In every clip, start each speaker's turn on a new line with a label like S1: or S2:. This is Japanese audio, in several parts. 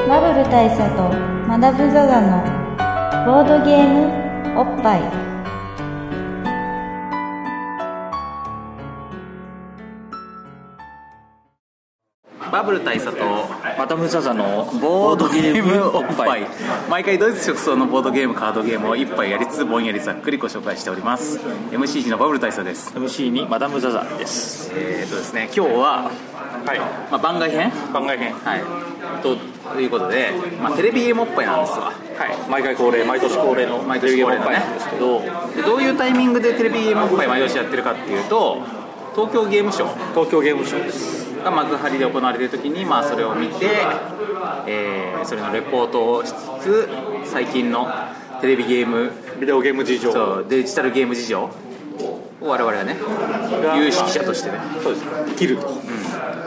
S1: 大佐とマダム・ザ・ザのボードゲームおっぱい
S2: バブル大佐と
S3: マダム・ザ・ザのボードゲームおっぱい
S2: 毎回ドイツ直送のボードゲームカードゲームを一杯やりつつぼんやりざっくりご紹介しております MCG のバブル大佐です
S3: MC にマダム・ザ・ザです
S2: えーとですね今日は、
S4: はい、
S2: まあ、番外編
S4: 番外編、は
S2: はいとということで、まあ、テレビゲームおっぱいなんですわ
S4: い、毎回恒例、毎年恒例の
S2: 毎
S4: テレ
S2: 年
S4: ビゲー
S2: 恒
S4: ム
S2: 例
S4: お
S2: のね
S4: っぱいなんですけど、
S2: でどういうタイミングでテレビゲームおっぱい毎年やってるかっていうと東京ゲームショウ
S4: 東京ゲームショウです。
S2: が幕張で行われてる時に、まあ、それを見て、えーそれのレポートをしつつ最近のテレビゲーム
S4: ビデオゲーム事情。そう
S2: そうデジタルゲーム事情を我々はね有識者としてね
S4: です。切ると。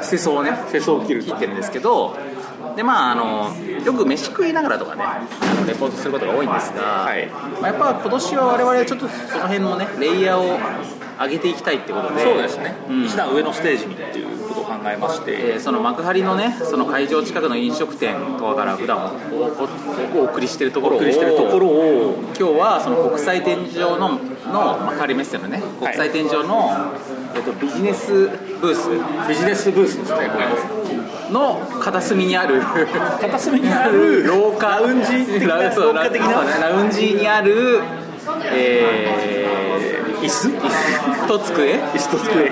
S2: 世相をね
S4: 世相を切る
S2: 聞
S4: と
S2: い。てるんですけどでまああのよく飯食いながらとかねあのレポートすることが多いんですが、
S4: はい
S2: まあ、やっぱ今年は我々ちょっとその辺のねレイヤーを上げていきたいってことで
S4: そうですね
S2: う。ん
S4: 一段上のステージにっていうことを考えまして、
S2: えーその幕張のねその会場近くの飲食店とかから普段おおお送りしてるところを
S4: お送りしてるところを、
S2: 今日はその国際展示場のの、まあ、仮メッセのね国際展示場の、えっと、ビジネスブース
S4: ビジネスブースですね、これ。
S2: の片隅にある
S4: 片隅にある
S2: 廊下ラウン
S4: ジ 的な
S2: そう
S4: 廊下的な
S2: そうねラウンジにあるえー
S4: 椅子、
S2: と机
S4: 椅子と机。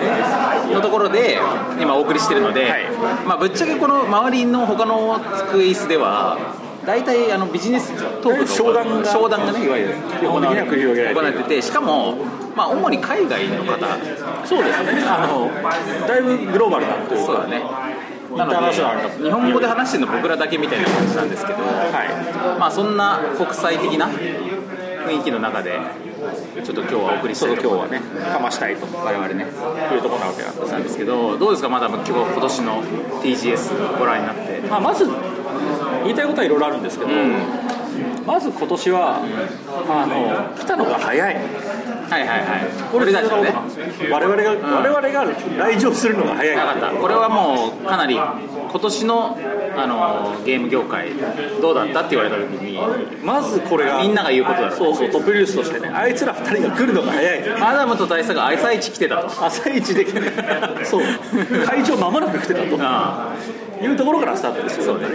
S2: のところで今お送りしてるので、
S4: はい
S2: まあ、ぶっちゃけこの周りの他の机椅子では大体あのビジネストークの
S4: 商談が
S2: 商談がねいわゆる
S4: 基本的には繰り広げられている
S2: 行わてしかも、まあ、主に海外の方
S4: そうですね。あのだいぶグローバルなという
S2: そう
S4: か。
S2: だね
S4: インターナショナルな
S2: 日本語で話してるの僕らだけみたいな感じなんですけど、
S4: はい。
S2: まあ、そんな国際的な雰囲気の中でちょっと今日はお送りし
S4: ち
S2: た
S4: ょ
S2: い
S4: っと
S2: と
S4: 今
S2: 思
S4: 日はね、かましたいと
S2: 我々ね
S4: いうところなわけなんです。
S2: なんですけどどうですかまだ今日今年の TGS ご覧になって
S4: まあ、まず言いたいことはいろいろあるんですけど、まず今年はあの来たのが早い
S2: はいはいはい
S4: これ
S2: 俺たちのね
S4: 我々が、我々が来場するのが早い
S2: なかったこれはもうかなり今年のあのゲーム業界どうだったって言われた時に
S4: まずこれが
S2: みんなが言うことだろうね
S4: そうそうトップニュースとしてねあいつら2人が来るのが早い
S2: アダムと大佐が朝一来てたと
S4: 朝一でそう 会場まもなく来てた
S2: あ
S4: というところからスタートですよそうね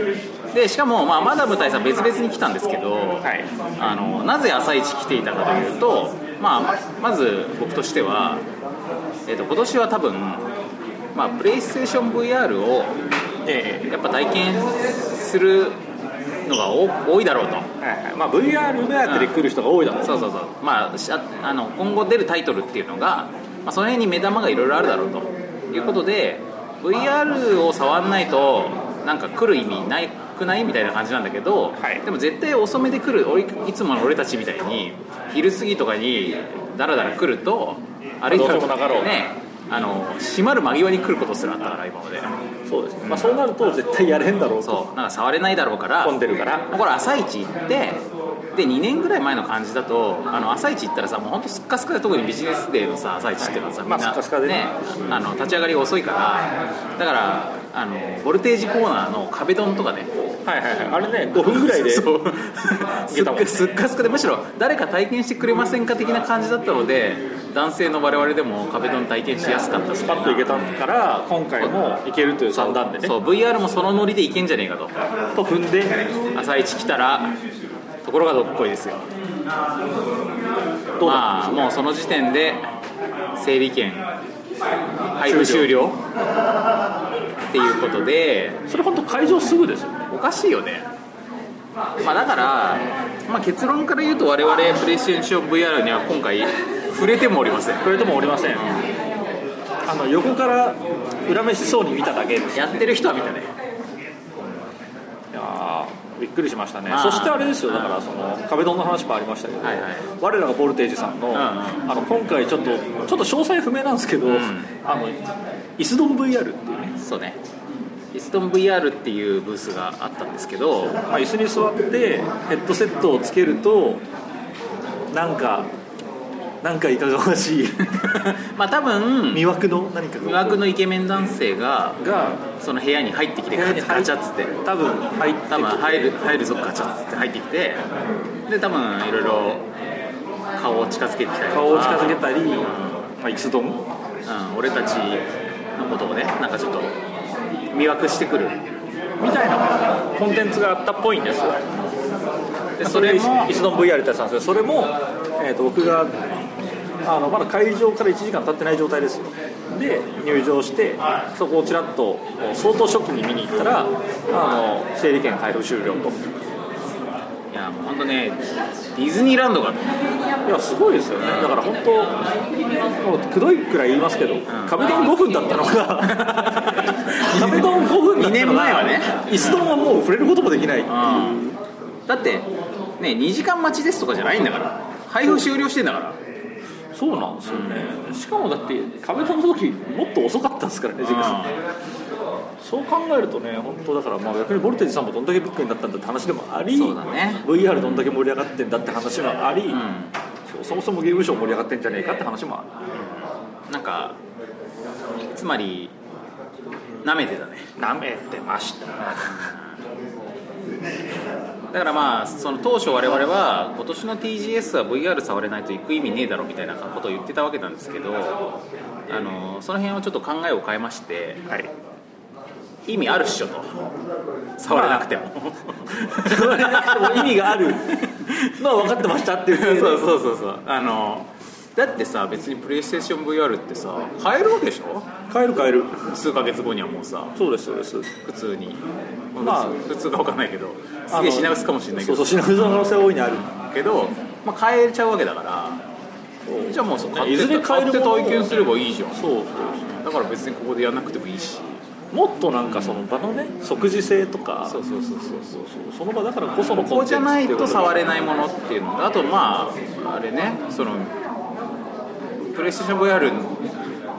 S2: でしかも、まあ、マダム大佐は別々に来たんですけど、
S4: い
S2: あのなぜ朝一来ていたかというと、まあ、まず僕としては、えっと今年は多分、まあ、プレイステーション VR を
S4: え
S2: やっぱ体験するのが多多いだろうと。
S4: えはいはいまあ VR 目当てで来る人が多いだろう
S2: そうそうそうまあしああの今後出るタイトルっていうのが、まあ、その辺に目玉がいろいろあるだろうということで VR を触んないとなんか来る意味ないくないみたいな感じなんだけど、
S4: はい
S2: でも絶対遅めで来るおいいつもの俺たちみたいに昼過ぎとかにダラダラ来ると歩いて
S4: どうしようもなかろう
S2: ねあの閉まる間際に来ることすらあったから今まで
S4: そうですね、まあ、そうなると絶対やれんだろうと
S2: そうなんか触れないだろうから
S4: 混んでるから
S2: これ朝一行ってで2年ぐらい前の感じだとあの朝一行ったらさもうほんとすっかすかで特にビジネスデーのさ朝一っていうのはさみん
S4: ま
S2: な、
S4: あスッカスカでね
S2: ねあの立ち上がりが遅いからだからあのボルテージコーナーの壁ドンとかね
S4: はいはいはいあれね5分ぐらいで
S2: そうす
S4: け
S2: った
S4: もん
S2: かすっかすかでむしろ誰か体験してくれませんか的な感じだったので男性の我々でも壁ドン体験しやすかった
S4: スパッといけたから今回もいけるという算段でね
S2: そう VR もそのノリでいけんじゃねえかと
S4: と踏んで
S2: 朝一来たらところがどっこいですよ
S4: どうだ
S2: まあもうその時点で整理券配布終了っていうことで
S4: それ本当会場すぐですよ
S2: おかしいよねまあだから、まあ、結論から言うと我々プレイステーション VR には今回触れてもおりません
S4: それともおりませんあの横から恨めしそうに見ただけですい
S2: やってる人は見たね
S4: やーびっくりしましたね
S2: あー
S4: そしてあれですよだからその壁ドンの話もありましたけど、
S2: はいはい
S4: 我らがボルテージさんの,、
S2: ん
S4: あの今回ちょっとちょっと詳細不明なんですけど、
S2: ん
S4: あのイスドン VR っていうね、
S2: そうねイストン VR っていうブースがあったんですけど
S4: まあ、椅子に座ってヘッドセットをつけるとなんか
S5: なんかいかがわし い
S2: まあ多分
S5: 魅惑の何か
S2: 魅
S5: が
S2: 惑のイケメン男性が
S4: が
S2: その部屋に入ってきて
S4: 部屋
S2: ガ
S4: に
S2: チ
S4: 入
S2: ャガ
S4: っ
S2: チャっつって
S4: 多分入って
S2: 多分入る入るぞガチャっつって入ってきてで多分いろいろ顔を近づけてきたりとか
S4: 顔を近づけたり、まあ、一度も
S2: うん、俺たちのことをねなんかちょっと魅惑してくる
S4: みたいなコンテンツがあったっぽいんですよ
S2: で
S4: そ
S2: そ
S4: れ
S2: れ
S4: も
S2: も
S4: 一度 VR ってやつなんですけどそれも、えー、と僕があのまだ会場から1時間経ってない状態ですよで入場してそこをちらっと相当初期に見に行ったらあの整理券開封終了と
S2: いやもう本当ねディズニーランドが
S4: いやすごいですよねだから本当もうくどいくらい言いますけど、壁ドン5分だった のが壁ドン5分だったのが
S2: 二年前はね
S4: 椅子ドンはもう触れることもできない
S2: だってね2時間待ちですとかじゃないんだから配布終了してんだから
S4: そうなんですよね、しかもだって壁ドンの時もっと遅かったですからねジェイクさんそう考えるとね本当だからまあ逆にボルテージさんもどんだけビッグになったんだって話でもあり
S2: そうだね
S4: VR どんだけ盛り上がってんだって話もあり、
S2: う
S4: そうそもそもゲームショー盛り上がってんじゃねえかって話もあ る
S2: んなんかつまりなめてたね
S4: なめてました
S2: だからまあその当初我々は今年の TGS は VR 触れないと行く意味ねえだろみたいなことを言ってたわけなんですけどあのその辺をちょっと考えを変えまして
S4: はい
S2: 意味あるっしょと触れなくても、
S4: 触れなくても意味があるのは分かってましたってい う
S2: そうそうそうそうあのだってさ別にプレイステーション VR ってさ買えるわけでしょ
S4: 変える変える
S2: 数ヶ月後にはもうさ
S4: そうですそうです
S2: 普通に
S4: ま
S2: ま
S4: あ
S2: あ普通か分かんないけど
S4: あ
S2: す
S4: の
S2: げえ品薄かもしれないけ
S4: そう
S2: ど
S4: そう品薄の可能性は大いにある
S2: けど、まあ、買えちゃうわけだからじゃあもうそう買って
S4: いずれ買えるものを
S2: 買って体験すればいいじゃん
S4: そうそう
S2: だから別にここでやんなくてもいいし
S4: もっとなんかその場のね即時性とかそうそうそうそうそうその場だからこその
S2: ここじゃないと触れ
S4: い
S2: ないものっていうのとあとまああれねそのプレイステーション VR の、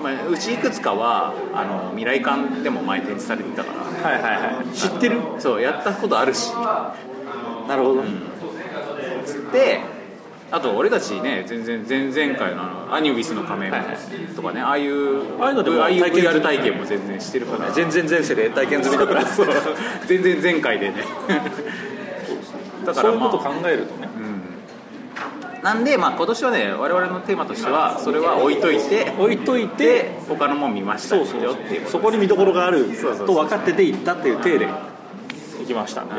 S2: まあ、うちいくつかはあの未来館でも前展示されてたから
S4: はいはいはい知ってる
S2: そうやったことあるし
S4: なるほど、
S2: であと俺たちね全然前々回のあのアニュビスの仮面
S4: はいはい
S2: とかねああいう
S4: ああいうのでも
S2: ああいう
S4: 体験
S2: VR 体験も全然してるから
S4: 全然前世で体験済みだから
S2: そう全然前回でねだか
S4: そう
S2: ら
S4: いう
S2: ま
S4: こと
S2: あ
S4: 考えるとね、
S2: なんでまあ今年はね我々のテーマとしてはそれは置いといて
S4: 置いといて
S2: で他のもん見ました
S4: そ
S2: よ
S4: う
S2: って
S4: そう
S2: いう
S4: そう
S2: こと
S4: そこに見どころがあ
S2: そ
S4: る
S2: うそうそう
S4: と分かってて行ったっていう体で行きましたんで、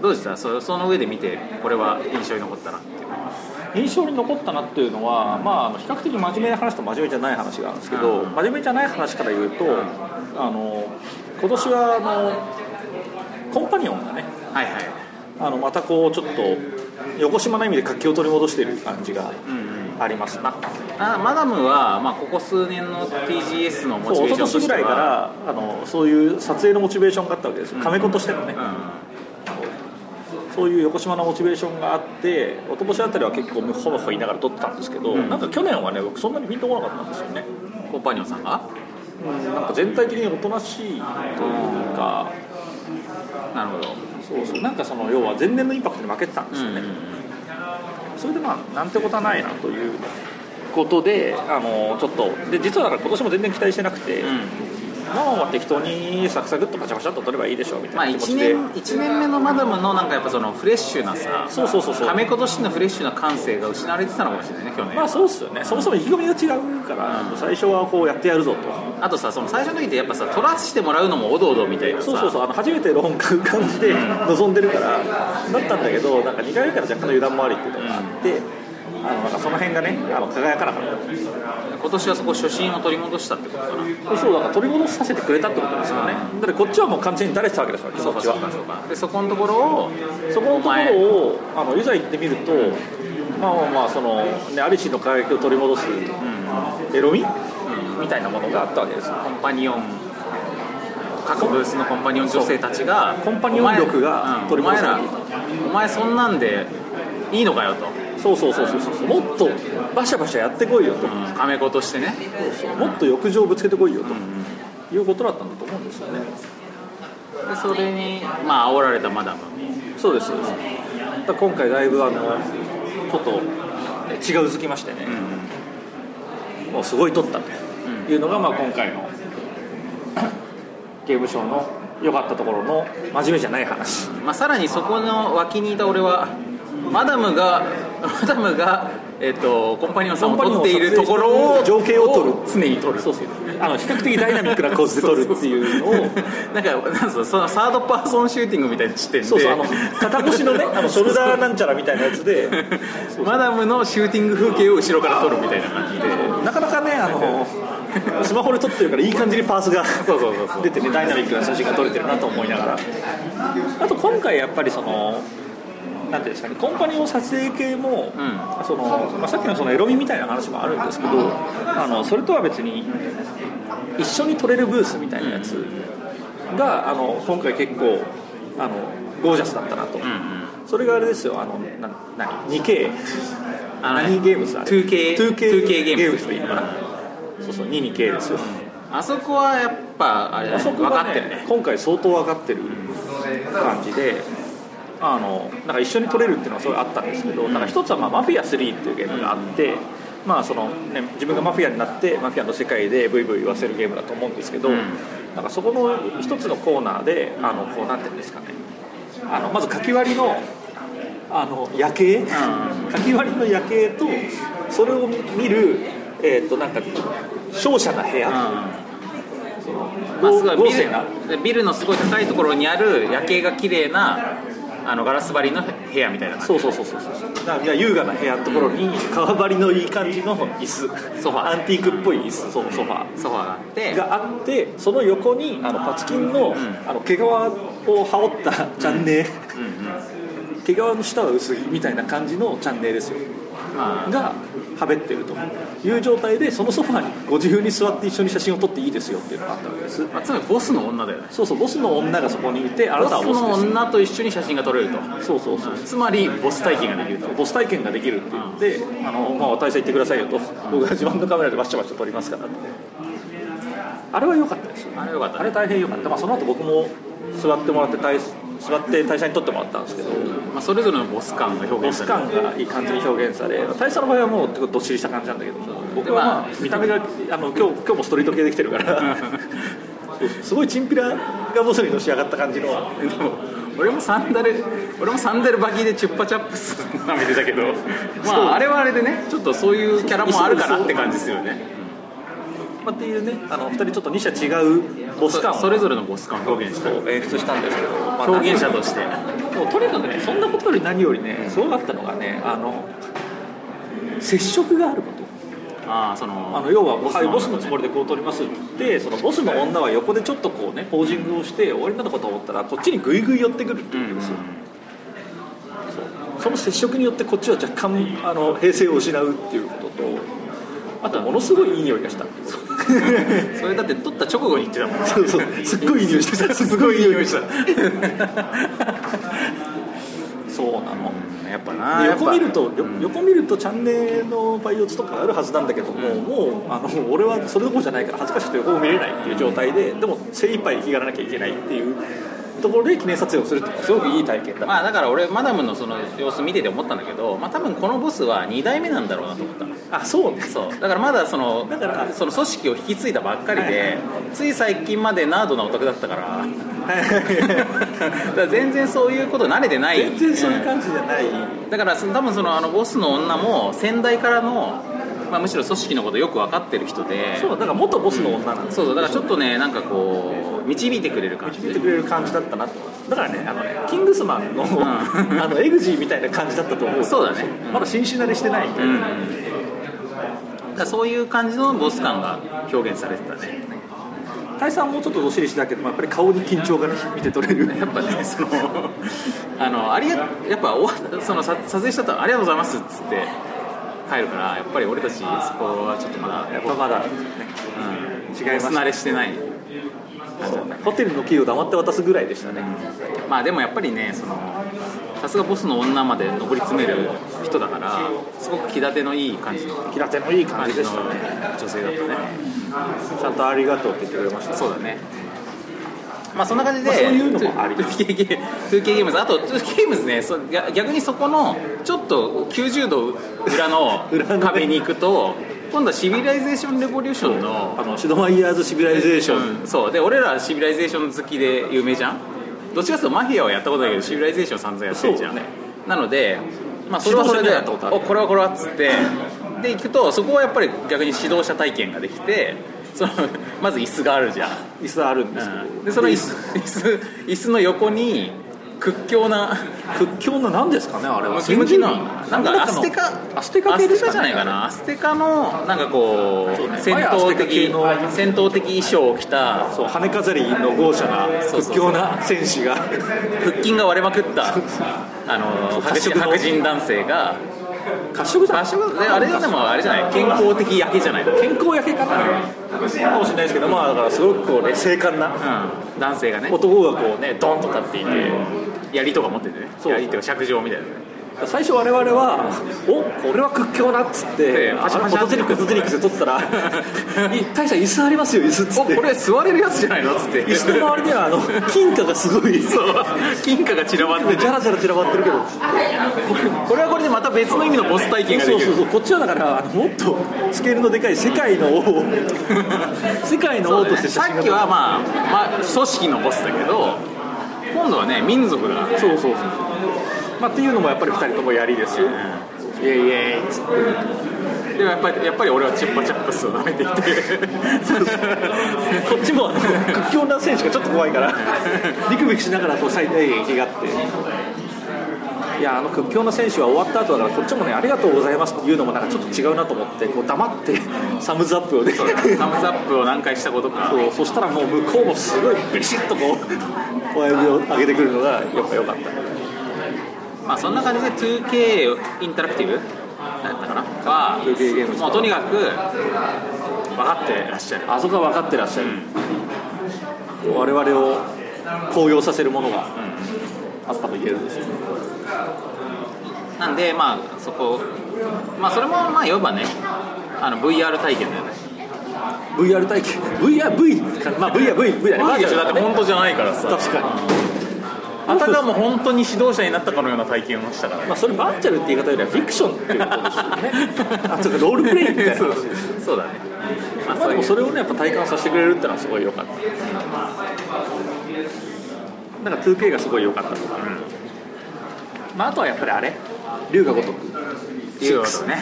S2: どうでしたそその上で見てこれは印象に残ったなっていう
S4: 印象に残ったなっていうのは、まああの、比較的真面目な話と真面目じゃない話があるんですけど、
S2: うん
S4: 真面目じゃない話から言うと、あの今年はあのコンパニオンがね
S2: はいはい
S4: あのまたこうちょっと横島な意味で活気を取り戻している感じが
S2: うんうん
S4: ありますな、
S2: あマダムは、まあ、ここ数年の TGS のモチ
S4: そう
S2: ベーショ
S4: 一昨
S2: ンと
S4: 年
S2: し
S4: ぐ
S2: て
S4: らいか
S2: は
S4: らあのそういう撮影のモチベーションがあったわけですよカメコとしてのね、
S2: うん
S4: そういう横島のモチベーションがあって一昨年あたりは結構ムホムホ言いながら撮ってたんですけど、
S2: うん
S4: なんか去年はね僕そんなにピンとこなかったんですよね
S2: コンパニオンさんが
S4: なんか全体的におとなしいというか、
S2: なるほど、
S4: そうそうなんかその要は前年のインパクトに負けてたんですよね、それでまあなんてことはないなということであのちょっとで実はだから今年も全然期待してなくて、まあまあ適当にサクサクっとカチャカチャっと撮ればいいでしょうみ
S2: まあ
S4: たいな
S2: 1
S4: 気持ちで、
S2: 年一年目のマダムのなんかやっぱそのフレッシュなさ
S4: そうそうそうそう
S2: 亀子としてのフレッシュな感性が失われてたのかもしれないね去年、
S4: まあそうっすよねそもそも意気込みが違うから、最初はこうやってやるぞと
S2: あとさその最初の時ってやっぱさ取らせてもらうのもおどおどみたいなさ
S4: そうそうそうあの初めての本買う感じで臨んでるからだったんだけどなんか2回目から若干の油断もありっていうのがあって、あのなんかその辺がねあの輝かなかった
S2: 今年はそこ初心を取り戻したってことかな
S4: そうだから取り戻させてくれたってことですよねだってこっちはもう完全に誰したわけですから
S2: そう
S4: こ
S2: か
S4: っち
S2: そ
S4: は
S2: うかそうかでそこのところを
S4: そこのと
S2: お
S4: こ
S2: 前
S4: ろをあのいざ行ってみるとまあまあまあその、ね、アリシの輝きを取り戻すエロみ、みたいなものがあったわけです
S2: コンパニオン各ブースのコンパニオン女性たちが
S4: コンパニオン力が
S2: お前,、
S4: 取
S2: うん、お
S4: り戻
S2: 前
S4: さ
S2: ら
S4: れる
S2: お前そんなんでいいのかよと、
S4: そうそうそうそうそうもっとバシャバシャやってこいよと
S2: うん、亀子としてね
S4: もっと欲情をぶつけてこいよと、いうことだったんだと思うんですよね
S2: でそれにまあ煽られたマダム
S4: そうですそうですだから今回だいぶあのちょっとね違うづきましてね、もうすごい撮ったというのが、まあ、今回のゲームショーの良かったところの真面目じゃない話
S2: まあ、さらにそこの脇にいた俺はマダムが マダムが、えっとコンパニオンさんを撮っているところを
S4: 情景を撮る
S2: 常に撮る
S4: そうそうあの比較的ダイナミックな構図で撮るっていうのを
S2: なんかなんすかそのサードパーソンシューティングみたいな視点で
S4: そうそう あの肩越しのねあのショルダーなんちゃらみたいなやつで
S2: マダムのシューティング風景を後ろから撮るみたいな感じで
S4: なかなかねあの スマホで撮ってるからいい感じにパースが
S2: そうそうそうそう
S4: 出てねダイナミックな写真が撮れてるなと思いながらあと今回やっぱりそのなんていうんですかねコンパニオン撮影系も、
S2: う
S4: そのまあ、さっきのそのエロみみたいな話もあるんですけどあのそれとは別に一緒に撮れるブースみたいなやつが、あの今回結構あのゴージャスだったなと、
S2: うんうん
S4: それがあれですよあのな何 2K
S2: あのね
S4: 何ゲームズあれ
S2: 2K 2K ゲームズ
S4: ゲームズといいのかなそうそう22 k ですよ
S2: あそこはやっぱあれだ
S4: あ
S2: ね
S4: そこが
S2: 分かってるね
S4: 今回相当分かってる感じであのなんか一緒に撮れるっていうのはすごいあったんですけど、なんか一つはまあ「マフィア3」っていうゲームがあって、まあそのね、自分がマフィアになってマフィアの世界でブイブイ言わせるゲームだと思うんですけど、
S2: うん
S4: なんかそこの一つのコーナーであのこうなんていうんですかねあのまずかき割りのあの夜景、かき割りの夜景とそれを見る、えー、となんか勝者な部屋、
S2: まあすごい
S4: 豪
S2: ビ
S4: 勢な
S2: ルビルのすごい高いところにある夜景が綺麗なあのガラス張りの部屋みたいな感じ
S4: そうそうそうそうそうだから優雅な部屋のところに革張りのいい感じの椅子ソ
S2: ファー
S4: アンティークっぽい椅子そうソファ
S2: ソファーがあって
S4: ーがあってその横にあのパツキンの,、
S2: ん
S4: あの毛皮を羽織ったチャンネル、毛皮の下は薄着みたいな感じのチャンネルですよ
S2: まあ
S4: がはべってるという状態でそのソファーにご自由に座って一緒に写真を撮っていいですよっていうのがあったわけです
S2: まあ、つまりボスの女だよね
S4: そうそうボスの女がそこにいてあな
S2: ボス
S4: たはボス
S2: の
S4: です
S2: 女と一緒に写真が撮れると
S4: そうそうそう
S2: つまりボス体験ができると
S4: ボス体験ができるって言って、あのまあ、私行ってくださいよと、僕は自慢のカメラでバシャバシャ撮りますからって、あれは良かったですよ、
S2: あれよかった
S4: あれ
S2: ね
S4: 大変良かった、まあ、その後僕も座ってもらって、大座って大社に撮ってもらったんですけど、
S2: まあ、それぞれのボス感が表
S4: ボ
S2: 現
S4: ス
S2: される
S4: 感がいい感じに表現され、大社の場合はもう結構どっしりした感じなんだけども、僕は、まあ
S2: でまあ
S4: 見た目があの今日今日もストリート系できてるから、 そうすごいチンピラがボスにのし上がった感じの、
S2: でも 俺もサンダル俺もサンダル履きでチュッパチャップス舐めてたけどまああれはあれでねちょっとそういうキャラもあるかなって感じですよね
S4: まあ、っていうね、あの2人ちょっと2社違うボス感
S2: そ
S4: を
S2: それぞれのボス感を表現した
S4: 演出したんですけど、まあ
S2: 表現者として
S4: もうとにかくねそんなことより何よりねすごかったのがねあの接触があること
S2: ああその
S4: あの要はボス,、
S2: 女
S4: ボスのつもりでこう撮りますって言ってそのボスの女は横でちょっとこうねポージングをして終わりなのかと思ったらこっちにグイグイ寄ってくるっていうわけですよ、そうその接触によってこっちは若干あの平静を失うっていうこととあとものすごいいい匂いがした
S2: それだって撮った直後に言ってたもん
S4: そうそうすっごいいい匂いした すごいいい匂いしたそうなの
S2: やっぱなやっぱ
S4: 横見ると、よ横見るとチャンネルのバイオツとかあるはずなんだけども、もうあの俺はそれどころじゃないから恥ずかしくて横を見れないっていう状態ででも精一杯生きがらなきゃいけないっていうところで記念撮影をするっていうのはすごくいい体験だ、
S2: まあだから俺マダムのその様子見てて思ったんだけどまあ多分このボスは2代目なんだろうなと思った
S4: あそうね
S2: そうだからまだその
S4: だから
S2: その組織を引き継いだばっかりで、つい最近までナードなオタクだったからだから全然そういうこと慣れてない
S4: 全然そういう感じじゃない、
S2: うんだからその多分そのあのボスの女も先代からの、まあ、むしろ組織のことよく分かってる人で
S4: そうだから元ボスの女なんです
S2: そうだからちょっとねなんかこう導いてくれる感じ
S4: 見てくれる感じだったなと思いますだからねあのねキングスマンの あのエグジーみたいな感じだったと思う
S2: そうだねうん
S4: まだ新種慣れしてない
S2: うんだからそういう感じのボス感が表現されてたね
S4: 大佐はもうちょっとどっしりしてたけど、まあ、やっぱり顔に緊張がね見て取れる
S2: やっぱねその あのありがやっぱ終わったそのさ撮影しちゃったらありがとうございますっつって帰るからやっぱり俺たちそこはちょっとまだ
S4: やっぱまだね
S2: うん、
S4: 違います
S2: ボス慣れしてない
S4: ホテルのキーを黙って渡すぐらいでしたね、
S2: まあでもやっぱりねそのさすがボスの女まで上り詰める人だからすごく気立てのいい感じの
S4: 平手のいい感
S2: 感
S4: じ
S2: じ
S4: で
S2: の
S4: したね
S2: 女性だったね
S4: ちゃんとありがとうって言ってくれました
S2: そうだねまあそんな感じで、
S4: まあそういうのもあり
S2: 2K ゲーム 2K ゲームズあと 2K ゲームズねそ逆逆にそこのちょっと90度裏 の
S6: 裏のね
S2: 壁に行くと今度はシビライゼーションレボリューションの
S6: あのシドマイヤーズシビライゼーション、
S2: うんそうで俺らはシビライゼーション好きで有名じゃんどっちかというとマフィアはやったことないけどシビライゼーション散々やってるじゃん、
S4: そうね
S2: なので、まあ、それはそれで
S4: 指導者にはやったことある
S2: おこれはこれはっつってで行くとそこはやっぱり逆に指導者体験ができてそのまず椅子があるじゃん
S4: 椅子あるんですけど、
S2: でその椅子椅子椅子の横に屈強な
S4: 屈強な何ですかねあれは
S2: ムキムキのなんかアステ
S4: テ
S2: カ
S4: アステカ系で
S2: アス
S4: す
S2: テカじゃ
S4: か
S2: な
S4: ね
S2: いかなアステカのなんかこ
S4: そうね
S2: う戦闘的
S4: 前アステカ系の
S2: 戦闘的衣装を着た
S6: そう羽飾りの豪奢な
S2: そうそう
S6: 屈強な戦士が
S2: 腹筋が割れまくったあの白
S6: 褐
S2: 人
S6: 色の
S2: 白人男性が
S4: 褐色じゃん
S2: 褐色であれでもあれじゃない健康的焼けじゃない、うん、
S4: 健康焼けかなかもしれないですけどまあだからすごくこうね精悍な
S2: 男性がね
S4: 男がこうねドンと立っていて
S2: 槍とか持っててね
S4: そう
S2: 槍っていうか尺状みたいなね
S4: 最初我々は「おこれは屈強な」っつって
S2: で
S4: 「
S2: パシャパ
S4: あ
S2: シャ
S4: フォトジェニックフォトジェニックス」で撮ってたら「い大した椅子ありますよ椅子」っつ
S2: お
S4: って
S2: これ座れるやつじゃないのっつって
S4: 椅子の周りにはあの金貨がすごいそう
S2: 金貨が散らばって
S4: で
S2: て
S4: ジャラジャラ散らばってるけど
S2: これはこれでまた別の意味のボス体験がで
S4: そう
S2: き
S4: そう
S2: る
S4: そうこっちはだからあのもっとスケールのでかい世界の王 を世界の王として写
S2: さ
S4: 真
S2: っ
S4: が
S2: きはまあ、まあ、組織のボスだけど今度はね民族が
S4: そうそうそうまあっていうのもやっぱり2人ともやりですよ、イエイイエイっつって
S2: でもやっぱりやっぱり俺はチッパチャップスを舐めていて
S4: こっちもあの屈強な選手がちょっと怖いからビクビクしながらこう最大限息があって いやあの屈強な選手は終わった後だからこっちもねありがとうございますっていうのもなんかちょっと違うなと思ってこう黙ってサムズアップをねそ
S2: サムズアップを何回したことか
S4: うそしたらもう向こうもすごいビシッとこう親指を上げてくるのがやっぱ良かった
S2: まあそんな感じで 2K インタラクティブだったかなは
S4: 2K ゲームズ
S2: もうとにかく分かってらっしゃる
S4: あそこは分かってらっしゃる、我々を高揚させるものがあったと言えるんですよ、
S2: なんでまあそこまあそれもまあいわばねあの VR 体験だよね
S4: VR 体験 VRV かまあ VRV V だねバーチャル
S2: だって本当じゃないからさ
S4: 確かに、
S2: あたかも本当に指導者になったかのような体験をしたからね
S4: まあ、それバーチャルって言い方よりはフィクションっていうことですよねあちょっとロールプレイみたいな
S2: そう
S4: 話です
S2: そうだねまあ
S4: ま
S2: そう
S4: あで
S2: い
S4: も
S2: う
S4: それをねやっぱ体感させてくれるってのはすごい良かったなんか 2K がすごい良かったとか、まあ、あとはやっぱりあれ龍が如く
S2: 龍が如くね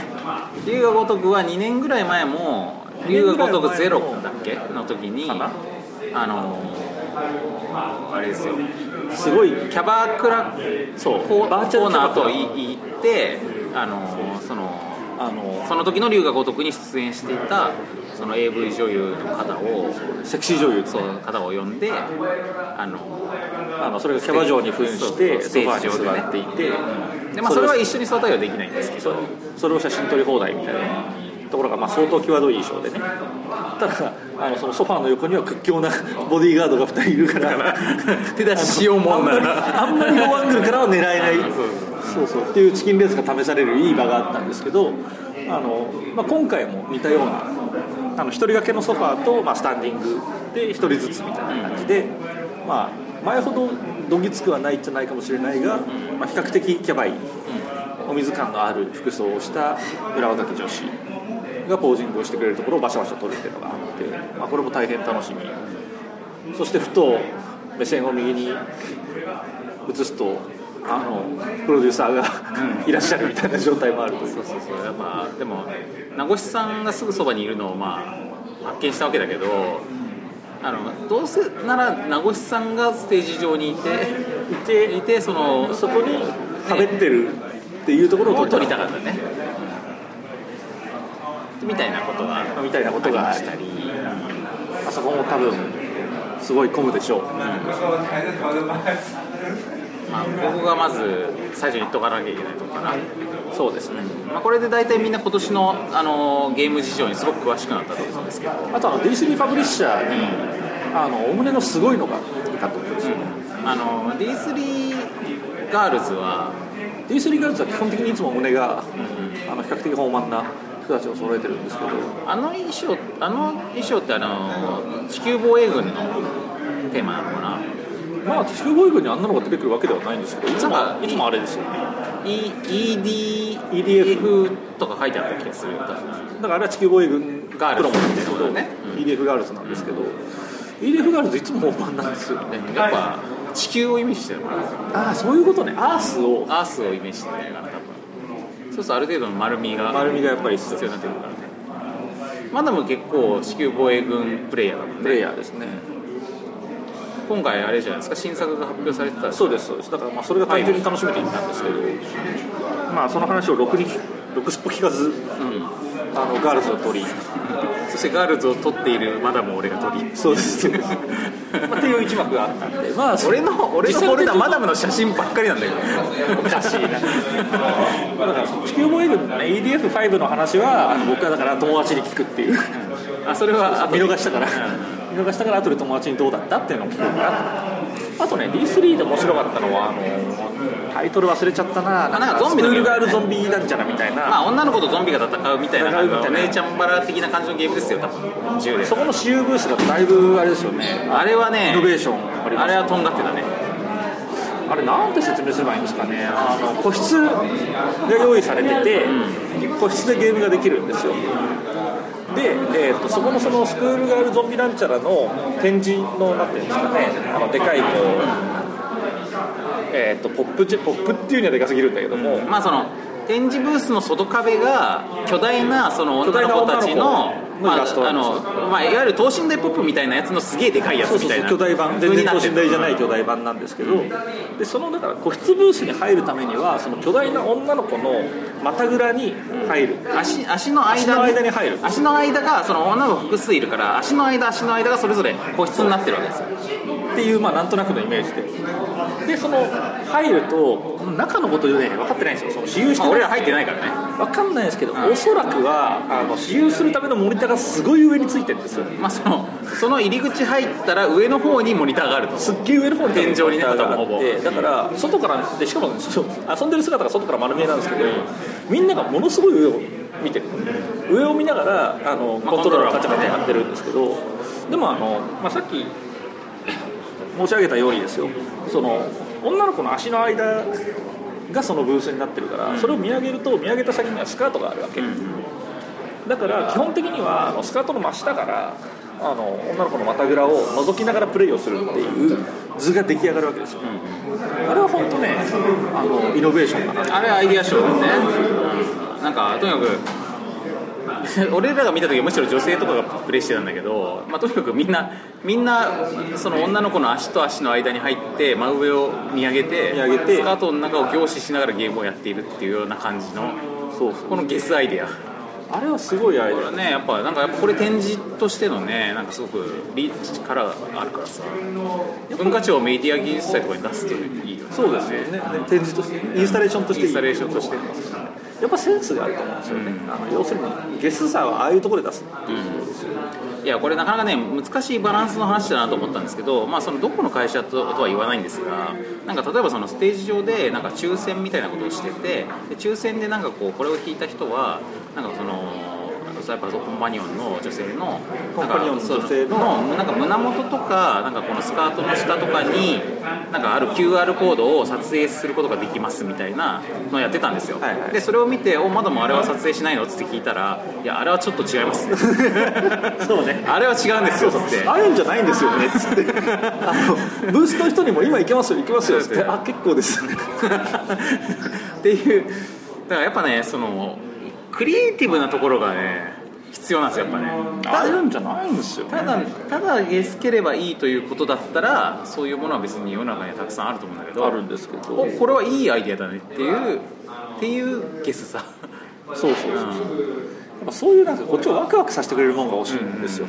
S2: 龍が如くは2年ぐらい前も龍が如くゼロだっけの時に
S4: かな
S2: あのーあれですよ
S4: すごい
S2: キャバクラ
S4: そう
S2: コー
S4: バーチャル
S2: コーナーと
S4: キャバク
S2: い行ってあのその
S4: ラあの
S2: その時の龍が如くに出演していたその AV 女優の方を
S4: セクシー女優って
S2: そう方を呼んであの
S4: あのそれがキャバ嬢に扮して
S2: そう
S4: ソファ
S2: ス
S4: ーに
S2: テージ上でね
S4: 座っていて
S2: で、まあ、それは一緒に相対はできないんですけど
S4: それを写真撮り放題みたいなところがまあ相当際どい衣装でねただあのそのソファーの横には屈強なボディーガードが2人いるから
S2: 手出ししようもんなら
S4: あんまりローアングルからは狙えないそうそうっていうチキンレースが試されるいい場があったんですけどあの、まあ、今回も似たようなあの一人掛けのソファーと、まあ、スタンディングで一人ずつみたいな感じで、まあ、前ほどどぎつくはないじゃないかもしれないが、まあ、比較的キャバいお水感のある服装をした浦和崎女子がポージングをしてくれるところをバシャバシャ撮るっていうのがあって、まあ、これも大変楽しみそしてふと目線を右に移すとあのプロデューサーがいらっしゃるみたいな状態もあるという
S2: そうそうやっぱでも名越さんがすぐそばにいるのをまあ発見したわけだけどあのどうせなら名越さんがステージ上にいて
S4: いて
S2: いてその
S4: そこに喋ってるっていうところ
S2: も
S4: を
S2: う撮
S4: 撮
S2: り
S4: り
S2: た
S4: た
S2: かったねみたいなことが
S4: みたいなことがあ
S2: あったり
S4: あそこも多分すごい混むでしょう
S2: まあここがまず最初に言っとかなきゃいけないとこかな、
S4: そうですね
S2: まあ、これで大体みんな今年の、あのゲーム事情にすごく詳しくなったと思うんですけど
S4: あとあの D3 パブリッシャーにあのお胸のすごいのがいたと思うんですよ、
S2: あの D3 ガールズは
S4: D3 ガールズは基本的にいつも胸が、あの比較的豊満な人たちを揃えてるんですけど
S2: あの衣装あの衣装ってあの地球防衛軍のテーマなのかな
S4: まあ地球防衛軍にあんなのが出てくるわけではないんですけどいつも
S2: なんか
S4: いつもあれですよね
S2: E- ED EDF とか書いてあった気がするよ確か
S4: だからあれは地球防衛軍プロ
S2: ガール
S4: モ
S2: ズ
S4: なんですけ
S2: そ
S4: ど、
S2: うだねうん
S4: EDF ガールズなんですけど、EDF ガールズいつも本番なんですよ
S2: でやっぱ地球をイメージしてるから
S4: ああそういうことねアースを
S2: アースをイメージしてるから多分そうするとある程度の丸みが
S4: 丸みがやっぱり必
S2: 必
S4: 要
S2: 要になってくるからねマダム結構地球防衛軍プレイヤーだもんね
S4: プレイヤーですね
S2: 今回あれじゃないですか新作が発表されてた
S4: そうですそうですだからまあそれが単純に楽しめていったんですけど、まあその話をろくにろくすっぽ聞かず
S2: うん
S4: あのガールズを取り
S2: そしてガールズを撮っているマダムを俺が撮り
S4: そう ですまあっていう一幕があったんでまあそれ
S2: 俺の俺のフォルダマダムの写真ばっかりなんだけど
S4: おかしいなまあだから地球防衛軍のね EDF5 の話はあの僕はだから友達に聞くっていう
S2: あそれは
S4: 見逃したから見逃したから後で友達にどうだったっていうのを聞くからあとね D3 で面白かったのはあのタイトル忘れちゃったな
S2: あなんかゾンビのゲー
S4: スクー
S2: ム
S4: ルガール
S2: ね
S4: ゾンビなんちゃらみたいな、
S2: まあ女の子とゾンビが戦うみたいな
S4: 戦うみたいな
S2: お姉ちゃんバラ的な感じのゲームですよ多分銃で
S4: そこの私有ブースがだいぶあれですよね
S2: あれは
S4: イ
S2: ね
S4: ノベーションありま
S2: あ
S4: す
S2: れはとんがってたね
S4: あれなんて説明すればいいんですかねあの個室が用意されてて、個室でゲームができるんですよで、えー、とそこのそのスクールガールゾンビなんちゃらの展示のなんていうんですかねあのでかいこう、えー、とポップジェポップっていうにはでかすぎるんだけども、
S2: まあその展示ブースの外壁が巨大なその
S4: 巨
S2: 女
S4: 大
S2: の
S4: な
S2: 子たちの
S4: 女の子の
S2: ま
S4: イラスト
S2: ああのまあいわゆる等身大ポップみたいなやつのすげえでかいやつ
S4: そう
S2: み
S4: そ
S2: たい
S4: うそ
S2: うな
S4: 巨大版全然等身大じゃない巨
S2: 大
S4: 大版なんですけど、でそのだから個室ブースに入るためにはその巨大な女の子の股ぐらに入る、
S2: 足足の間
S4: 足の間に入る
S2: 足の間がその女の子複数いるから足の間足の間がそれぞれ個室になってるわけですよ
S4: っていう、まあ、なんとなくのイメージで、でその入ると、中のことね、分かってないんですよ、その私有し
S2: ま
S4: て
S2: あ
S4: ない
S2: 俺ら入ってないからね
S4: 分かんないんですけど、
S2: ん
S4: おそらくはあの、私有するためのモニターがすごい上についてるんですよ、
S2: まあ、その その入り口入ったら上の方にモニターがあると
S4: すっげえ上の方に
S2: 天井にね
S4: モニターが
S2: ほ
S4: あ
S2: ぼ
S4: っ
S2: ほぼ
S4: て、だから、外から、でしかも、そう遊んでる姿が外から丸見えなんですけど、みんながものすごい上を見てる、上を見ながら、あの
S2: まあ
S4: コントローラーを
S2: コ
S4: カ
S2: ン
S4: チ
S2: ト
S4: ャ
S2: ローラー
S4: カチャやってるんですけど、でもあの、まあ、さっき申し上げたようにですよ、その女の子の足の間がそのブースになってるから、それを見上げると、見上げた先にはスカートがあるわけ。だから基本的にはあのスカートの真下からあの女の子の股ぐらを覗きながらプレイをするっていう図が出来上がるわけですよ、あれは本当ねあのイノベーションだな
S2: あれアイディアショーだね、うんなんかとにかく 俺らが見た時はむしろ女性とかがプレイしてたんだけど、まあ、とにかくみんなみんなその女の子の足と足の間に入って真上を見上げて
S4: 見上げて
S2: スカートの中を凝視しながらゲームをやっているっていうような感じの
S4: そうそう
S2: このゲスアイデア
S4: あれはすごいアイデ
S2: これ
S4: ア
S2: はねやっぱなんかやっぱこれ展示としてのねなんかすごくリーチ力があるからさ文化庁メディア技術祭とかに出すといいよね
S4: そうですよね展示としてインスタレーションとし
S2: イ
S4: て
S2: ンスタレーションとして
S4: やっぱセンスがあると思うんですよね、あの要するにゲスさはああいうところで出すっていうことですよ、
S2: いやこれなかなかね難しいバランスの話だなと思ったんですけど、まあ、そのどこの会社ととは言わないんですがなんか例えばそのステージ上でなんか抽選みたいなことをしててで抽選でなんかこうこれを聞いた人はなんかそのやっぱコンパニオンの女性の
S4: コンパニオンの女性の
S2: のなんか胸元とかなんかこのスカートの下とかになんかある QR コードを撮影することができますみたいなのをやってたんですよ、
S4: はいはい
S2: でそれを見て「おまだもあれは撮影しないの?」っつって聞いたら「いやあれはちょっと違います」
S4: そうね
S2: あれは違うんですよつって
S4: あるんじゃないんですよねっつってあのブースの人にも今行けますよ行けますよっつってあ結構です
S2: っていうだからやっぱねそのクリエイティブなところがね必要なんですよやっぱね
S4: あるんじゃないんですよ
S2: ただただ安ければいいということだったらそういうものは別に世の中にはたくさんあると思うんだけど
S4: あるんですけど
S2: おこれはいいアイデアだねっていうっていうゲスさ
S4: そうそうそうそう、やっぱそういうなんかこっちをワクワクさせてくれるものが欲しいんですよ、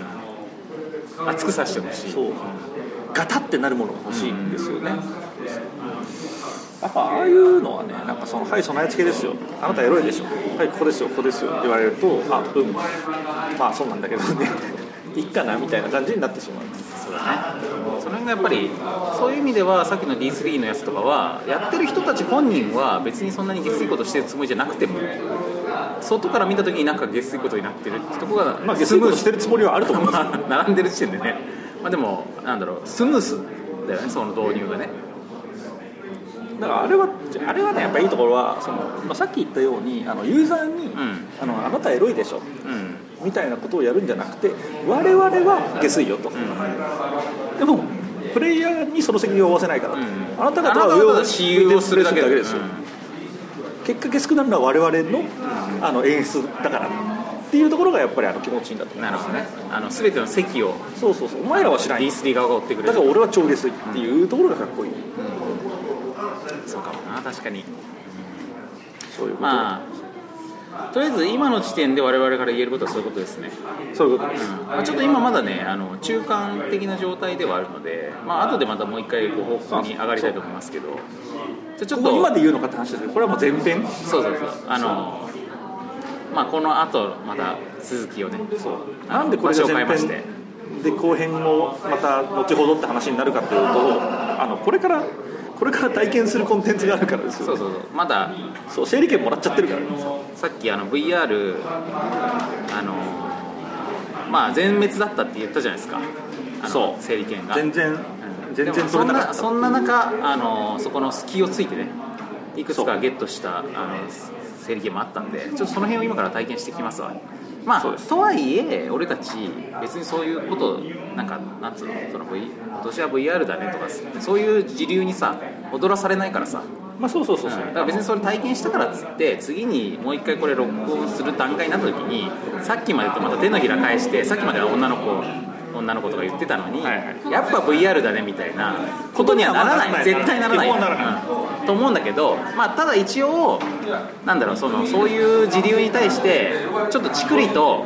S2: 熱くさしてほしい
S4: そうガタってなるものが欲しいんですよね、やっぱああいうのはねなんかその「はい備え付けですよあなたエロいでしょはいここですよここですよ」って言われるとあうんまあそうなんだけどね いっかなみたいな感じになってしまうんです
S2: そうだねその辺がやっぱりそういう意味ではさっきの D3 のやつとかはやってる人たち本人は別にそんなに下水ことしてるつもりじゃなくても外から見た時になんか下水ことになってるってとこが、
S4: まあゲスムーしてるつもりはあると思うんですよ
S2: まあ並んでる時点でねまあ、でもなんだろうスムースだよねその導入がね
S4: だからあれはあれはねやっぱいいところはその、まあ、さっき言ったようにあのユーザーに、
S2: ん
S4: あの「あなたエロいでしょ
S2: うん」
S4: みたいなことをやるんじゃなくて我々は下水よと、でもプレイヤーにその責任を負わせないからと、
S2: うん
S4: あなた方
S2: あな
S4: は
S2: た方
S4: 上
S2: が
S4: を
S2: 私有をするだけ
S4: だ
S2: だけ
S4: けで
S2: ですす
S4: よ
S2: よ、
S4: 結果少なるのは我々の,、あの演出だからっていうところがやっぱりあの気持ちいいんだと思う
S2: なるほどねあの全ての席を
S4: そうそうそうお前らは知らんよ
S2: D3 側が追ってくれ
S4: だ
S2: る
S4: から俺は超下水っていうところがかっこいい、
S2: そうかもな確かに
S4: そういうこと、
S2: まあとりあえず今の時点で我々から言えることはそういうことですね、
S4: そういうことです、
S2: まあ、ちょっと今まだねあの中間的な状態ではあるので、まあ後でまたもう一回ご報告に上がりたいと思いますけどじゃあちょっ
S4: ことこ今で言うのかって話ですけどこれはもう前編
S2: そうそうそうあのまあこの後また続きをね
S4: そう
S2: あの
S4: なんでこれが
S2: 場所を変
S4: 前
S2: えまし
S4: 編
S2: て
S4: で後編をまた後ほどって話になるかというとあのこれからこれから体験するコンテンツがあるからですよ
S2: そうそうそうまだ
S4: そう整理券もらっちゃってるから
S2: さっきあの VR あのまあ全滅だったって言ったじゃないですかあの
S4: そう
S2: 整理券が
S4: 全然全
S2: で
S4: 然
S2: も
S4: 取
S2: そ
S4: れ
S2: ん
S4: なか
S2: な
S4: った
S2: そんな中あのそこの隙をついてねいくつかゲットしたあの整理券もあったんでちょっとその辺を今から体験してきますわま
S4: そう
S2: あ
S4: です
S2: とはいえ俺たち別にそういうことなんかなんつうのその V 今年は VR だねとかそういう時流にさ踊らされないからさ
S4: まあそうそうそうそう、
S2: だから別にそれ体験したからっつって次にもう一回これ録音する段階になった時にさっきまでとまた手のひら返してさっきまでは女の子女の子とか言ってたのに、
S4: はいは
S2: やっぱ VR だねみたいなことにはならない絶対ならない
S4: 基本はならな
S2: うんと思うんだけど、まあ、ただ一応なんだろうそのそういう時流に対してちょっとチクリと。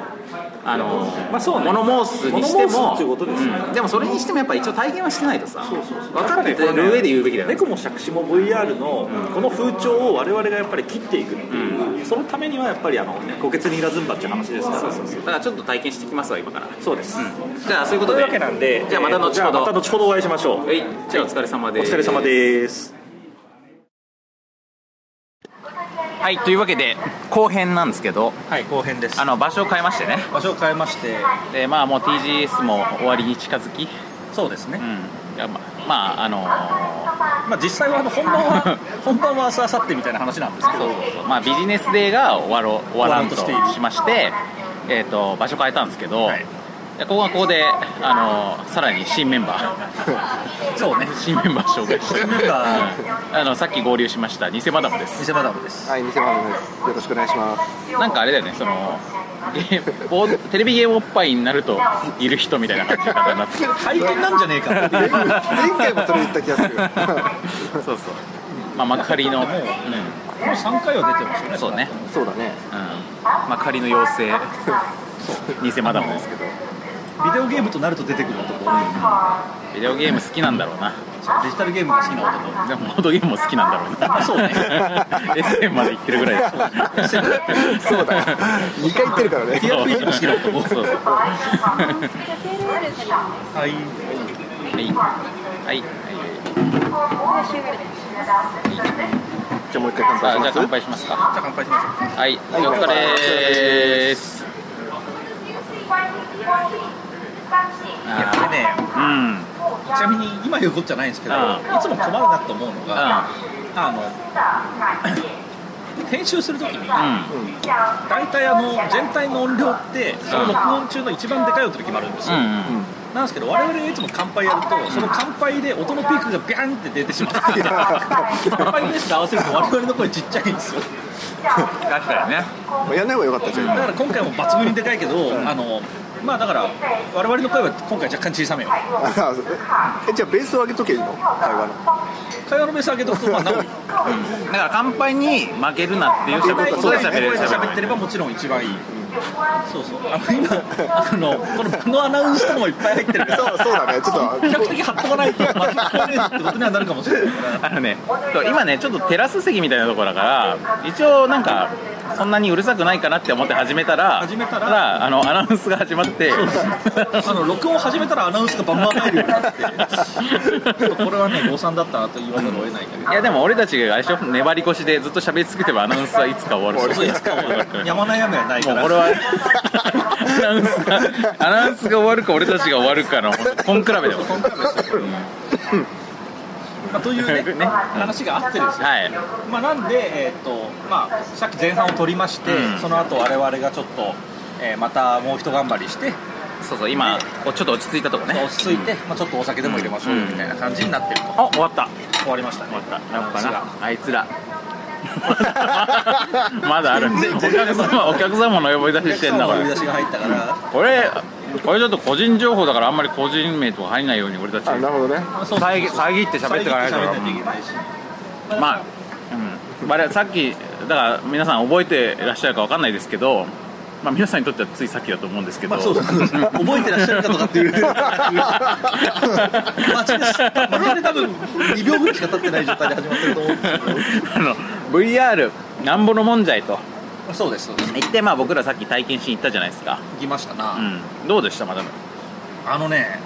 S2: あの
S4: まあそうね
S2: 物申すにして
S4: 物申す
S2: も
S4: っていうことですね
S2: うんでもそれにしてもやっぱ一応体験はしてないとさ
S4: そうそうそう
S2: 分かってる上で言うべきだよね
S4: 猫も借子も VR のこの風潮を我々がやっぱり切っていくっていう、そのためにはやっぱりあの虎穴にいらずんばっていう話ですから
S2: だからちょっと体験してきますわ今から
S4: そうです、
S2: じゃあそういうこと
S4: とい
S2: で
S4: うわけなんで
S2: じゃあまた後ほど
S4: じゃあまた後ほどお会いしましょう
S2: はいじゃあお疲れ様
S4: お
S2: です
S4: 疲れ様です
S2: はいというわけで後編なんですけど
S4: はい後編です
S2: あの場所を変えましてね
S4: 場所を変えまして
S2: でまあもう TGS も終わりに近づき
S4: そうですね
S2: う、んいやまあまああの
S4: まあ、実際はあの本番は 本番は明日明後日みたいな話なんですけど
S2: そうそうそうまあビジネスデーが終わろう終わらんと
S4: 終わろうとしている
S2: しましてえっ、と場所変えたんですけど、
S4: はい
S2: でここはここであのさらに新メンバーそうね 新メンバー紹介して
S4: 新メンバ
S2: うんあのさっき合流しました偽マダムです
S4: 偽マダムです
S7: はい、偽マダムです。よろしくお願いします。
S2: なんかあれだよね、その、ゲーボーテレビゲームおっぱいになるといる人みたいな感じ方になってる
S4: 体験なんじゃねえかっていう
S7: 前回もそれ言った気がする。
S2: そうそう、まあ、幕張の、う
S4: もう3回は出てますよ
S2: ん、そうね、
S7: そうだね。
S2: うん、幕張の妖精、偽マダムですけど、
S4: ビデオゲームとなると出てくる男、
S2: ビデオゲーム好きなんだろうな、
S4: デジタルゲームが好きな男
S2: でもボードゲームも好きなんだろうな、そう ね、SM まで行ってるぐらいだし、
S7: そうだよ。2回言ってるからね。
S2: そうそうそう
S4: は
S2: は
S4: い
S2: い、はい、
S7: じゃあもう一回乾
S2: さあ、じゃ
S7: 杯
S2: あ乾
S7: しま
S2: 杯
S7: す。
S2: しますか。
S4: 乾杯しましょう
S2: はい、お疲れーす。
S4: やこれね
S2: うん、
S4: ちなみに今言うことじゃないんですけど、
S2: うん
S4: いつも困るなと思うのが、あの編集するときに、
S2: う
S4: 大体あの全体の音量ってその録音中の一番でかい音で決まるんですよ、
S2: ん、うん。
S4: なんですけど我々がいつも乾杯やるとその乾杯で音のピークがビャンって出てしまって 乾杯のレスと合わせると我々の声ちっちゃいんですよ
S2: 確かにね
S7: まあやんない方が良かったじゃ
S4: だ
S7: ん。
S4: から今回も抜群にでかいけど、あのまあだから我々の声は今回若干小さめよ
S7: あえ、じゃあベースを上げとけいいの会話の。
S4: 会話のベース上げとくとまあなお
S2: だから乾杯に負けるなっていう
S7: 負けない
S2: ことで喋れる
S4: 声で喋
S2: 喋
S4: っ
S2: れ
S4: て
S2: る
S4: ればもちろん一番いい、そうそうあの今あのこのこのアナウンスとかもいっぱい入ってるから
S7: そう、そうだね。ちょっ
S4: 比
S7: と。
S4: 較的貼っとかないと巻き込まれるってことにはなるかもしれないから
S2: あのねそう今ねちょっとテラス席みたいなところだから一応なんかそんなにうるさくないかなって思って始めたら
S4: 始めたら
S2: あのアナウンスが始まって
S4: あの録音始めたらアナウンスがバンバン入るようになってちょっとこれはね誤算だったなと言わざるを得ないんだけど
S2: いやでも俺たちがあれでしょ粘り腰でずっと喋り続けてばアナウンスはいつか終わる
S4: そういつかはやまない雨はない
S2: も
S4: か
S2: う
S4: ら
S2: これはアナウンスがアナウンスが終わるか俺たちが終わるかの本比べだよ
S4: まあ、というね
S2: ね
S4: 話があってですよ、
S2: はい
S4: まあ、なんで、えーっとまあ、さっき前半を取りまして、
S2: うん
S4: その後我々がちょっと、えーまたもう一頑張りして
S2: そうそう今こうちょっと落ち着いたとこね
S4: 落ち着いて、まあ、ちょっとお酒でも入れましょうよみたいな感じになってると、
S2: あ終わった
S4: 終わりましたね
S2: 終わったな
S4: なんん
S2: か
S4: か
S2: な
S4: な
S2: あいつら まだあるんでお客様お客様の呼び出ししてんだか
S4: 呼び
S2: ら
S4: 出しが入ったから
S2: これこれちょっと個人情報だからあんまり個人名とか入んないように俺たち
S7: あなるほどね
S2: 遮遮って喋ってかないと
S4: 喋んといけないし
S2: まあ、うん、我々さっきだから皆さん覚えていらっしゃるかわかんないですけど、まあ、皆さんにとってはついさっきだと思うんですけど、
S4: まあそうですね覚えてらっしゃるかと かっていうマジでマジで 多分2秒ぐらいしか経ってない状態で始まってると思うんですけど
S2: あの VR なんぼのもんじゃいと
S4: まあそうですそうです
S2: 言って、まあ、僕らさっき体験しに行ったじゃないですか、
S4: 行きましたな、
S2: うん、どうでしたまだ、うん、
S4: あのね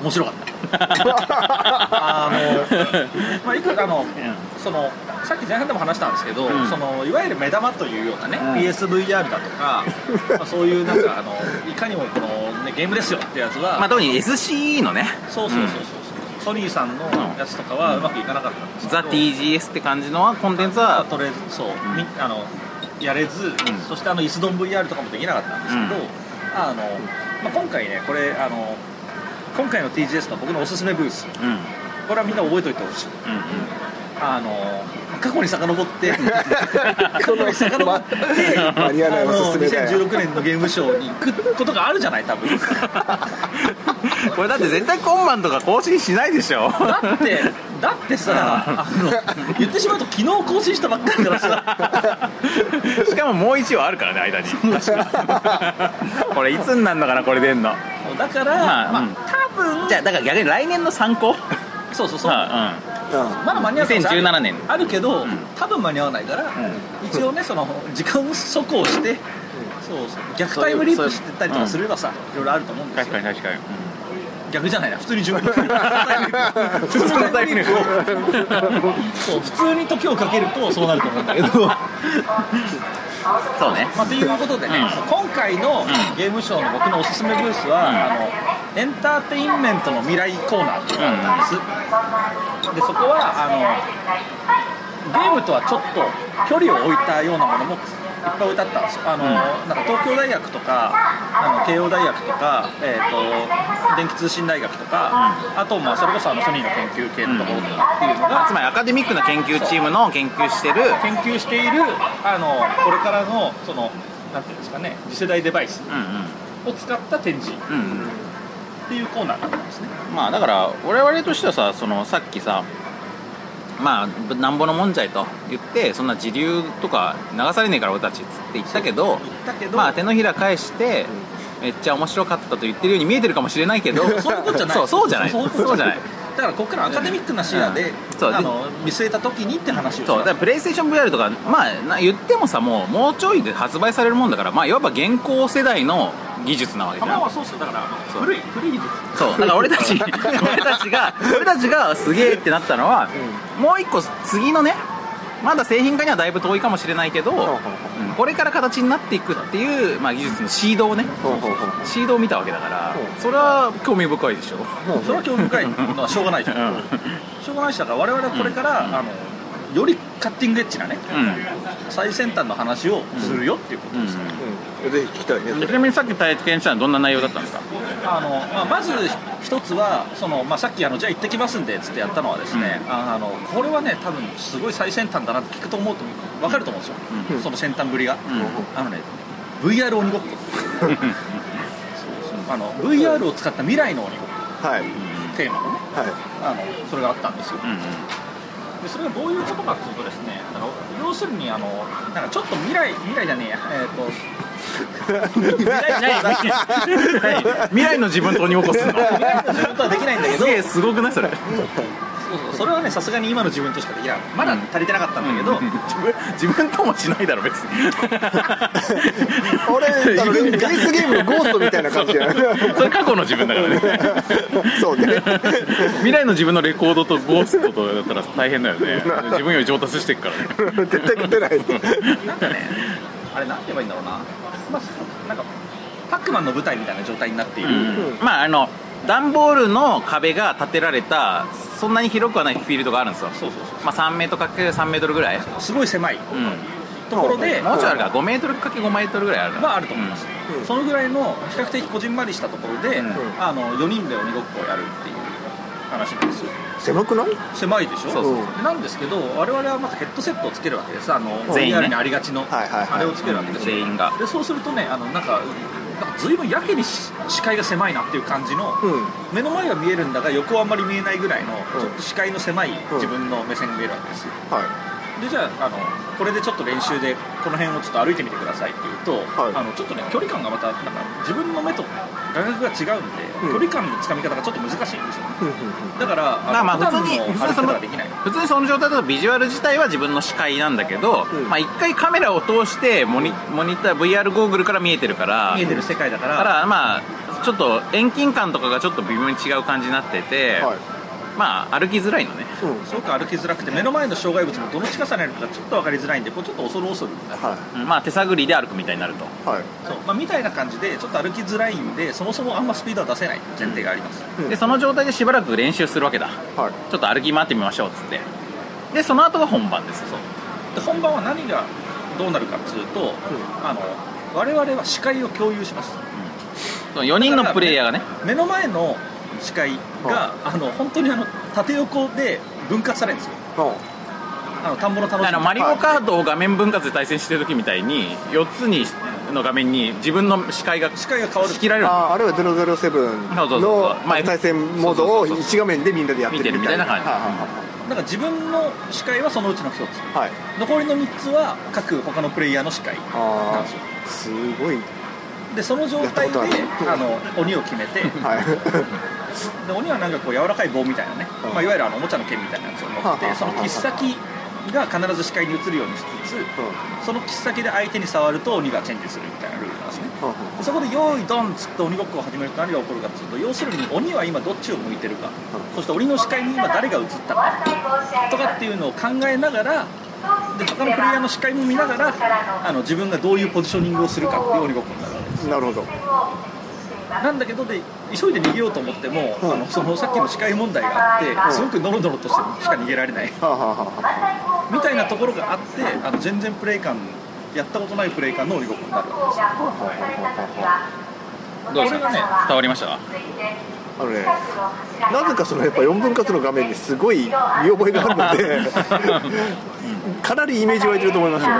S4: 面白 かったあの、まあ、いくらあのそのさっき前半でも話したんですけど、
S2: ん
S4: そのいわゆる目玉というようなね、
S2: ん
S4: PSVR だとか、まあ、そういうなんかあのいかにもこの、ね、ゲームですよってやつ は、
S2: まあ特に SCE のね
S4: そうそうそうそう、ソニーさんのやつとかはうまくいかなかったんですけど
S2: ザ・ TGS って感じのコンテンツ
S4: まあ
S2: は
S4: とりあえずそう、みあのやれず、そしてあのイスドン VR とかもできなかったんですけど、あのまあ、今回ねこれあの今回の TGS の僕のおすすめブース
S2: うんうん
S4: これはみんな覚えておいてほしいあの過去に遡って過去に遡って
S7: マニアな
S4: あ
S7: おす
S4: の
S7: すめだよ
S4: 2016年のゲームショーに行くことがあるじゃない多 分
S2: うんこれだって絶対今晩とか更新しないでし ょ
S4: だってだってさあの言ってしまうと昨日更新したばっかりだからさ
S2: しかももう一話あるからね間に これいつになるのかなこれ出んの
S4: だから、
S2: まあ
S4: まあ
S2: うん
S4: 多分
S2: じゃあだから逆に来年の参考
S4: そうそうそう、
S2: まあ
S7: うん
S4: まだ間に合わない
S2: 2017年
S4: あるけど、多分間に合わないから、一応ねその時間速攻して、そうそう逆タイムリープしてたりとかすればさ、いろいろあると思うん
S2: うん
S4: です
S2: 確
S4: よ
S2: かに確かに
S4: 逆じゃ ないな普通に順番普通のタイミン グそう普通に時をかけるとそうなると思うんだけど、ま
S2: そうね
S4: あ、ということでね、
S2: う
S4: 今回の
S2: ん
S4: ゲームショーの僕のおすすめブースは、あのエンターテインメントの未来コーナーっていうのがあるんです、でそこはあのゲームとはちょっと距離を置いたようなものもいっぱい置いてあったんですよあの、
S2: うん
S4: なんか東京大学とかあの慶応大学とか、えー、と電気通信大学とか、あとまあそれこそあのソニーの研究系のところとかっていうのが、
S2: つまりアカデミックな研究チームの研究してる
S4: 研究しているあのこれからのそのなんていうんですかね次世代デバイス
S2: う
S4: を使った展示っ
S2: んうんうん
S4: ていうコーナーだったんですね
S2: うんまあだから我々としてはさそのさっきさまあなんぼのもんじゃいと言ってそんな時流とか流されねえから俺たちっつって言ったけど
S4: だけど、
S2: まあ手のひら返してめっちゃ面白かったと言ってるように見えてるかもしれないけど
S4: そういうことじゃない
S2: そうそうじゃない
S4: そういうこと
S2: そうじゃない
S4: だからここからアカデミックな視野で、
S2: うんそう
S4: あの見据えた時にって話を
S2: そうだからプレイステーション VR とか、まあ、な言ってもさもうもうちょいで発売されるもんだから、まあ、いわば現行世代の技術なわけじゃん
S4: はそうっすよだからあの
S2: そう
S4: 古い古い技術
S2: そうだから俺たち俺たちが俺たちがすげえってなったのは、もう一個次のねまだ製品化にはだいぶ遠いかもしれないけど、うんこれから形になっていくっていう、まあ、技術のシードをね
S7: ほうほうほう
S2: シードを見たわけだから
S7: うん
S2: それは興味深いでしょ、
S4: それは興味深いのはしょうがないじゃん
S2: うん
S4: しょうがないしだから我々はこれから、あのよりカッティングエッジなね最先端の話をするよっていうこと、
S2: うん
S7: うんぜひ聞きたいね
S2: うん、ちなみにさっき体験したのはどんな内容だったんですか
S4: あのまあ、まず一つはその、まあ、さっきあの「じゃあ行ってきますんで」っつってやったのはですね、ああのこれはね多分すごい最先端だなって聞くと思うと分かると思うんですよ、その先端ぶりが、あのね VR 鬼ごっこそうそうあの VR を使った未来の鬼ごっ
S7: はい
S4: こテーマのね
S7: は
S4: あのそれがあったんですよ、でそれがどういうことかっていうとですねあの要するにあのなんかちょっと未来未来じゃねえやえっ、と 未来じゃない未
S2: 未来の自分と鬼ごっこすんの
S4: 来の自分とはできないんだけ
S2: す
S4: ど
S2: げえすごくないそれ
S4: そうそうそれはねさすがに今の自分としかできなかったまだ足りてなかったんだけど、
S2: 自分自分ともしないだろ別に
S7: い俺あのレースゲームのゴーストみたいな感じじゃ ない
S2: それ過去の自分だからね
S7: そうね
S2: 未来の自分のレコードとゴーストとだったら大変だよね自分より上達してっからね
S7: 絶対勝てない
S4: あれなんて言えばいいんだろうなまあ、なんかパックマンの舞台みたいな状態になっている、
S2: まああの段ボールの壁が建てられたそんなに広くはないフィールドがあるんですよ
S4: そうそう
S2: まあ、3メートル ×3 メートルぐらい、うん、
S4: すごい狭いところで、
S2: もうちょいあるか5メートル ×5 メートルぐらいあるな
S4: はあると思います、
S7: うん
S4: そのぐらいの比較的こじんまりしたところで、
S2: うん
S4: あの4人で鬼ごっこをやるっていう話なんですよ
S7: 狭くない
S4: 狭いでしょ
S2: そうそう
S4: でなんですけど我々はまずヘッドセットをつけるわけですあの
S2: 全員ね
S4: VR にありがちの、
S7: はいはいはい
S4: あれをつけるわけですよ
S2: 全員が
S4: でそうするとねあのなんかなんか随分やけにし視界が狭いなっていう感じの、
S7: うん
S4: 目の前は見えるんだが横はあんまり見えないぐらいの、
S7: うん
S4: ちょっと視界の狭い自分の目線が見えるわけですよ
S7: は
S4: でじゃああのこれでちょっと練習でこの辺をちょっと歩いてみてくださいって言うと、
S7: はい
S4: あのちょっとね距離感がまたなんか自分の目と画角が違うんで、
S7: うん
S4: 距離感のつかみ方がちょっと難しいんですよね
S7: いうんうん
S4: だから
S2: だからまあ
S4: の
S2: 普通に
S4: 普段
S2: 普通にその
S4: の歩き方ができない
S2: 普通にその状態だとビジュアル自体は自分の視界なんだけど、
S7: うん
S2: まあ、一回カメラを通してモニモニター VR ゴーグルから見えてるから
S4: 見えてる世界だか
S2: だ
S4: ら
S2: からまあちょっと遠近感とかがちょっと微妙に違う感じになってて、
S7: はい
S2: まあ歩きづらいのね
S7: うん
S4: すごく歩きづらくて目の前の障害物もどの近さにあるかがちょっと分かりづらいんでこうちょっと恐る恐る
S7: は
S2: うんまあ手探りで歩くみたいになると
S7: いはい
S4: そう、まあ、みたいな感じでちょっと歩きづらいんでそもそもあんまスピードは出せない前提があります、
S7: うん
S2: でその状態でしばらく練習するわけだ
S7: はい
S2: ちょっと歩き回ってみましょうっつってでその後が本番ですそう
S4: で本番は何がどうなるかっつうと、あの我々は視界を共有します
S2: その4人のプレイヤーがね
S4: 目の前の視界が、あの本当にあの縦横で分割されるんですよ
S7: うん
S4: あの田んぼの楽し
S2: あ
S4: み
S2: のマリオカートを画面分割で対戦してる時みたいに4つにの画面に自分の視界が
S4: 視界が変わる
S2: 仕切られる
S7: あーあれは007
S2: そうそうそう
S7: の
S2: まあ
S7: 対戦モード
S2: そ
S7: を
S2: うそうそう
S7: 一画面でみんなでやってるみたいな
S2: 見てるみたいな
S4: なんか自分の視界はそのうちの一つ
S7: はいはいはいはい
S4: 残りの3つは各他のプレイヤーの視界なん
S7: あ
S4: ですよ
S7: あすごい
S4: でその状態で
S7: やったこと
S4: あの鬼を決めて
S7: はい
S4: で鬼はなんかこう柔らかい棒みたいなね、
S7: うん
S4: まあ、いわゆるあのおもちゃの剣みたいなやつを持
S7: はあ
S4: っ
S7: はあ
S4: てその切っ先が必ず視界に映るようにしつ
S7: うん
S4: つその切っ先で相手に触ると鬼がチェンジするみたいなルールなんですね
S7: うん
S4: でそこで「用意ドン」っつって鬼ごっこを始めると何が起こるかっつうと要するに鬼は今どっちを向いてるか
S7: う
S4: そして鬼の視界に今誰が映ったかとかっていうのを考えながらで他のプレイヤーの視界も見ながらあの自分がどういうポジショニングをするかっていう鬼ごっこになるわけです
S7: うんなるほど
S4: なんだけどで急いで逃げようと思っても、
S7: うん
S4: あのそのさっきの視界問題があって、
S7: ん
S4: すごくノロノロとしてしか逃げられない
S7: はあはあは
S4: みたいなところがあってあの全然プレイ感やったことないプレイ感の鬼ごっこになるわけです
S7: あはあはあは
S2: どうです
S4: こ
S2: か
S4: れがね
S2: 伝わりました
S7: ああのねなぜかそのやっぱ4分割の画面にすごい見覚えがある のでかなりイメージ湧いてると思いますよ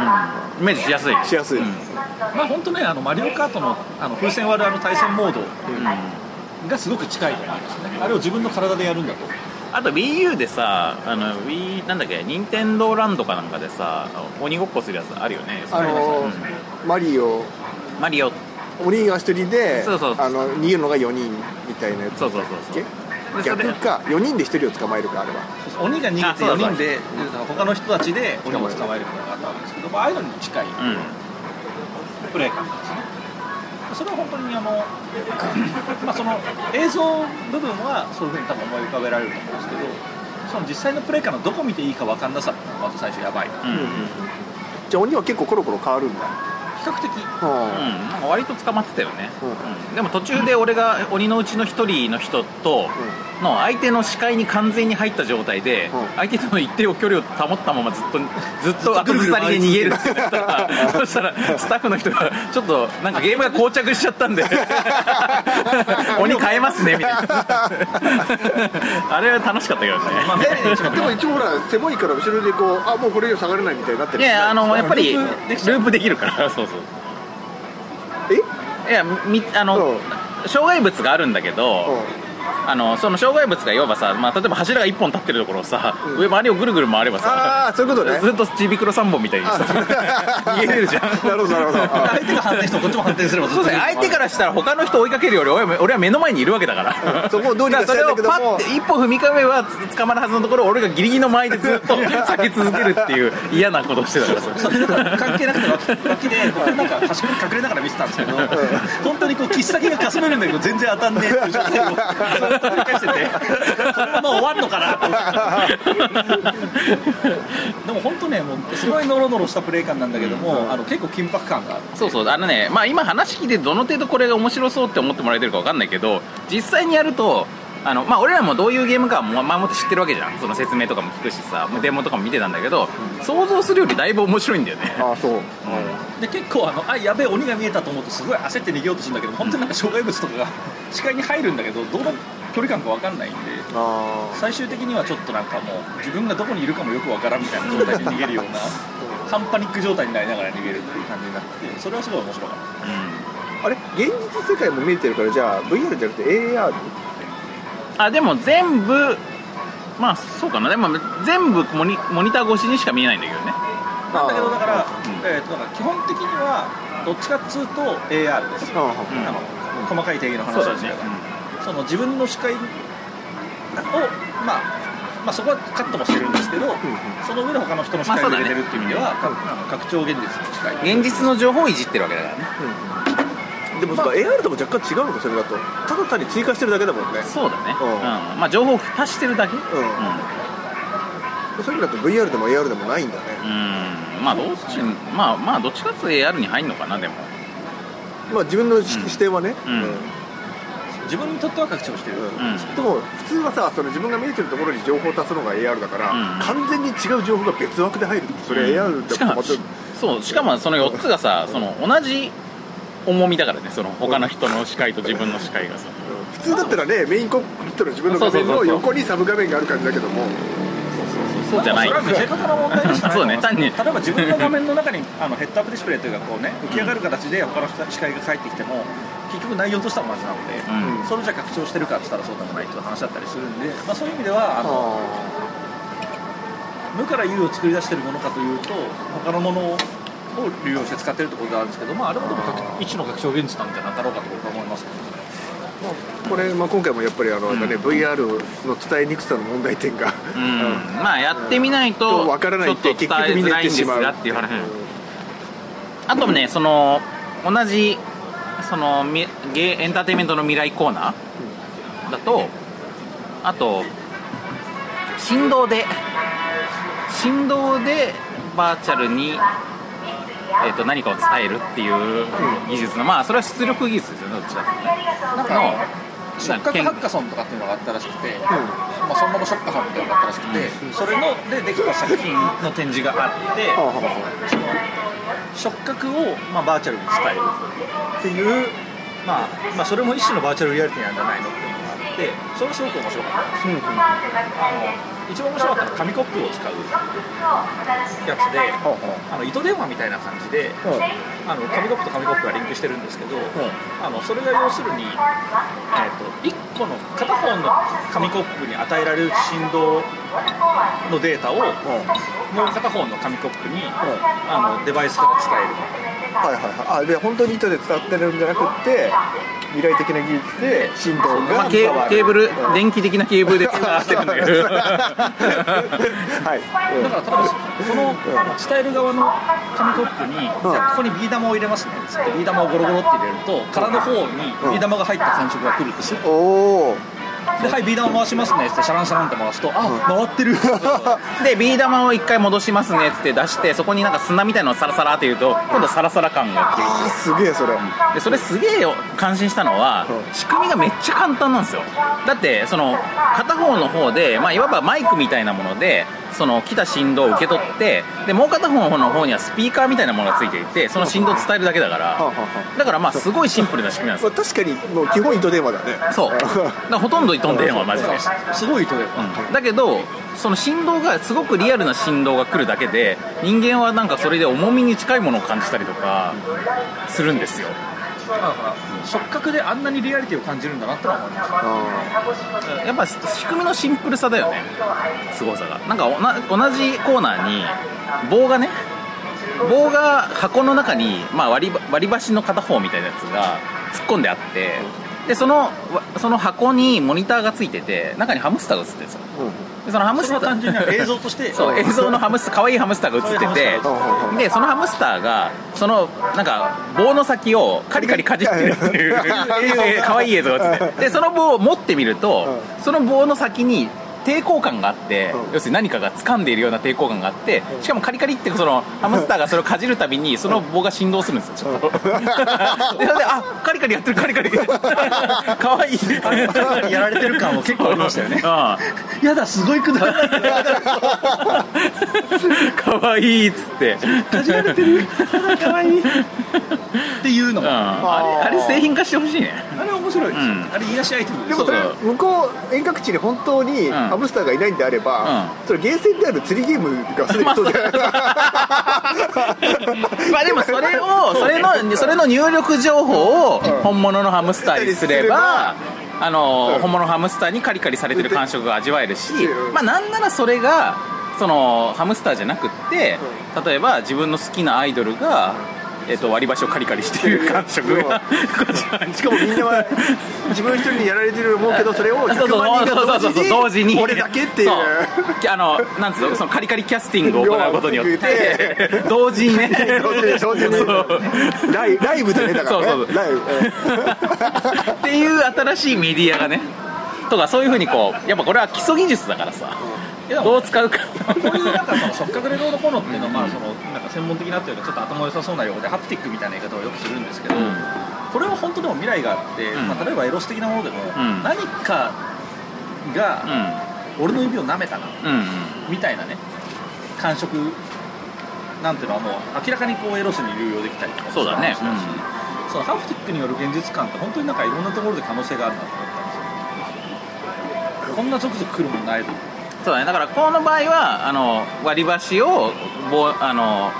S2: イメージしやすい
S7: しやすい、
S4: まあ本当ねあのマリオカートのあの風船割るあの対戦モードがすごく近いと思いますねあれを自分の体でやるんだと
S2: あと WiiU でさあの Wii なんだっけ任天堂ランドかなんかでさ鬼ごっこするやつあるよね
S7: あの
S2: うん
S7: マリオ
S2: マリオ
S7: 鬼が一人で
S2: そうそうそう
S7: あの逃げるのが4人みたいなやつ
S2: そうそうそうそうでそれ
S7: 逆か4人で1人を捕まえるかあれは
S4: 鬼が逃げ
S2: あ
S4: て
S2: そうだ
S4: 4人で他の人たちで鬼を捕まえるみたいなのがあったわけですけど、まあ、ああいうのに近い
S2: うん
S4: プレイ感ですねそれは本当にあの、まあ、その映像部分はそういうふうに多分思い浮かべられると思うんですけどその実際のプレイ感のどこ見ていいか分かんなさっていうのがまず最初やばい比
S2: うんうん
S7: じゃあ鬼は結構コロコロ変わるんだ
S4: 較的
S7: は
S2: うんなんか割と捕まってたよね
S7: うん
S2: うんでも途中で俺が鬼のうちの一人の人との相手の視界に完全に入った状態で
S7: うん
S2: 相手との一定を距離を保ったまま ずっとずっと後ずさりで逃げるってなったら そしたらスタッフの人がちょっとなんかゲームが膠着しちゃったん で鬼変えますねみたいなあれは楽しかったけどね
S4: まあ見ないで一番
S7: でも一応ほら狭いから後ろでこうあもうこれ以上下がれないみたいになって
S2: い
S7: る
S2: やあのやっぱりル
S4: ループできちゃう
S2: ープできるからそうそう
S7: え
S2: いやみあの障害物があるんだけど、
S7: う
S2: あのその障害物がいわばさ、まあ、例えば柱が1本立ってるところをさ、
S7: うん
S2: 上周りをぐるぐる回れば
S7: あ
S2: さ
S7: あそういうことね
S2: ずっとちびくろ3本みたいにさ 逃げれるじゃん
S7: なるほどなるほどあ
S4: 相手が反転してもこっちも反転すればずっ
S2: そ
S4: と
S2: うだよ相手からしたら他の人を追いかけるより俺は俺は目の前にいるわけだから、
S7: そこをどうにかしたいんだけど
S2: だ
S7: も
S2: からそれをパッて一歩踏み込めばつ捕まるはずのところを俺がギリギリの前でずっと避け続けるっていう嫌なことをしてたから
S4: そ
S2: さ
S4: れ なんか関係 なくて脇で僕なんか端っこに隠れながら見てたんですけど本当にこう切っ先 が かすめるんだけど全然当たんねえっていう状態をずっと繰り返しててこのまま終わんのかなと思っ でも本当ねもうすごいノロノロしたプレイ感なんだけども、あの結構緊迫感がある
S2: そうそうあのねまあ今話聞いてどの程度これが面白そうって思ってもらえてるか分かんないけど実際にやるとあのまあ俺らもどういうゲームかはもう前もって知ってるわけじゃんその説明とかも聞くしさもうデモとかも見てたんだけど想像するよりだいぶ面白いんだよね
S7: ああ そう
S4: で結構あのあやべえ鬼が見えたと思ってすごい焦って逃げようとするんだけど本当になんか障害物とかが視界に入るんだけどどの距離感か分かんないんで
S7: あ
S4: 最終的にはちょっとなんかもう自分がどこにいるかもよく分からんみたいな状態で逃げるような半パニック状態になりながら逃げるっていう感じになってそれはすごい面白かった
S7: ああれ現実世界も見えてるからじゃあ VR じゃなくて AR
S2: あでも全部まあそうかなでも全部モニモニター越しにしか見えないんだけどね
S7: あ
S4: だけどだから、
S2: ん
S4: えー、となんか基本的にはどっちかっつうと AR です、
S7: あ
S4: あの細かい定義の話なんですけどその自分の視界を、まあ、まあそこはカットもしてるんですけど、その上で他の人の視界
S2: ま
S4: を
S2: あそうだ
S4: 入
S2: ね
S4: れてるっていう意味では、か拡張現実の視界
S2: 現実の情報をいじってるわけだからね
S7: でもそっか AR とも若干違うのかそれだとただ単に追加してるだけだもんね
S2: そうだね
S7: うん
S2: うんまあ情報を足してるだけうん
S7: んそういう意味だと VR でも AR でもないんだね
S2: うんまあどっちまあまあどっちかっていうと AR に入るのかなでも
S7: まあ自分のし視点はね
S2: うん
S4: 自分にとっては拡張してる、
S7: うん
S2: うん
S7: でも普通はさその自分が見えてるところに情報を足すのが AR だから、
S2: うん
S7: 完全に違う情報が別枠で入るってそれ AR
S2: しか
S7: でも
S2: も
S7: また、
S2: そうしかもその4つがさその同じ重みだからねその他の人の視界と自分の視界がさ
S7: 普通だったらねメインコンピューターの自分の画面
S2: そうそうそ
S7: の
S2: うそう
S7: 横にサブ画面がある感じだけども
S2: そうじゃない
S4: まあそ れは見せ方の問題でしかないと
S2: そ
S4: 思います
S2: うね単に
S4: 例えば自分の画面の中にあのヘッドアップディスプレイというかこうね浮き上がる形で他の人視界が返ってきても結局内容としては同じなので、
S2: う
S4: それじゃ拡張してるかって言ったらそうでもないっていう話だったりするんで、まあ、そういう意味ではあの
S7: あ
S4: 無から有を作り出してるものかというと他のものを流用して使ってるってことなんですけど、まあ、あれもでも拡一種の拡張現実なんじゃなかろうかと僕は思いますけどね
S7: ーこれ、まあ、今回もやっぱりあの、なんかね、VR の伝えにくさの問題点が、
S2: うんまあやってみないと
S7: わからないって
S2: ちょっと伝えづらいんですがっていう話あとねその同じそのみゲーエンターテインメントの未来コーナーだとあと振動で振動でバーチャルに、えー、と何かを伝えるっていう技術の、まあそれは出力技術ですよねどっちだって
S4: なんか
S2: の
S4: 触覚ハッカソンとかっていうのがあったらしくて、まあ、そのままショッカハンみたいなのがあったらしくて、それのでできた作品の展示があって、
S7: ああ
S4: その触覚を、まあ、バーチャルに伝えるっていう、まあまあ、それも一種のバーチャルリアリティなんじゃないのっていうのがあってそれはすごく面白かったです、あの一番面白かったのは紙コップを使うやつで、あの糸電話みたいな感じで、あの紙コップと紙コップがリンクしてるんですけど、あのそれが要するに、えー、と1個の片方の紙コップに与えられる振動のデータを、もう片方の紙コップに、あのデバイスから伝える
S7: はいはいはいあで本当に糸で伝わってるんじゃなくって未来的な技術で振動が、
S2: まあ、ケーケーブル
S7: うん
S2: 電気的なケーブルでつながってるんだけど
S7: はい、うん
S4: だから例えばそのあの伝える側の紙コップに、じゃあここにビー玉を入れますねっつってビー玉をゴロゴロって入れると殻の方にビー玉が入った感触が来るんですよ、
S7: おお
S4: ではいビー玉回しますねっつってシャランシャランって回すとあ回ってる
S2: でビー玉を一回戻しますねっつって出してそこになんか砂みたいなのをサラサラって言うと今度サラサラ感が
S7: あーすげえそれ、
S2: でそれすげえよ感心したのは
S7: うん
S2: 仕組みがめっちゃ簡単なんですよだってその片方の方で、まあ、いわばマイクみたいなものでその来た振動を受け取ってでもう片方の方にはスピーカーみたいなものがついていてその振動を伝えるだけだか
S7: はあ
S2: ら
S7: はあは
S2: だからまあすごいシンプルな仕組みなんです
S7: まあ、
S2: よ
S7: 確かにもう基本糸電話だね
S2: そうだからほとんど飛んでんわマジで。
S4: すごい糸で
S2: うんだけどその振動がすごくリアルな振動が来るだけで人間はなんかそれで重みに近いものを感じたりとかするんですよ
S4: だから触覚であんなにリアリティを感じるんだなってのは思いました
S7: あ
S2: やっぱ仕組みのシンプルさだよねすごさがなんかおな同じコーナーに棒がね棒が箱の中に、まあ、割りば割り箸の片方みたいなやつが突っ込んであってでそのわその箱にモニターがついてて中にハムスターが映ってるんですよでそのハムス
S4: そ
S2: ター
S4: れは単純 に映像とし て
S2: そう映像のハムス可愛いハムスターが映ってて
S7: 可愛いハムスターが映って
S2: でそのハムスターがそのなんか棒の先をカリカリかじってるっていう映像可愛い映像が映っててでその棒を持ってみるとその棒の先に抵抗感があって、
S7: うん
S2: 要するに何かが掴んでいるような抵抗感があってしかもカリカリってそのハムスターがそれをかじるたびにその棒が振動するんですよちょっとでそれであカリカリやってるカリカリかわいい
S4: やられてる感も結構ありましたよね
S2: あ
S4: やだすごいくだら ない
S2: あかわいいっつって
S4: かじられてるかわいいっていうの
S2: うん、
S4: もあ
S2: あれあれ製品化してほしいね
S4: れ面白
S2: う
S4: いですよ
S2: ん
S4: あれ癒やしアイテム
S7: でもそれ向こう遠隔地に本当に
S2: ん
S7: ハムスターがいないんであれば、それゲーセンである釣りゲームがすでにそうじゃない
S2: まあでもそれ をそれのそれの入力情報を本物のハムスターにすればあの
S7: うん
S2: 本物のハムスターにカリカリされてる感触が味わえるし
S7: うん
S2: まあなんならそれがそのハムスターじゃなくって例えば自分の好きなアイドルがえっと割り箸をカリカリしてる感触が
S7: しかもみんなは自分一人にやられてると思うけどそれを
S2: そう
S7: 100
S2: そう
S7: 万人が
S2: そうそうそう
S7: 同
S2: 同
S7: 時
S2: 時
S7: に
S2: に
S7: 俺だけっていう
S2: そうあのなんつうのそのカリカリキャスティングを行うことによっ
S7: 両方含め
S2: て同時にね
S7: 同時に
S2: そう
S7: ライライブでねだからね
S2: そうそうそう
S7: ライブ
S2: っていう新しいメディアがねとかそういうふうにこうやっぱこれは基礎技術だからさどう使うか
S4: こういうなんかその触覚でロードコノっていうのはまあそのなんか専門的なというかちょっと頭良さそうな用語でハプティックみたいな言い方をよくするんですけど、これは本当でも未来があって、
S2: うん
S4: まあ、例えばエロス的なものでも、
S2: ん
S4: 何かが俺の指を舐めたな
S2: うんうん
S4: みたいなね感触なんていうのはもう明らかにこうエロスに流用できたりとか
S2: そうだね
S4: する話しそのハプティックによる現実感って本当になんかいろんなところで可能性があるなと思ったんですよこんな続々来るもんないぞ
S2: そうだねだからこの場合はあの割り箸を棒あの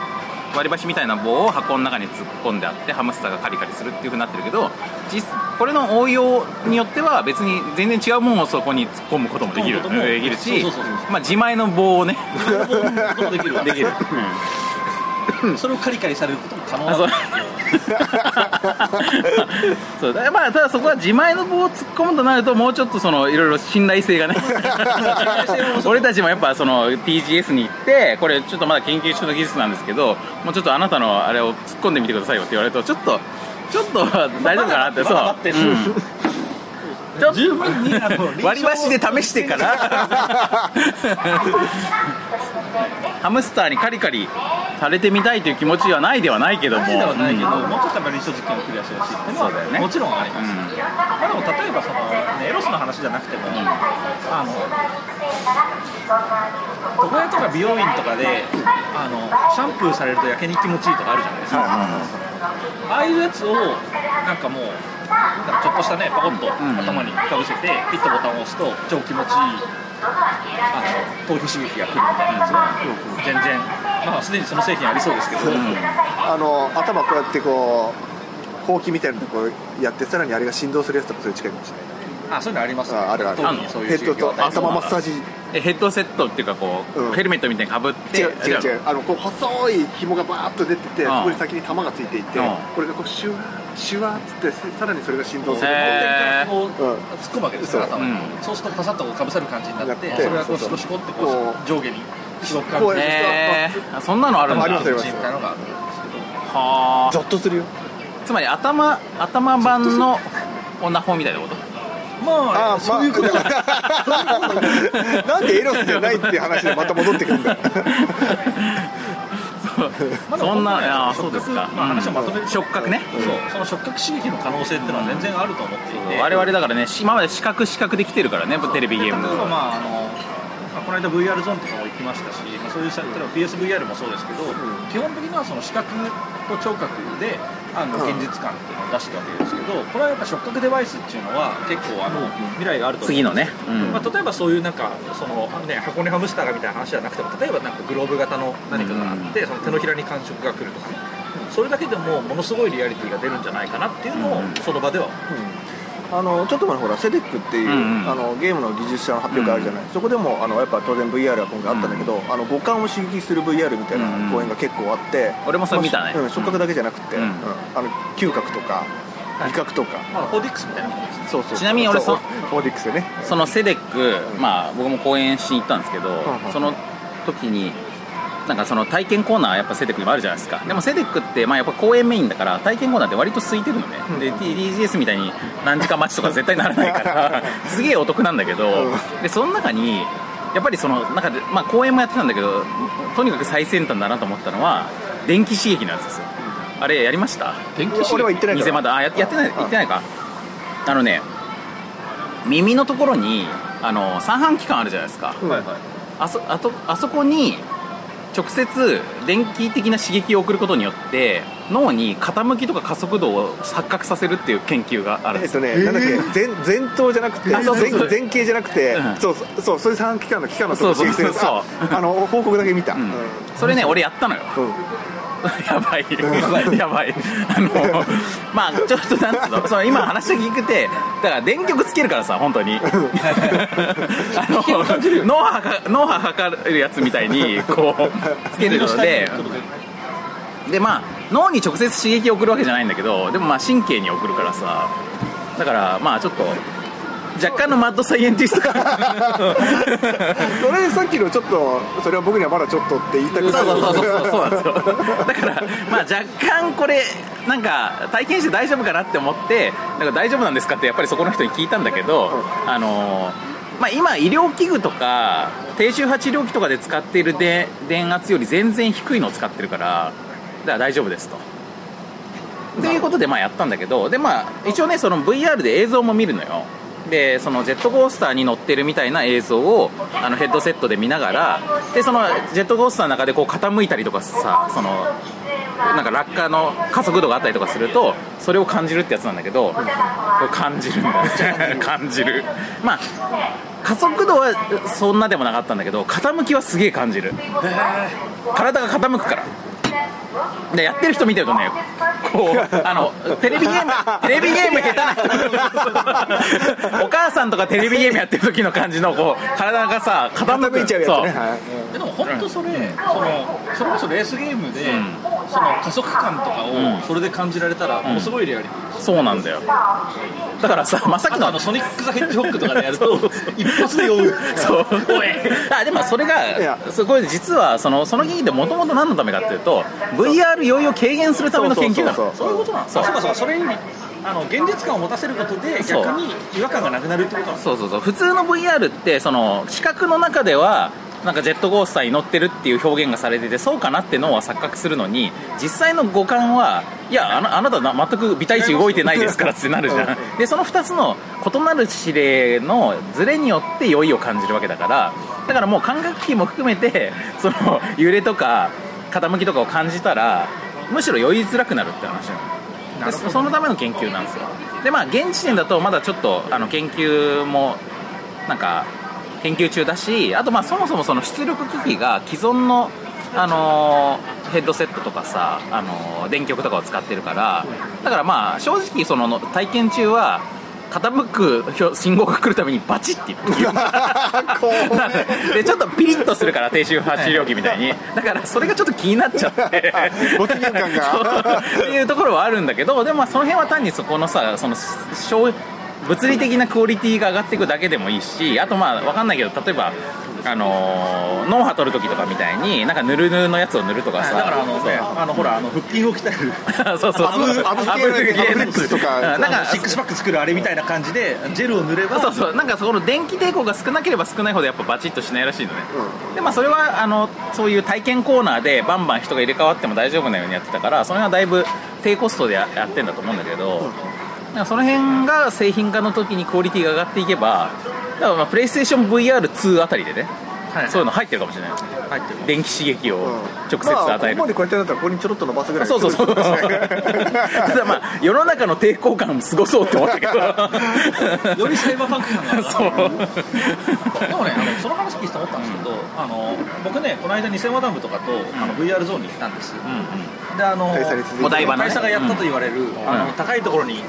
S2: 割り箸みたいな棒を箱の中に突っ込んであってハムスターがカリカリするっていうふうになってるけど実これの応用によっては別に全然違うものをそこに突っ込むこともできる
S4: 突っ込むことも
S2: できるし
S4: そうそうそうそう
S2: まあ自前の棒をね
S4: で きるできる それをカリカリされることも可能
S2: あ
S4: な
S2: そ
S4: の
S2: う そうだまあただそこは自前の棒を突っ込むとなるともうちょっとそのいろいろ信頼性がね俺たちもやっぱその TGS に行ってこれちょっとまだ研究中の技術なんですけどもうちょっとあなたのあれを突っ込んでみてくださいよって言われるとちょっとちょっと大丈夫かなってそう、
S4: まだ待ってる
S2: ちょっと
S4: 十分にあの
S2: 割り箸で試してから ハムスターにカリカリされてみたいという気持ちはないではないけども
S4: ないではないけど、もうちょっとやっぱり臨床実験をクリアしてほしいっていうの
S2: そうだ
S4: は
S2: よね
S4: もちろんあります、
S2: うん
S4: まあ、でも例えばその、ね、エロスの話じゃなくても、あの床屋とか美容院とかであのシャンプーされるとやけに気持ちいいとかあるじゃないですか、ああいうやつをなんかもうなんかちょっとしたねパコッと
S2: んうん
S4: 頭にかぶせてピッとボタンを押すと超気持ちいいあの頭皮刺激が来るみたいなやつは全然まあすでにその製品ありそうですけど、
S7: あの頭こうやってこうほうきみたいなのこうやってさらにあれが振動するやつとかそういう近いかもしれない
S4: あそういうのありますね
S7: ああるある
S4: 頭にそうい
S7: ヘ
S4: う
S7: ッ
S4: 刺
S7: ド
S4: 激を
S7: と
S4: 与える
S7: 頭マッサージ
S2: えヘッドセットっていうかこう、
S7: うん
S2: ヘルメットみたいにかぶって
S7: 違う違う違
S2: う
S7: うあのこう細い紐がバーッと出てて
S2: うん
S7: そこに先に玉がついていて
S2: うん
S7: これがこうシュワーシュワーっつってせさらにそれが振動する
S2: へ
S4: こう
S7: うん
S4: 突っ込むわけですよ、
S7: そう
S4: 頭に
S2: う
S4: そうするとパサッとこうかぶさる感じになって
S7: なって
S4: それがこうシ
S7: そうそう
S4: コシコってこう上下に広く感
S7: こう
S4: じ
S7: や
S4: て
S2: えー、そんなのあるんだ
S7: ありますよ
S4: みたいなのがあるんですけど
S2: は
S7: ゾッとするよ
S2: あつまり頭頭版の女法みたいなこと
S4: まあそういうこと
S7: だから なんでエロスじゃないっていう話でまた戻ってくるんだよ
S4: まだ
S2: そん
S4: 本当に
S2: なあーそ
S4: 触
S2: うです
S4: 覚
S2: か、
S4: まあ、話をまとめ
S2: う
S4: ると
S2: ん触覚ね、
S4: そうその触覚刺激の可能性っていうのは全然あると思っていて、
S2: 我々だからねし今まで視覚視覚できてるからねテレビゲーム
S4: 例えば、まあ、あのまあこの間 VR ゾーンとかも行きましたし、まあ、そういうさ例えば PSVR もそうですけど、基本的にはその視覚と聴覚であの現実感っていうのを出してるわけですけどこれはやっぱ触覚デバイスっていうのは結構あの、未来があると思う
S2: 次のね、うん
S4: まあ、例えばそういうなんかその、ね、箱根ハムスターがみたいな話じゃなくても例えばなんかグローブ型の何かがあって、その手のひらに感触が来るとか、それだけでもものすごいリアリティが出るんじゃないかなっていうのを、その場では
S7: あのちょっと前のほらセデックっていう、
S2: うんうん
S7: あのゲームの技術者の発表会あるじゃない、そこでもあのやっぱ当然 VR は今回あったんだけど、あの五感を刺激する VR みたい
S2: うんう
S7: なん公演が結構あって、
S2: 俺もそれ見たね
S7: まあうん、触覚だけじゃなくて、
S2: うん
S7: うんあの嗅覚とか味覚とか、
S4: まあ、4 d x みたいなものですね
S7: そうそう
S2: ちなみに俺
S7: そ
S2: そう
S7: フォーディックスよね
S2: そのセデック、まあ、僕も講演しに行ったんですけど、
S7: うんうん
S2: その時になんかその体験コーナーやっぱセデックにもあるじゃないですかでもセデックってまあやっぱ公演メインだから体験コーナーって割と空いてるのね、で TDGS みたいに何時間待ちとか絶対ならないから すげえお得なんだけど、でその中にやっぱりその中で、まあ、公演もやってたんだけどとにかく最先端だなと思ったのは電気刺激のやつですよあれやりました
S4: 電
S7: いや俺は行ってないか
S2: 店
S7: ら
S2: まだあややってない行ってないかあのね耳のところにあの三半規管あるじゃないですか、
S4: はいはい
S2: あそあとあそこに直接電気的な刺激を送ることによって脳に傾きとか加速度を錯覚させるっていう研究があるんで
S7: えっ
S2: すよ
S7: とね、なんだっけ前前頭じゃなくて
S2: あ
S7: 前
S2: そうそうそう
S7: 前傾じゃなくて、
S2: うん
S7: そうそうそうそういう三期間の期間のところ
S2: そうそう
S7: 刺激するやつ
S2: そう
S7: ああの報告だけ見た、
S2: うんそれね俺やったのよ
S7: うんうん
S2: やばいやばい あのまあちょっとなんつうのその今話聞くてだから電極つけるからさ本当にあの脳波か脳波測るやつみたいにこうつけるのででまあ脳に直接刺激を送るわけじゃないんだけどでもまあ神経に送るからさだからまあちょっと若干のマッドサイエンティスト
S7: それさっきのちょっとそれは僕にはまだちょっとって言いた
S2: そ
S7: く
S2: う
S7: な
S2: そ
S7: る
S2: うそうそうそうなんですよだからまあ若干これなんか体験して大丈夫かなって思ってなんか大丈夫なんですかってやっぱりそこの人に聞いたんだけどあのまあ、今医療器具とか低周波治療器とかで使っているで電圧より全然低いのを使ってるからだから大丈夫ですと。ということでまあやったんだけどでまあ一応ねその VR で映像も見るのよでそのジェットコースターに乗ってるみたいな映像をあのヘッドセットで見ながらでそのジェットコースターの中でこう傾いたりとかさそのなんか落下の加速度があったりとかするとそれを感じるってやつなんだけどこれ感じるんだ 感じるまあ加速度はそんなでもなかったんだけど傾きはすげえ感じる体が傾くからでやってる人見てるとねこう あのテレビゲームテレビゲーム下手な人お母さんとかテレビゲームやってる時の感じのこう体がさ傾く
S7: 傾いちゃうやつね
S2: そう
S7: はい
S4: でも本当それ、そのそれこそレースゲームで、
S2: ん
S4: その加速感とか
S2: うん
S4: をそれで感じられたら、もうすごいリアリティ
S2: そうなんだよだからさまさ
S4: あ
S2: き
S4: と
S2: の
S4: あのソニック・ザ・ヘッジホックとかでやると一発 で酔う
S2: そうあでもそれ
S7: いや
S2: がすごい実はそのその議員ってもともと何のためかっていうと VR 酔いを軽減するための研究なの
S7: そうそうそ
S4: そう
S7: うそう
S4: いうことなんです
S2: そう
S4: かそうかそうかそれにあの現実感を持たせることで逆
S2: そう
S4: に違和感がなくなるってことなんです
S2: そうそうそう普通の VR ってその視覚の中ではなんかジェットコースターに乗ってるっていう表現がされててそうかなって脳は錯覚するのに実際の五感はいやあなあなたな全く微体値動いてないですからってなるじゃんでその2つの異なる指令のズレによって酔いを感じるわけだからだからもう感覚器も含めてその揺れとか傾きとかを感じたらむしろ酔いづらくなるって話なのでそそのための研究なんですよでまあ現時点だとまだちょっとあの研究もなんか研究中だしあとまあそもそもその出力機器が既存のあのーヘッドセットとかさ、あのー電極とかを使ってるからだからまあ正直その体験中は傾くひょ信号が来るたびにバチッて言う でちょっとピリッとするから低周波治療器みたいにだからそれがちょっと気になっちゃって
S7: 没入感が
S2: そうっていうところはあるんだけどでもまあその辺は単にそこのさその小物理的なクオリティが上がっていくだけでもいいしあとまあ分かんないけど例えばあのー脳波取る時とかみたいになんかぬるぬるのやつを塗るとかさ
S4: だからあのね
S2: そ
S4: あのほらあの腹筋を鍛える
S2: う そうそう
S7: アブアブ系のやつアブレックスとか
S2: うんなんか
S4: シックスパック作るあれみたいな感じでジェルを塗れば
S2: そうそうなんかそこの電気抵抗が少なければ少ないほどやっぱバチッとしないらしいのね、でまあそれはあのそういう体験コーナーでバンバン人が入れ替わっても大丈夫なようにやってたからその辺はだいぶ低コストでややってんだと思うんだけど、なんかその辺が製品化の時にクオリティが上がっていけばだからまあプレイステーション VR2 あたりでね、
S4: はい
S2: そういうの入ってるかもしれない
S4: 入ってる
S2: 電気刺激を直接
S7: まあ、こ
S2: 与え
S7: こ
S2: る、
S7: までこうやってなったらここにちょろっと伸ばすぐらい
S2: そうそうそうた だまあ世の中の抵抗感すごそうって思ったけど
S4: よりサイバーパンク感が上がる
S2: そう
S4: でもね、あのその話聞いてて思ったんですけど、あの僕ね、この間、ニセマダムとかと、あの VR ゾーンに行ったんです、であの
S7: 大佐に続いて
S2: お台場のね
S4: 大佐がやったと言われる、あ
S2: うん
S4: の高いところに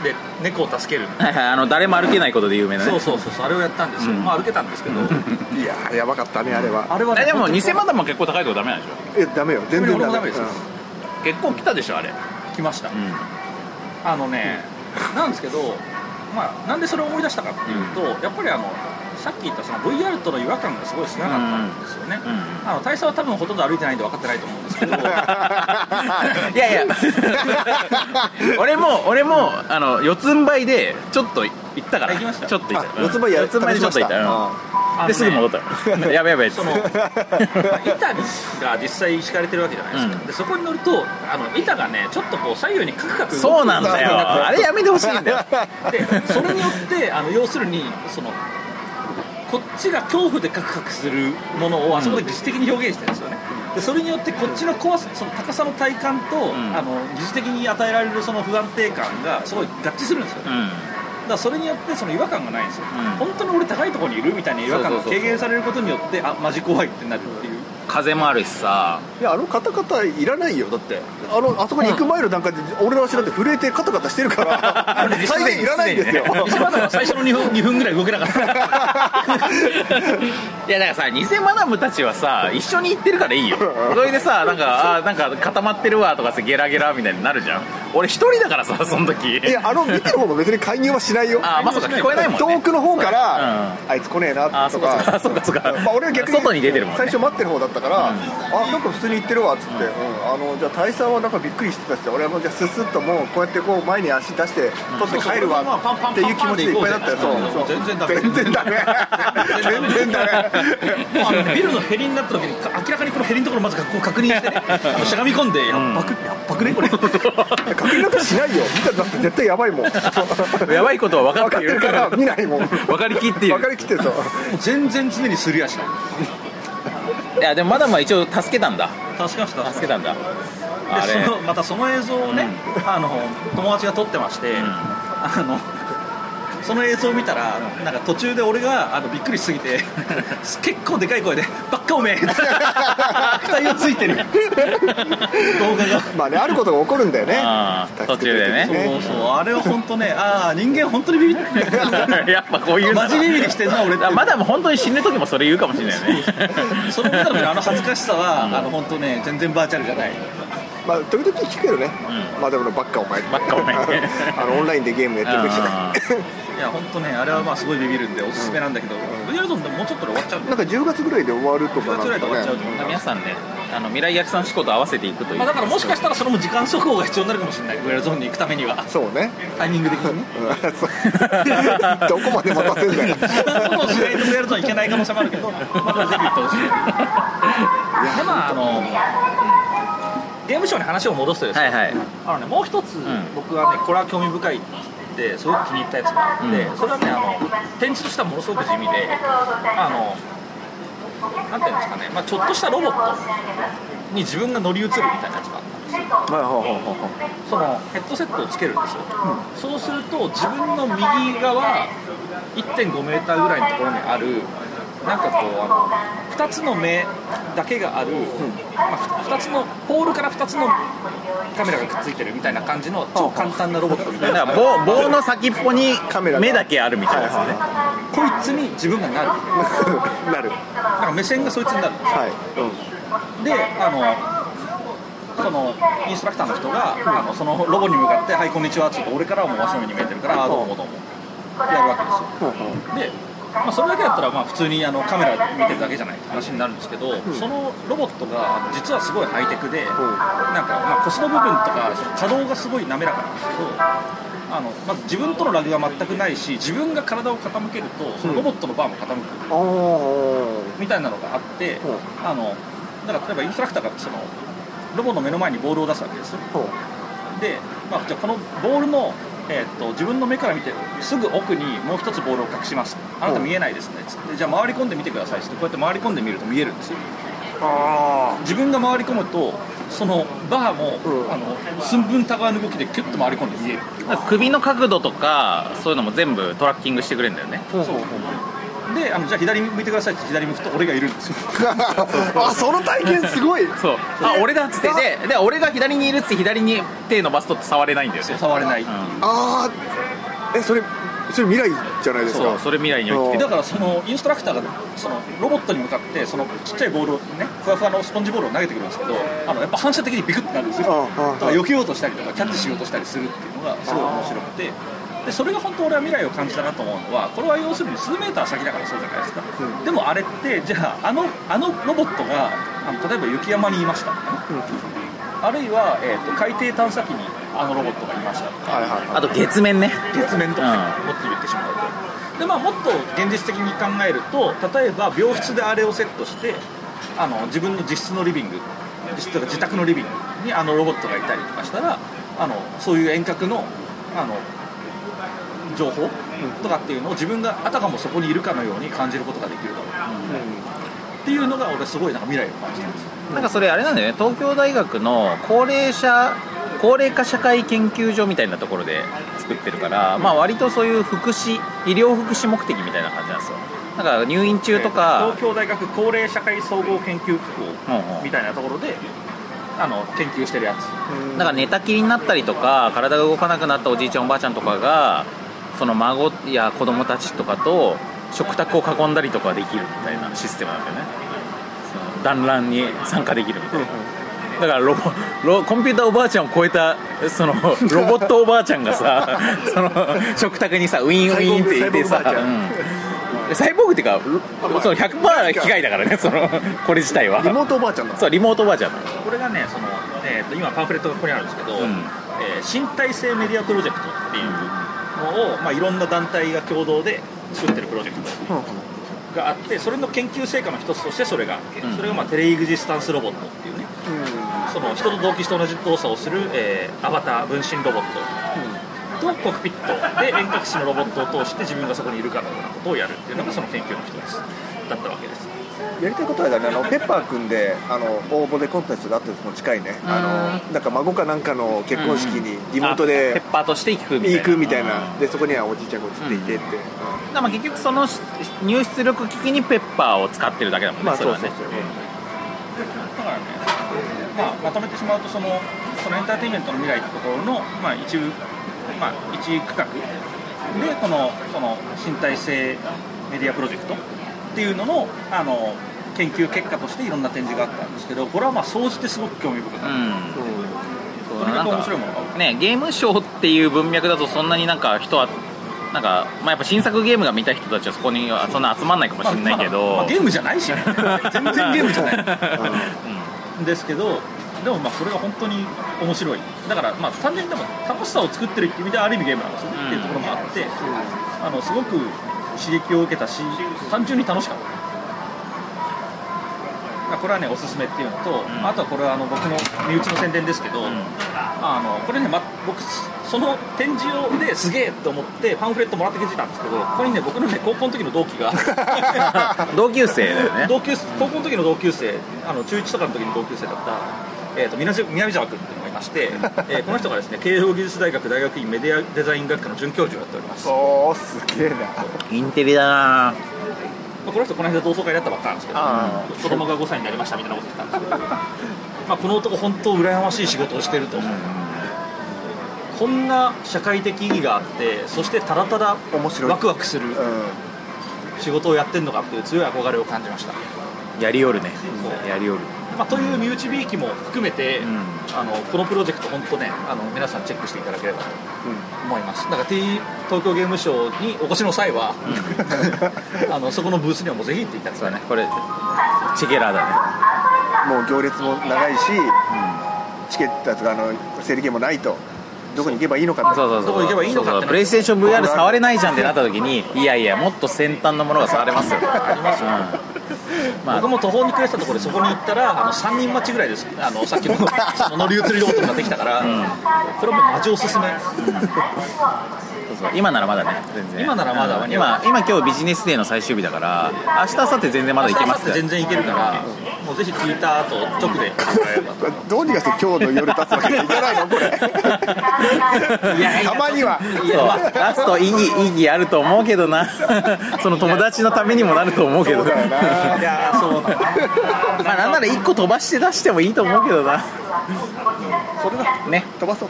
S4: で猫を助ける、
S2: はいはい、あの誰も歩けないことで有名なね
S4: そうそうそうそう、あれをやったんですよ、
S2: うん
S4: まあ、歩けたんです けど、
S7: いやーやばかったねあれは
S4: あれはね、
S2: えでも
S4: 本当に
S2: 偽マダムは結構高いとこダメなんでし
S7: えダメよ全然
S4: 俺
S7: ダ
S4: も
S7: メ
S4: ダメですよ
S2: ょ結構来たでしょあれ
S4: 来まし
S2: ん
S4: た、あのね、なんですけど、まあ、なんでそれを思い出したかっていうと、やっぱりあのさっき言ったその VR との違和感がすごい少な かったんですよね、あの大佐は多分ほとんど歩いてないんで分かってないと思 うんですけど
S2: いやいや俺も俺もあの四つん這いでちょっと行ったから
S4: 行きました
S2: ちょっと行った
S7: あ四つん這いや
S2: 四つん這いでちょっと行った
S7: あ
S2: うんですぐ戻ったのやべやべっつ
S4: そ
S2: って
S4: の板が実際敷かれてるわけじゃないですか、
S2: うん
S4: でそこに乗るとあの板がねちょっとこう左右にカクカク動く
S2: そうなんだよあれやめてほしいんだよ
S4: でそれによってあの要するにそのこっちが恐怖でカクカクするものをあそこで疑似的に表現してるんですよね、でそれによってこっちの怖さその高さの体感と、
S2: ん
S4: あの疑似的に与えられるその不安定感がすごい合致するんですよね、
S2: う
S4: だ
S2: ん
S4: からそれによってその違和感がないんですよ、
S2: うん
S4: 本当に俺高いところにいるみたいな違和感が
S2: そうそうそうそう
S4: 軽減されることによってあマジ怖いってなるっていう
S2: 風もあるしさ
S7: いやあのカタカタいらないよだってあのあそこに行く前の段階で俺の足だって震えてカタカタしてるから再現いらないんですよ
S4: 西村は最初の2分 ,2 分ぐらい動けなか った
S2: いやだからさ偽マダムたちはさ一緒に行ってるからいいよそれでさなんかあーなんか固まってるわとかさゲラゲラみたいになるじゃん俺一人だからさその時
S7: いやあの見てる方も別に介入はしないよ
S2: あーまあそうか聞こえないもんね
S7: 遠くの方から、あいつ来ねえな
S2: あそ
S7: と
S2: うか
S7: か
S2: そうかそうかそうか
S7: まあ、俺は逆に
S2: 外に出てるもんね
S7: 最初待ってる方だったから、あなんか普通に行ってるわっつって、うんあのじゃあ大佐はなんかびっくりしてたし俺はもうじゃあススッともうこうやってこう前に足出して取って帰るわっていう気持ちでいっぱいだったよそう
S4: うん
S7: そう
S4: 全然ダメ
S7: 全然ダメ全然ダメ
S4: あのビルのへりになった時にか明らかにこのへりのところまずこう確認 して、ね、あのしゃがみ込んでやっばく、やっばくねこれ
S7: 確認なんかしないよ見たらだって絶対やば いもん分
S2: やばいことは分か
S7: か
S2: っ
S7: ってて
S2: いる
S7: る
S2: か
S7: からら見ないもん
S2: 分かりきってい
S7: 分か
S2: る
S7: りきってると
S4: 全然常にすり足ない
S2: いやでもマダムは一応助けたんだ
S4: 助けました
S2: 助けたんだあ
S4: で
S2: れ
S4: そのまたその映像をね、あの友達が撮ってまして、あのその映像を見たらなんか途中で俺があのびっくりしすぎ て結構でかい声で「ばっかおめえ!」 って二人をついて る動画が。
S7: まあねあることが起こるんだよね
S2: あー途中でね
S4: そうそうあれは本当 ねああ人間本当にビビってる
S2: やっぱこういうの
S4: マジビビりしてんな俺って
S2: あマダム本当に死ぬ時もそれ言うかもしれ ないよね
S4: それ見た時のあの恥ずかしさは、あの本当ね全然バーチャルじゃない
S7: まあ、時々聞くけどね、まあでもねばっかお前
S2: ばっかお前
S7: あのオンラインでゲームやってる時
S2: あ
S4: いや本当ねあれはまあすごいビビるんでおすすめなんだけど、ブリアルゾンでももうちょっとで終わっちゃうんで
S7: なんか10月ぐらいで終わると
S4: 10
S7: か
S4: 月ぐら
S7: ないん
S4: で終わっ
S7: か
S4: ちゃうと
S7: ね
S4: 思うんだ
S2: 皆さんねあの未来役さん思考と合わせていくという
S4: まあ、だからもしかしたらそれも時間速報が必要になるかもしれないブリアルゾンに行くためには
S7: そう ね
S4: タイミング的 にね
S7: うんそうどこまで待たせる んだよい
S4: 時間速報しないとブリアルゾン行けない可能性もあるけどまだぜひ行ってほしいでまああの、ゲームショーに話を戻すとですね
S2: はいはい
S4: あのね、もう一つ、
S2: ん
S4: 僕はねこれは興味深いって言ってすごく気に入ったやつがあって、
S2: うん
S4: それはねあの展示としてはものすごく地味であのなんていうんですかね、まあ、ちょっとしたロボットに自分が乗り移るみたいなやつがあったんですよそのヘッドセットをつけるんですよ、そうすると自分の右側1.5メーターぐらいのところにあるなんかこうあ の2つの目だけがある、まあ、2つのポールから2つのカメラがくっついてるみたいな感じの超簡単なロボットみたいな
S2: だから棒棒の先っぽに目だけあるみたいですね
S4: こいつに自分がなる
S7: なる
S4: なんか目線がそいつになる
S7: はい、
S4: であのそのインストラクターの人が、あのそのロボに向かって「はいこんにちは」って言うと俺からはもう真正面に見えてるから「あーどうもどうも」ってやるわけですよで、まあ、それだけだったらまあ普通にあのカメラ見てるだけじゃないって話になるんですけど、そのロボットが実はすごいハイテクで、なんかまあ腰の部分とか可動がすごい滑らかなんですけどあのまず自分とのラグが全くないし自分が体を傾けるとそのロボットのバーも傾く
S7: あー
S4: みたいなのがあって、
S7: う
S4: あのだから例えばインストラクターがそのロボの目の前にボールを出すわけですよ
S7: そう
S4: で、まあ、じゃあこのボールの、えーっと自分の目から見てすぐ奥にもう一つボールを隠しますあなた見えないですねつってじゃあ回り込んでみてくださいっつってこうやって回り込んでみると見えるんですよ自分が回り込むとそのバーも、
S7: うん
S4: あの寸分たがわぬ動きでキュッと回り込んで見える
S2: だから首の角度とかそういうのも全部トラッキングしてくれるんだよね
S7: そうそう
S4: であのじゃあ左向いてくださいって左向くと俺がいるんですよ
S7: あその体験すごい
S2: そうあ俺だっつってでで俺が左にいるっつって左に手伸ばすと触れないんだよね
S4: 触れない、
S7: ああえそれそれ未来じゃないですか
S2: そうそれ未来において
S4: だからそのインストラクターがそのロボットに向かってそのちっちゃいボールをねふわふわのスポンジボールを投げてくるんですけどあのやっぱ反射的にビクッてなるんですよ
S7: うんうんうん
S4: だから避けようとしたりとかキャッチしようとしたりするっていうのがすごい面白くてででそれが本当俺は未来を感じたなと思うのはこれは要するに数メーター先だからそうじゃないですか、でもあれってじゃああのあのロボットがあの例えば雪山にいましたとかね、あるいは、えー、と海底探査機にあのロボットがいましたとか
S7: はいはいはい
S2: あと月面ね
S4: 月面とか、もっと言ってしまうとで、まあ、もっと現実的に考えると例えば病室であれをセットしてあの自分の自室のリビング自室とか自宅のリビングにあのロボットがいたりとかしたらあのそういう遠隔のあの情報とかっていうのを自分があたかもそこにいるかのように感じることができるだろう、っていうのが俺すごいなんか未来を感じてます
S2: なんかそれあれなんだよね東京大学の高齢者高齢化社会研究所みたいなところで作ってるから、まあ、割とそういう福祉医療福祉目的みたいな感じなんですよだから入院中とか
S4: 東京大学高齢社会総合研究機
S2: うんう
S4: 構
S2: ん
S4: みたいなところであの研究してるやつ
S2: だから寝たきりになったりとか体が動かなくなったおじいちゃんおばあちゃんとかがその孫や子供たちとかと食卓を囲んだりとかできるみたいなシステムなんだよねその団らんに参加できるみたいな、だからロボロコンピューターおばあちゃんを超えたそのロボットおばあちゃんが さその食卓にさウィンウィンっていてさ
S7: サイボーグサイボーグおばあちゃん
S2: うんサイボーグっていうか、その100%機械だからねそのこれ自体は
S7: リモートおばあちゃんだ
S2: そうリモートおばあちゃんなの
S4: これがねその、えーと今パンフレットがここにあるんですけど、
S2: ん
S4: えー身体性メディアプロジェクトっていうのを、まあ、いろんな団体が共同で作ってるプロジェクトがあってそれの研究成果の一つとしてそれがあって、
S2: うん
S4: それが、まあ、テレエグジスタンスロボットっていうねその人と同期して同じ動作をする、えーアバター分身ロボットとコックピットで遠隔地のロボットを通して自分がそこにいるかのようなことをやるっていうのがその研究の一つだったわけです
S7: やりたいことはだねあのペッパー君であの応募でコンテンツがあったやつも近いねあのなんか孫かなんかの結婚式にリモート
S2: あペ
S7: で
S2: ッパーとして行くみたいな
S7: 行くみたいなでそこにはおじいちゃんが映っていてって
S2: だからまあ結局そのし入出力機器にペッパーを使ってるだけだもんね、
S7: まあそう
S2: れは
S7: そうそう
S2: ね
S4: だからね、まあ、まとめてしまうとそのそのエンターテインメントの未来ってところの、まあ、一部、まあ、一区画でこのその身体性メディアプロジェクトっていうののあの研究結果としていろんな展示があったんですけどこれはまあ総じてすごく興味深かった、
S2: うんそう
S4: と
S2: だ
S4: に
S2: な
S4: か
S2: ん
S4: く面白い
S2: か
S4: ものが多かっ
S2: ねゲームショーっていう文脈だとそんなになんか人はなんかまあやっぱ新作ゲームが見た人たちはそこにはそんな集まんないかも
S4: た
S2: しれないけ
S4: まあまあ
S2: ど
S4: ゲームじゃないし、ね、全然ゲームじゃない
S2: うん
S4: ですけどでもまあそれが本当に面白いだからまあ単純にでも楽しさを作ってるっていう意味ではある意味ゲームなんですよね、
S2: うん
S4: っていうところもあって、あのすごく刺激を受けたし単純に楽しかったまあこれはねおすすめっていうのと、
S2: ん
S4: あとはこれはあの僕の身内の宣伝ですけど、
S2: ん
S4: あのこれね、ま、僕その展示をですげえと思ってパンフレットもらってきてたんですけどここにね僕のね高校の時の 同期が
S2: 同級生だよね
S4: 同級生高校の時の同級生あの中1とかの時の同級生だった、えー、と南南沢君っていうのがいまして、えーこの人がですね慶応技術大学大学院メディアデザイン学科の准教授をやっております、ま
S7: おーすげえな
S2: インテリだな
S4: あ、この人この間同窓会だったばっかなんですけど
S7: あ
S4: 子供が5歳になりましたみたいなこと言ってたんですけどまあこの男本当羨ましい仕事をしてると思う、こんな社会的意義があってそしてただただ
S7: 面白い
S4: ワクワクする
S7: う
S4: 仕事をやってるのかっていう強い憧れを感じました、
S2: やりおるね
S4: そう
S2: やりおる
S4: まあ、という身内びいきも含めて、
S2: うん
S4: あのこのプロジェクト、本当ねあの、皆さんチェックしていただければと思います、だから T 東京ゲームショウにお越しの際は、 あのそこのブースにはもうぜひ行っていただき
S2: そう
S4: たい
S2: だねこれチェケラだね
S7: んもう行列も長いしチケットとかあの整理券もないとどこに行けばいいのかって
S2: そうそうそう
S4: どこ行けばいいのかって
S2: そうそうプレイステーション VR 触れないじゃんってなった時にいやいやもっと先端のものが触れますよありますよ、うんまあ
S4: 僕も途方に暮れてたところでそこに行ったらあの3人待ちぐらいですあのさっきのその乗り移りロボットができたから、これはもうマジおすすめ、
S2: そうそう今ならまだね全然
S4: 今ならまだ間に合う
S2: 今今今日ビジネスデーの最終日だから明日明後日全然まだいけます
S4: 明日明後日全然行けるから、もうぜひ聞いた後直でもらえればと
S7: これどうにかして今日の夜経つわけにいかないのこれ たまには
S2: そうラスト意義意義あると思うけどなその友達のためにもなると思うけど
S7: そうだよない
S4: やーそうだな
S2: まあなんなら1個飛ばして出してもいいと思うけどな
S7: それだ
S2: ね
S7: 飛ばそう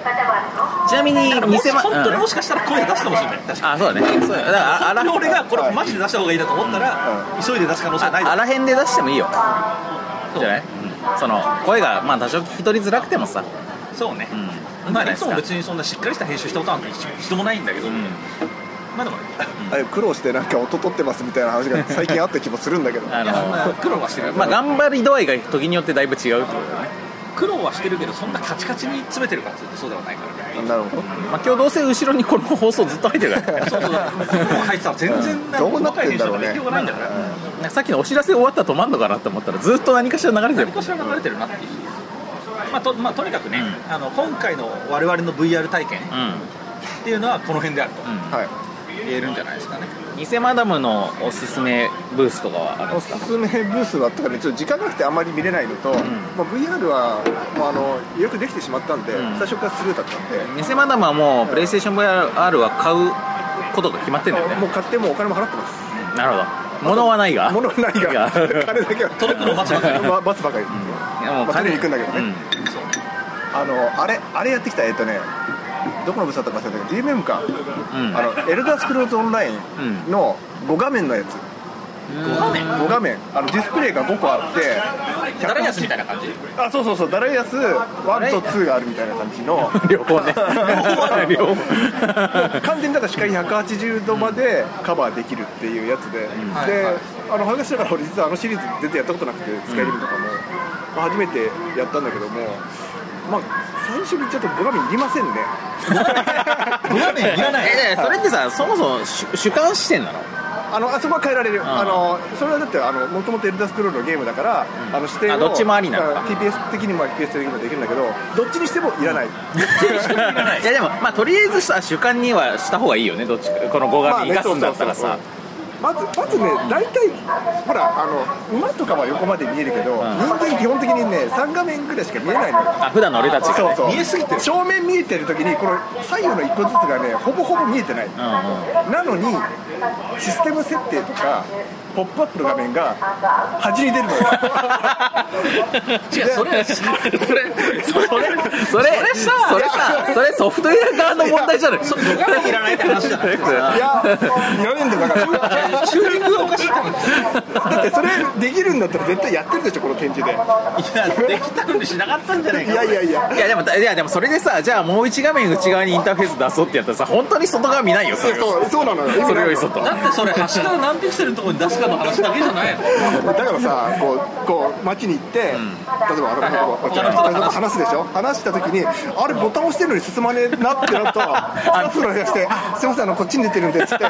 S2: ち なみに
S4: だからもし
S2: 偽ま
S4: 本当に
S2: うん
S4: もしかしたら声出すかもしれない確かに
S2: あそうだねそうだねだからあら
S4: で俺がこれマジで出した方がいいなと思ったら、急いで出す可能性はない
S2: ああ
S4: だ
S2: らへんで出してもいいよ
S4: ろ
S2: じゃない、その声がまあ多少聞き取りづらくてもさ、
S4: そうね、
S2: うんいんじ
S4: ま
S2: ゃな
S4: あ、
S2: い
S4: い
S2: です
S4: つ
S2: か、
S4: も別にそんなしっかりした編集したことなんて一一度もないんだけど、まあでも、
S7: あれ苦労してなんか音取ってますみたいな話が最近あった気もするん だけど
S2: あ
S4: いや
S2: の
S4: まあ苦労はしてる、
S2: まあ、頑張り度合いが時によってだいぶ違うってことだね、
S4: 苦労はしてるけどそんなカチカチに詰めてるかっていうとそうではないから ね
S7: なるほど
S2: まあ、今日どうせ後ろにこの放送ずっと入ってるからね
S4: そうそうそう入ってたら全然
S7: どうなっ
S4: 細か
S7: てんだろうね
S4: い編集とか勉強がないんだから、
S2: なんかさっきのお知らせ終わったら止まんのかなと思ったらずっと何かしら流れてる
S4: 何かしら流れてるなっていう、まあとまあ、とにかくね、あの今回の我々の VR 体験
S2: う
S4: っていうのはこの辺であると
S7: はい
S4: 言えるんじゃないですかね、
S2: ん偽マダムのおすすめブースとかはあるん
S7: お
S2: です
S7: すめブースだったからねちょっと時間がなくてあまり見れないのと、まあ、VR は、まあ、あのよくできてしまったんで、
S2: うん
S7: 最初からスルーだったんで、
S2: すか偽マダムはもうプレイステーション VR は買うことが決まってんだよ
S7: も
S2: ね
S7: う買ってもうお金も払ってます
S2: なるほど物はないが
S7: 物ないが金だけは
S4: 届くのを待つばかり
S7: ま罰 ばかり、
S2: いやも
S7: まあ取りに行くんだけどね
S2: うん
S7: あのあれあれやってきたえっとねどこのブースだったか忘れたけど DMM か、
S2: うん
S7: あのエルダースクローズオンラインの5画面のやつ、
S4: 5画面
S7: 5画面あのディスプレイが5個あって
S4: ダラヤスみたいな感じ
S7: あそうそうそうダライアス1と2があるみたいな感じの
S2: 両方 ね両方
S7: 完全にだから光180度までカバーできるっていうやつで、
S4: はい
S7: で、
S4: はい
S7: あの話しながら俺実はあのシリーズ全然やったことなくてスカイリムとかも、まあ初めてやったんだけどもまあ最初にちょっと5画面いりませんね
S4: 5画面いら ない
S2: えねえそれってさそもそも主 主観視点なの
S7: あのあそこは変えられる、あのそれはだってあのもともとエルダースクロールのゲームだから、あの視点を
S2: あどっちもありなのか
S7: あ TPS 的にも FPS 的にもできるんだけどどっちにしてもいらない、
S2: いやでもまあとりあえずさ主観にはした方がいいよねどっちかこの語
S7: まあ
S2: 学
S7: ね
S2: 生かすんだったら
S7: そうそ
S2: さ
S7: うまずまずね大体ほらあの馬とかは横まで見えるけど、人間基本的にね3画面ぐらいしか見えないのよ
S2: あ普段の俺たちが
S7: そう
S2: ね
S7: そう
S4: 見えすぎてる
S7: 正面見えてる時にこの左右の1個ずつがねほぼほぼ見えてない、なのにシステム設定とかポップアップの画面が端に出る のよ
S4: 違うそれそれそれ
S2: それさそれさそれソフトウェア側の問題じゃない
S4: 5画面いらないって話じゃない
S7: いやいらねえんだよだから
S4: チューリングがおかしいって話
S7: だってそれできるんだったら絶対やってるでしょこの展示で
S4: いやできたのにしなかったんじゃない
S7: い
S4: か
S7: やいやいや
S2: いやでもいやでもそれでさじゃあもう1画面内側にインターフェース出そうってやったらさ本当に外側見ないよそ
S7: そう
S2: れを
S7: そうそうなのよ
S2: それより外
S4: だってそれ端から何ピクセルのところに出すかの話だけじゃないの
S7: だからさこうこう街に行って、例えばあのこうこう
S4: 他の人と話す
S7: 例えば話すでしょ話した時にあれボタン押してるのに進まねえなって なるとスタッフの人がして「あすいませんあのこっちに出てるんで」っつって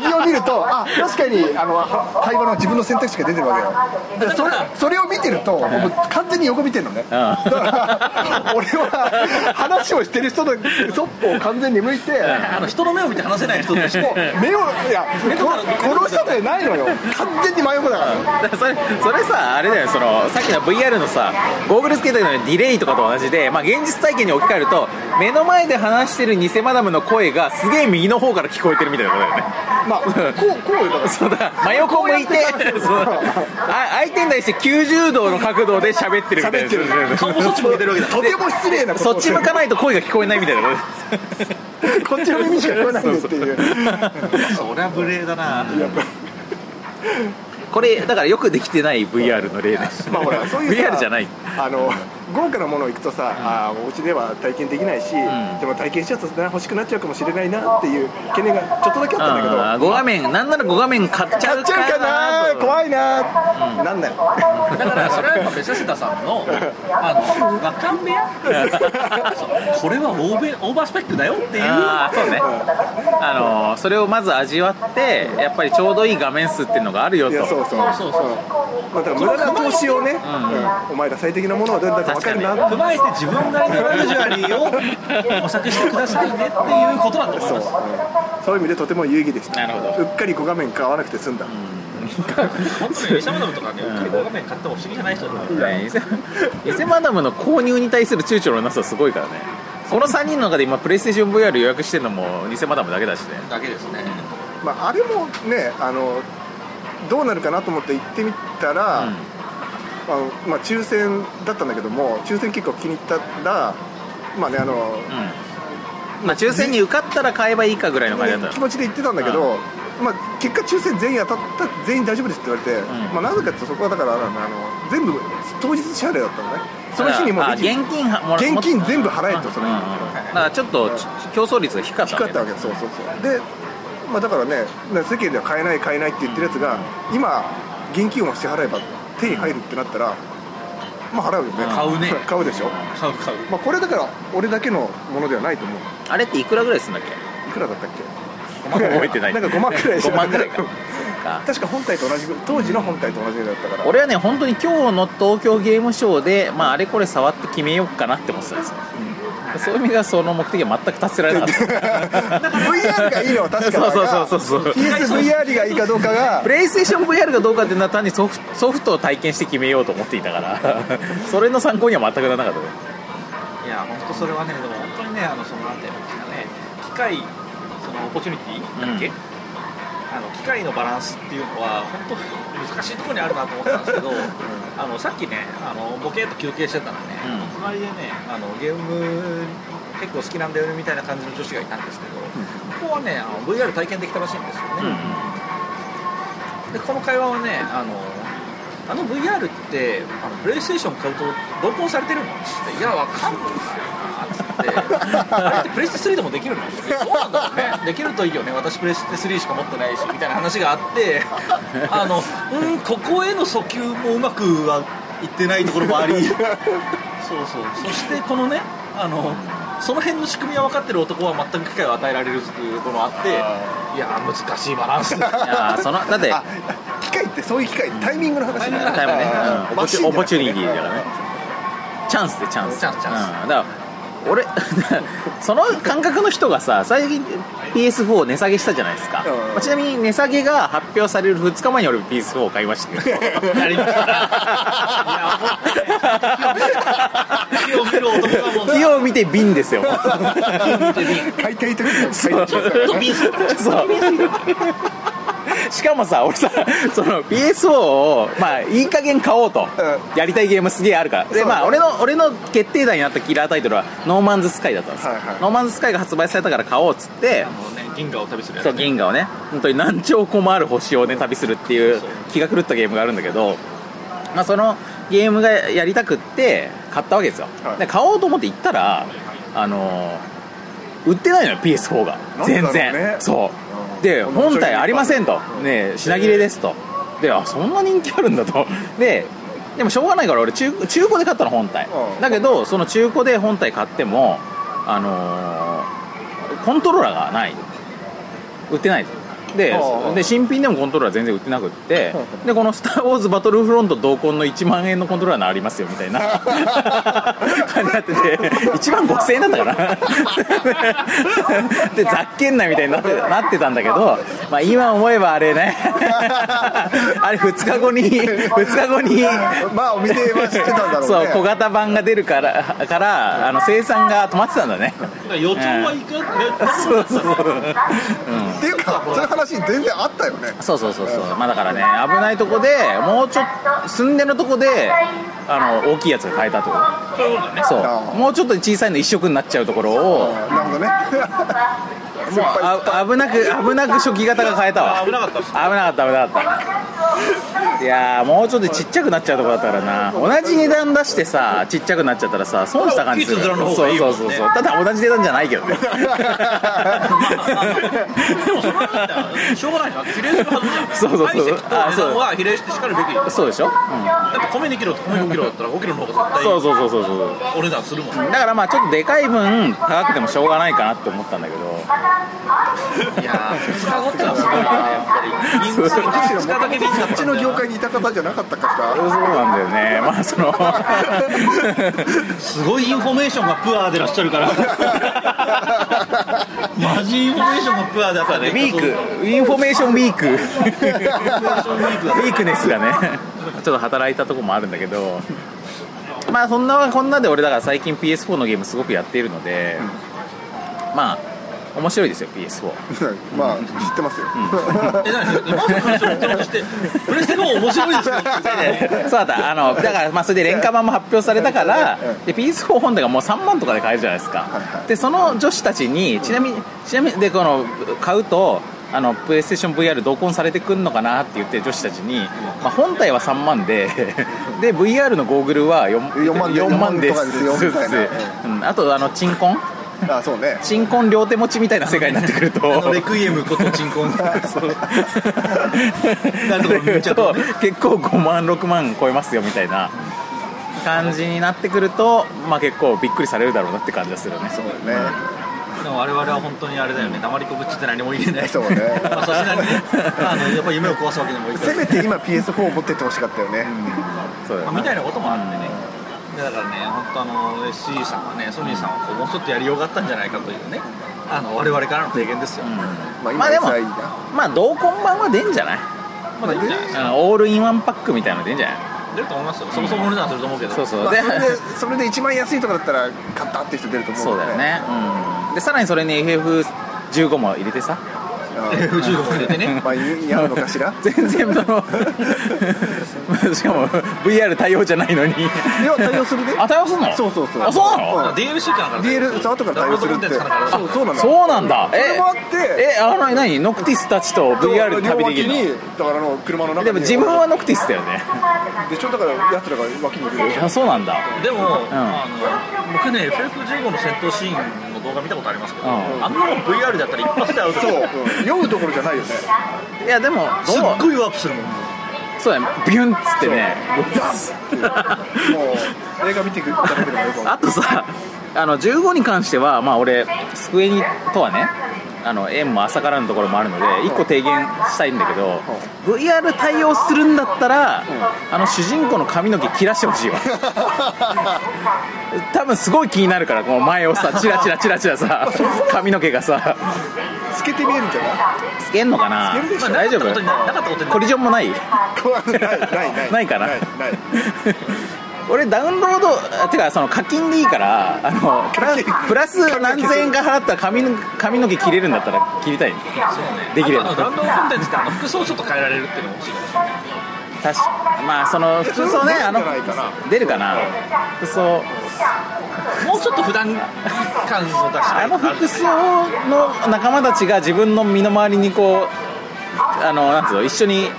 S7: 右を見るとあ確かにあのは会話の自分の選択肢が出てるわけよでそれそれを見てると僕完全に横見てるのね、だから俺は話をしてる人のそっぽを完全に向いて。
S4: あの人の目を見て話せない人たち
S7: もう目をいやここの人でないのよ完全に真横だから
S2: だからそれそれさあれだよそのさっきの VR のさゴーグルつけてるのにディレイとかと同じで、まあ、現実体験に置き換えると目の前で話してる偽マダムの声がすげえ右の方から聞こえてるみたいなことだよね
S7: まあ、こう、こうよ、だから。
S2: そうだ真横向いてそうあ相手に対して90度の角度で喋ってるみたいな
S7: 喋ってる
S4: 顔もそっちも出てるわけだ
S7: とても失礼なこと
S2: そ
S7: を
S2: っ
S7: して
S2: ち
S7: る
S2: 向かないと声が聞こえないみたいなこと
S7: こっちの耳しか聞こえないんですっていう。
S4: そりゃ無礼だな
S7: やっぱ
S2: これだからよくできてない VR の例です
S7: まあ、ほら、そういうさ。
S2: VR じゃない。
S7: あの、豪華なものを行くとさ、ああ、お家では体験できないし、でも体験しちゃうとな、欲しくなっちゃうかもしれないなっていう懸念がちょっとだけあったんだけど。
S2: 5画面なんなら5画面買っちゃ
S7: 買
S2: う
S7: っちゃうか
S2: か
S7: な、
S2: な
S7: 怖いな、なん だよ。
S4: だからそれはやっぱベセスダさんのあの和漢部屋そうこれはオーベオーバースペックだよっていう
S2: あーそうねあのーそれをまず味わってやっぱりちょうどいい画面数っていうのがあるよ
S7: いや、そ
S2: と
S7: うそう、そうそう。まあ、だから、無駄な投資をね、うんお前ら最適なものはどれだか分かるなって
S4: 踏まえて自分なりのラグジュアリーを模索してくださいねっていうことだと思い
S7: そう、う
S4: ま
S7: ん
S4: す
S7: そういう意味でとても有意義でした
S2: なるほ
S7: うっかり5画面買わなくて済んだ、
S4: 本当にイシャマダムとかね、うっかり5画面買っても不思議じゃない人だから
S2: ね偽偽マダムの購入に対する躊躇のなさすごいからねこの3人の中で今プレイステーション VR 予約してるのも偽マダムだけだしね
S4: だけですね
S7: まあ、あれもねあのどうなるかなと思って行ってみたら、あのまあ、抽選だったんだけども抽選結構気に入ったらまあねあの、
S2: まあ抽選に受かったら買えばいいかぐらいの感じだっ
S7: 気
S2: たの
S7: 持ちで行ってたんだけど、まあ、結果抽選全員当たった全員大丈夫ですって言われて、まあ、なぜかっていうとそこはだからあのあの全部当日支払いだったのねその日にもう
S2: あ
S7: で
S2: 現
S7: き
S2: 金はもら
S7: 現金全部払えとそ
S2: うん
S7: の日
S2: うんうんからちょっと競争率が低かった
S7: 光ったわけですそうそうそうで、まあ、だからねね世間では買えない買えないって言ってるやつが今現金を支払えば手に入るってなったらまあ払うよね
S4: 買うね
S7: 買うでしょ、
S4: 買う買う
S7: まあ、これだから俺だけのものではないと思う
S2: あれっていくらぐらいするんだっけ
S7: いくらだったっけ
S2: 覚えてない
S7: なんか5万くらいでしょ
S2: 5万くらいか
S7: 確か本体と同じぐ当時の本体と同じぐらいだったから
S2: 俺はね本当に今日の東京ゲームショウで、まあ、あれこれ触って決めようかなって思ってたんですよ、そういう意味ではその目的は全く達せられなかった
S7: VR がいいのは確かだ
S2: そうそうそうそうそう
S7: PSVR がいいかどうか が
S2: プレイステーション VR がどうかっていうのは単にソフソフトを体験して決めようと思っていたから それの参考には全くならなかったね
S4: いや本当それはねでも本当にねあのそのなんていうんですかね機械そのオポチュニティだっけ、
S2: うん
S4: あの機械のバランスっていうのは本当難しいところにあるなと思ったんですけど、あのさっきねあのボケっと休憩してたらね、
S2: う
S4: 隣でねあのゲーム結構好きなんだよねみたいな感じの女子がいたんですけど、ここはねあの VR 体験できたらしいんですよね、でこの会話はねあのあの VR ってあのプレイステーション買うと同梱されてるのっていやわかんないなってあれってプレステ3でもできるのいやそうなんだろうねできるといいよね私プレステ3しか持ってないしみたいな話があってあのうんここへの訴求もうまくはいってないところもありそうそうそしてこのねあのその辺の仕組みは分かってる男は全く機会を与えられるっていうところもあっていや難しいバランスだ
S2: いやーそのだって
S7: あ機械ってそういう機械タイミングの話
S4: タイミングの
S2: タイムね、うん、オポチュオポチュニティだからね
S7: ね
S2: チャンスでチャンス
S4: チャンスチャン
S2: うん、だから俺 その感覚の人がさ最近 PS4 値下げしたじゃないですか、
S7: うん
S2: まあちなみに値下げが発表される2日前に俺 PS4 を買いましたけど
S4: やり ましたいやもうね、火を見る男 はもう
S2: 火を見て瓶ですよ
S7: 買いたい時の買いたい時
S2: そうしかもさ俺さその PS4 をまあいい加減買おうと、
S7: う
S2: やりたいゲームすげえあるからで、
S7: そう
S2: まあ俺の俺の決定打になったキラータイトルは「ノーマンズスカイ」だったんですよ、
S7: はいはい
S2: ノーマンズスカイが発売されたから買おうっつって
S4: もうね銀河を旅するやつ
S2: そう銀河をね本当に何兆個もある星をね旅するっていう気が狂ったゲームがあるんだけど、まあ、そのゲームがやりたくって買ったわけですよ、
S7: はい
S2: で買おうと思って行ったらあのー売ってないのよ PS4 が
S7: なんだ
S2: 全
S7: ろうね
S2: 然そうで
S7: うんこんな
S2: 本体ありませんと
S7: う、ん
S2: ね、品切れですとであそんな人気あるんだとででもしょうがないから俺中中古で買ったの本体
S7: うん
S2: だけどその中古で本体買ってもあのーコントローラーがない売ってないとで
S7: ああ
S2: で新品でもコントローラー全然売ってなく ってでこの「スター・ウォーズ・バトルフロント」同梱の1万円のコントローラーのありますよみたいな感じになってて1万5000円だったかなでざっけんなみたいになってなってたんだけど、まあ、今思えばあれねあれ2日後に2日後に
S7: まあお店は知ってたんだろうね
S2: そう小型版が出るからからあの生産が止まってたんだね
S4: 予兆はいかん
S2: そうそうそう
S7: っていうかそういう話全然あったよね
S2: そうそうそうそうまあだからね危ないとこでもうちょっと寸でのとこであの大きいやつが買えたってことそうもうちょっと小さいの一色になっちゃうところをもう
S7: なるほどね酸っぱい
S2: あ危なく危なく初期型が買えたわ
S4: 危なかったっ
S2: 危なかった危なかったいやーもうちょっとちっちゃくなっちゃうとこだったからな同じ値段出してさちっちゃくなっちゃったらさ損した感じする
S4: 大き
S2: そ
S4: いつづらの
S2: う
S4: 方がいいもん
S2: そう
S4: ね
S2: そうそうただ同じ値段じゃないけど ね
S4: しょうがないじゃん比例するはずじゃん
S2: そうそうそう
S4: 愛してきた値段は比例してしかるべきだ
S2: そうでしょ、うん
S4: って米2キロと米5キロだったら5キロの方が絶
S2: そうそうそうそうそう
S4: 対お値段するもんね
S2: だからまあちょっとでかい分高くてもしょうがないかなって思ったんだけど
S4: いやー2日後ってのはすごいなやっぱり銀河
S7: むしろ
S4: 2日だけでいいんだ
S7: こっちの業界にいた方じゃなかったか
S2: そうなんだよねまあその
S4: すごいインフォメーションがプアでらっしゃるからマジインフォメーションがプアだからね
S2: ウィークインフォメーションウィークウィークネスがねちょっと働いたとこもあるんだけどまあそんなこんなで俺だから最近 PS4 のゲームすごくやっているので、まあ面白いですよ PS4
S7: ら まあ知ってますよ、
S4: え何今の話を言ってましてプレステ4面白いですよって
S2: そうだったあのだからまあそれで廉価版も発表されたからで PS4 本体がもう3万とかで買えるじゃないですかでその女子たちにちなみにちなみにでこの買うとあのプレイステーション VR 同梱されてくんのかなって言ってる女子たちに、まあ、本体は3万でで VR のゴーグルは 4,
S7: 4万で
S2: 万です
S7: 4万とかですよみたいな
S2: うんあとあの鎮魂
S7: あそうね
S2: 鎮魂両手持ちみたいな世界になってくると
S4: レクイエムこと鎮 魂なるほど見ちゃったね
S2: 結構5万6万超えますよみたいな感じになってくると、まあ、結構びっくりされるだろうなって感じがするね
S7: そうね
S4: でも我々は本当にあれだよね黙りこぶっちって何も言えない
S7: そうね
S4: まあそしなりにねあのやっぱ夢を壊すわけにもいかな
S7: せ
S4: い
S7: めて今 PS4 を持ってってほしかったよね、
S2: そうだ
S4: ま
S2: よ
S4: あ
S2: ね
S4: みたいなこともあってねだからね本当あの SC さんはねソニーさんはこうもうちょっとやりようがあったんじゃないかというねあの我々からの提言ですよ、ま
S7: まあ
S2: ま
S7: 今
S2: あでも
S7: はいいな
S2: まあ同梱版は出んじゃない
S4: だいいんじゃない
S2: あのオールインワンパックみたいなの出んじゃない
S4: 出ると思いますよそもそもお値段すると思うけど
S2: そう そう
S7: まあ、
S2: で
S7: それでそれで一番安いとかだったら買ったって人出ると思
S2: そう
S7: う
S2: だよ
S7: ん
S2: ね、うん、でさらにそれに FF15 も入れてさ
S7: うん
S4: F15 も入れてね
S7: まあ似合うのかし ら
S2: 全然そのしかも VR 対応じゃないのに
S7: いや対応するで
S2: あ対応すんの
S7: そうそうそう
S2: あそうなの、
S7: うん
S4: DLC かなんか
S7: DL と後から対応するって
S4: ダウンロードコンテンツかなんか
S7: そうそうなの
S2: そうなんだえ
S7: それもあって
S2: えあの何ノクティスたちと VR で旅できる
S7: 両
S2: の
S7: 脇にだからあの車の中に
S2: でも自分はノクティスだよね
S7: でしょだからやつらが 脇にいるでしょ
S2: あそうなんだ
S4: でも、あの僕ね FF15 の戦闘シーンの動画見たことありますけど、
S2: うん
S4: あんなもん VR だったら一発でアウト
S7: そう、
S4: す
S7: うん酔うところじゃないよね
S2: いやでもど
S4: っ
S2: う
S4: ごいワープするもん
S2: そうだねビュンっつってね
S7: もう映画見ていくだけでもよく
S2: あとさあの15に関してはまあ俺スクエニとはねあの縁も浅からのところもあるので1個提言したいんだけど VR 対応するんだったらあの主人公の髪の毛切らしてほしい わ多分すごい気になるからこの前をさチラチラチラチラ さ髪の毛がさ
S7: 透けて見えるんじゃ ない
S2: つけんのかな
S7: つけるでしょ
S2: まあ大丈夫
S4: なかったことにななかったことにな
S2: コリジョンもない
S7: 怖いないないない
S2: ないかな
S7: ないない
S2: 俺ダウンロードあてかその課金でいいからあのプラプラス何千円か払ったら髪の髪の毛切れるんだったら切りたいねできれ
S4: あとあ
S2: ば
S4: のダウンロードコンテンツってあの服装をちょっと変えられるっていうのも欲しいかもしれない
S2: 確かまあその服装ね
S7: それ
S2: あの
S7: 出るんじゃないか
S2: 出るかな服装
S4: もうちょっと普段感を出したい
S2: あの服装の仲間たちが自分の身の回りにこうあのなんつうの一緒に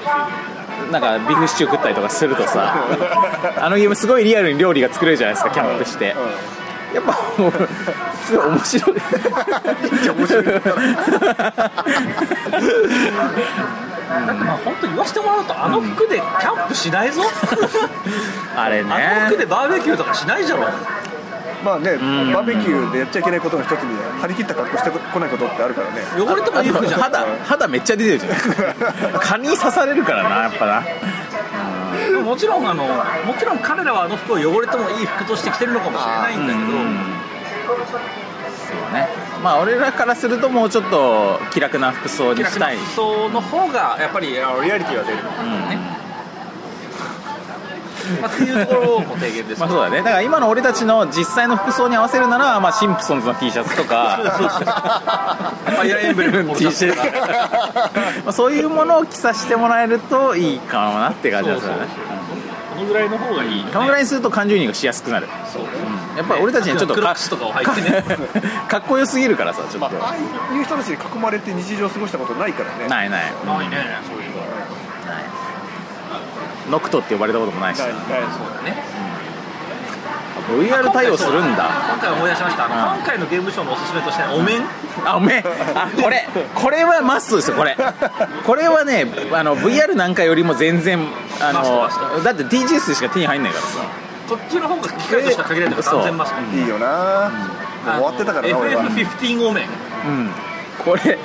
S2: なんかビーフシチュー食ったりとかすると さあのゲームすごいリアルに料理が作れるじゃないですかキャンプして、やっぱもうすごい面白い面白い
S4: だってまあ本当言わせてもらうとあの服でキャンプしない ぞ
S2: あれ
S4: あの服
S2: ね
S4: でバーベキューとかしないじ ゃろ
S7: まあねバーベキューでやっちゃいけないことの一つに張り切った格好してこないことってあるからね
S4: 汚れてもいい服じゃん
S2: 肌肌めっちゃ出てるじゃ ん蚊に刺されるからなやっぱな
S4: でももちろんあのもちろん彼らはあの服を汚れてもいい服として着てるのかもしれないんだけど、
S2: そうねまあ俺らからするともうちょっと気楽な服装に
S4: キラ
S2: し
S4: キラ
S2: たい
S4: 服装の方がやっぱりあのリアリティは出る、まあ、っていうところも提言です
S2: まあそうだねだから今の俺たちの実際の服装に合わせるなら、まあ、シンプソンズの T シャツとか
S4: ファイアーエンブレムの
S2: T シャツとかまあそういうものを着させてもらえるといいかなって感じがするね
S4: このぐらいの方がいい
S2: このぐらいにすると感情移入がしやすくなる
S4: そう
S2: やっぱ俺たちにはちょっと
S4: クラックスとかを履いてね
S2: かっこよすぎるからさちょっと、
S7: ああいう人たちに囲まれて日常過ごしたことないからね
S2: ないない
S4: ないねそういうのは
S2: ノクトって呼ばれたこともないし
S7: ないない
S4: そうだね
S2: VR 対応するんだ
S4: 今回思い出しましたあの
S2: うん
S4: 今回のゲームショーのおすすめとしてお面
S2: あおめえあこれこれはマストですよこれこれはねあの VR なんかよりも全然あ
S4: マストマス
S2: のだって TGS しか手に入んないからさ
S4: こっちの方が機械としか限られてる
S2: そう
S4: 完全マスク
S7: いいよな、もう終わってたからな俺は
S4: FF15 お面
S2: うんこれ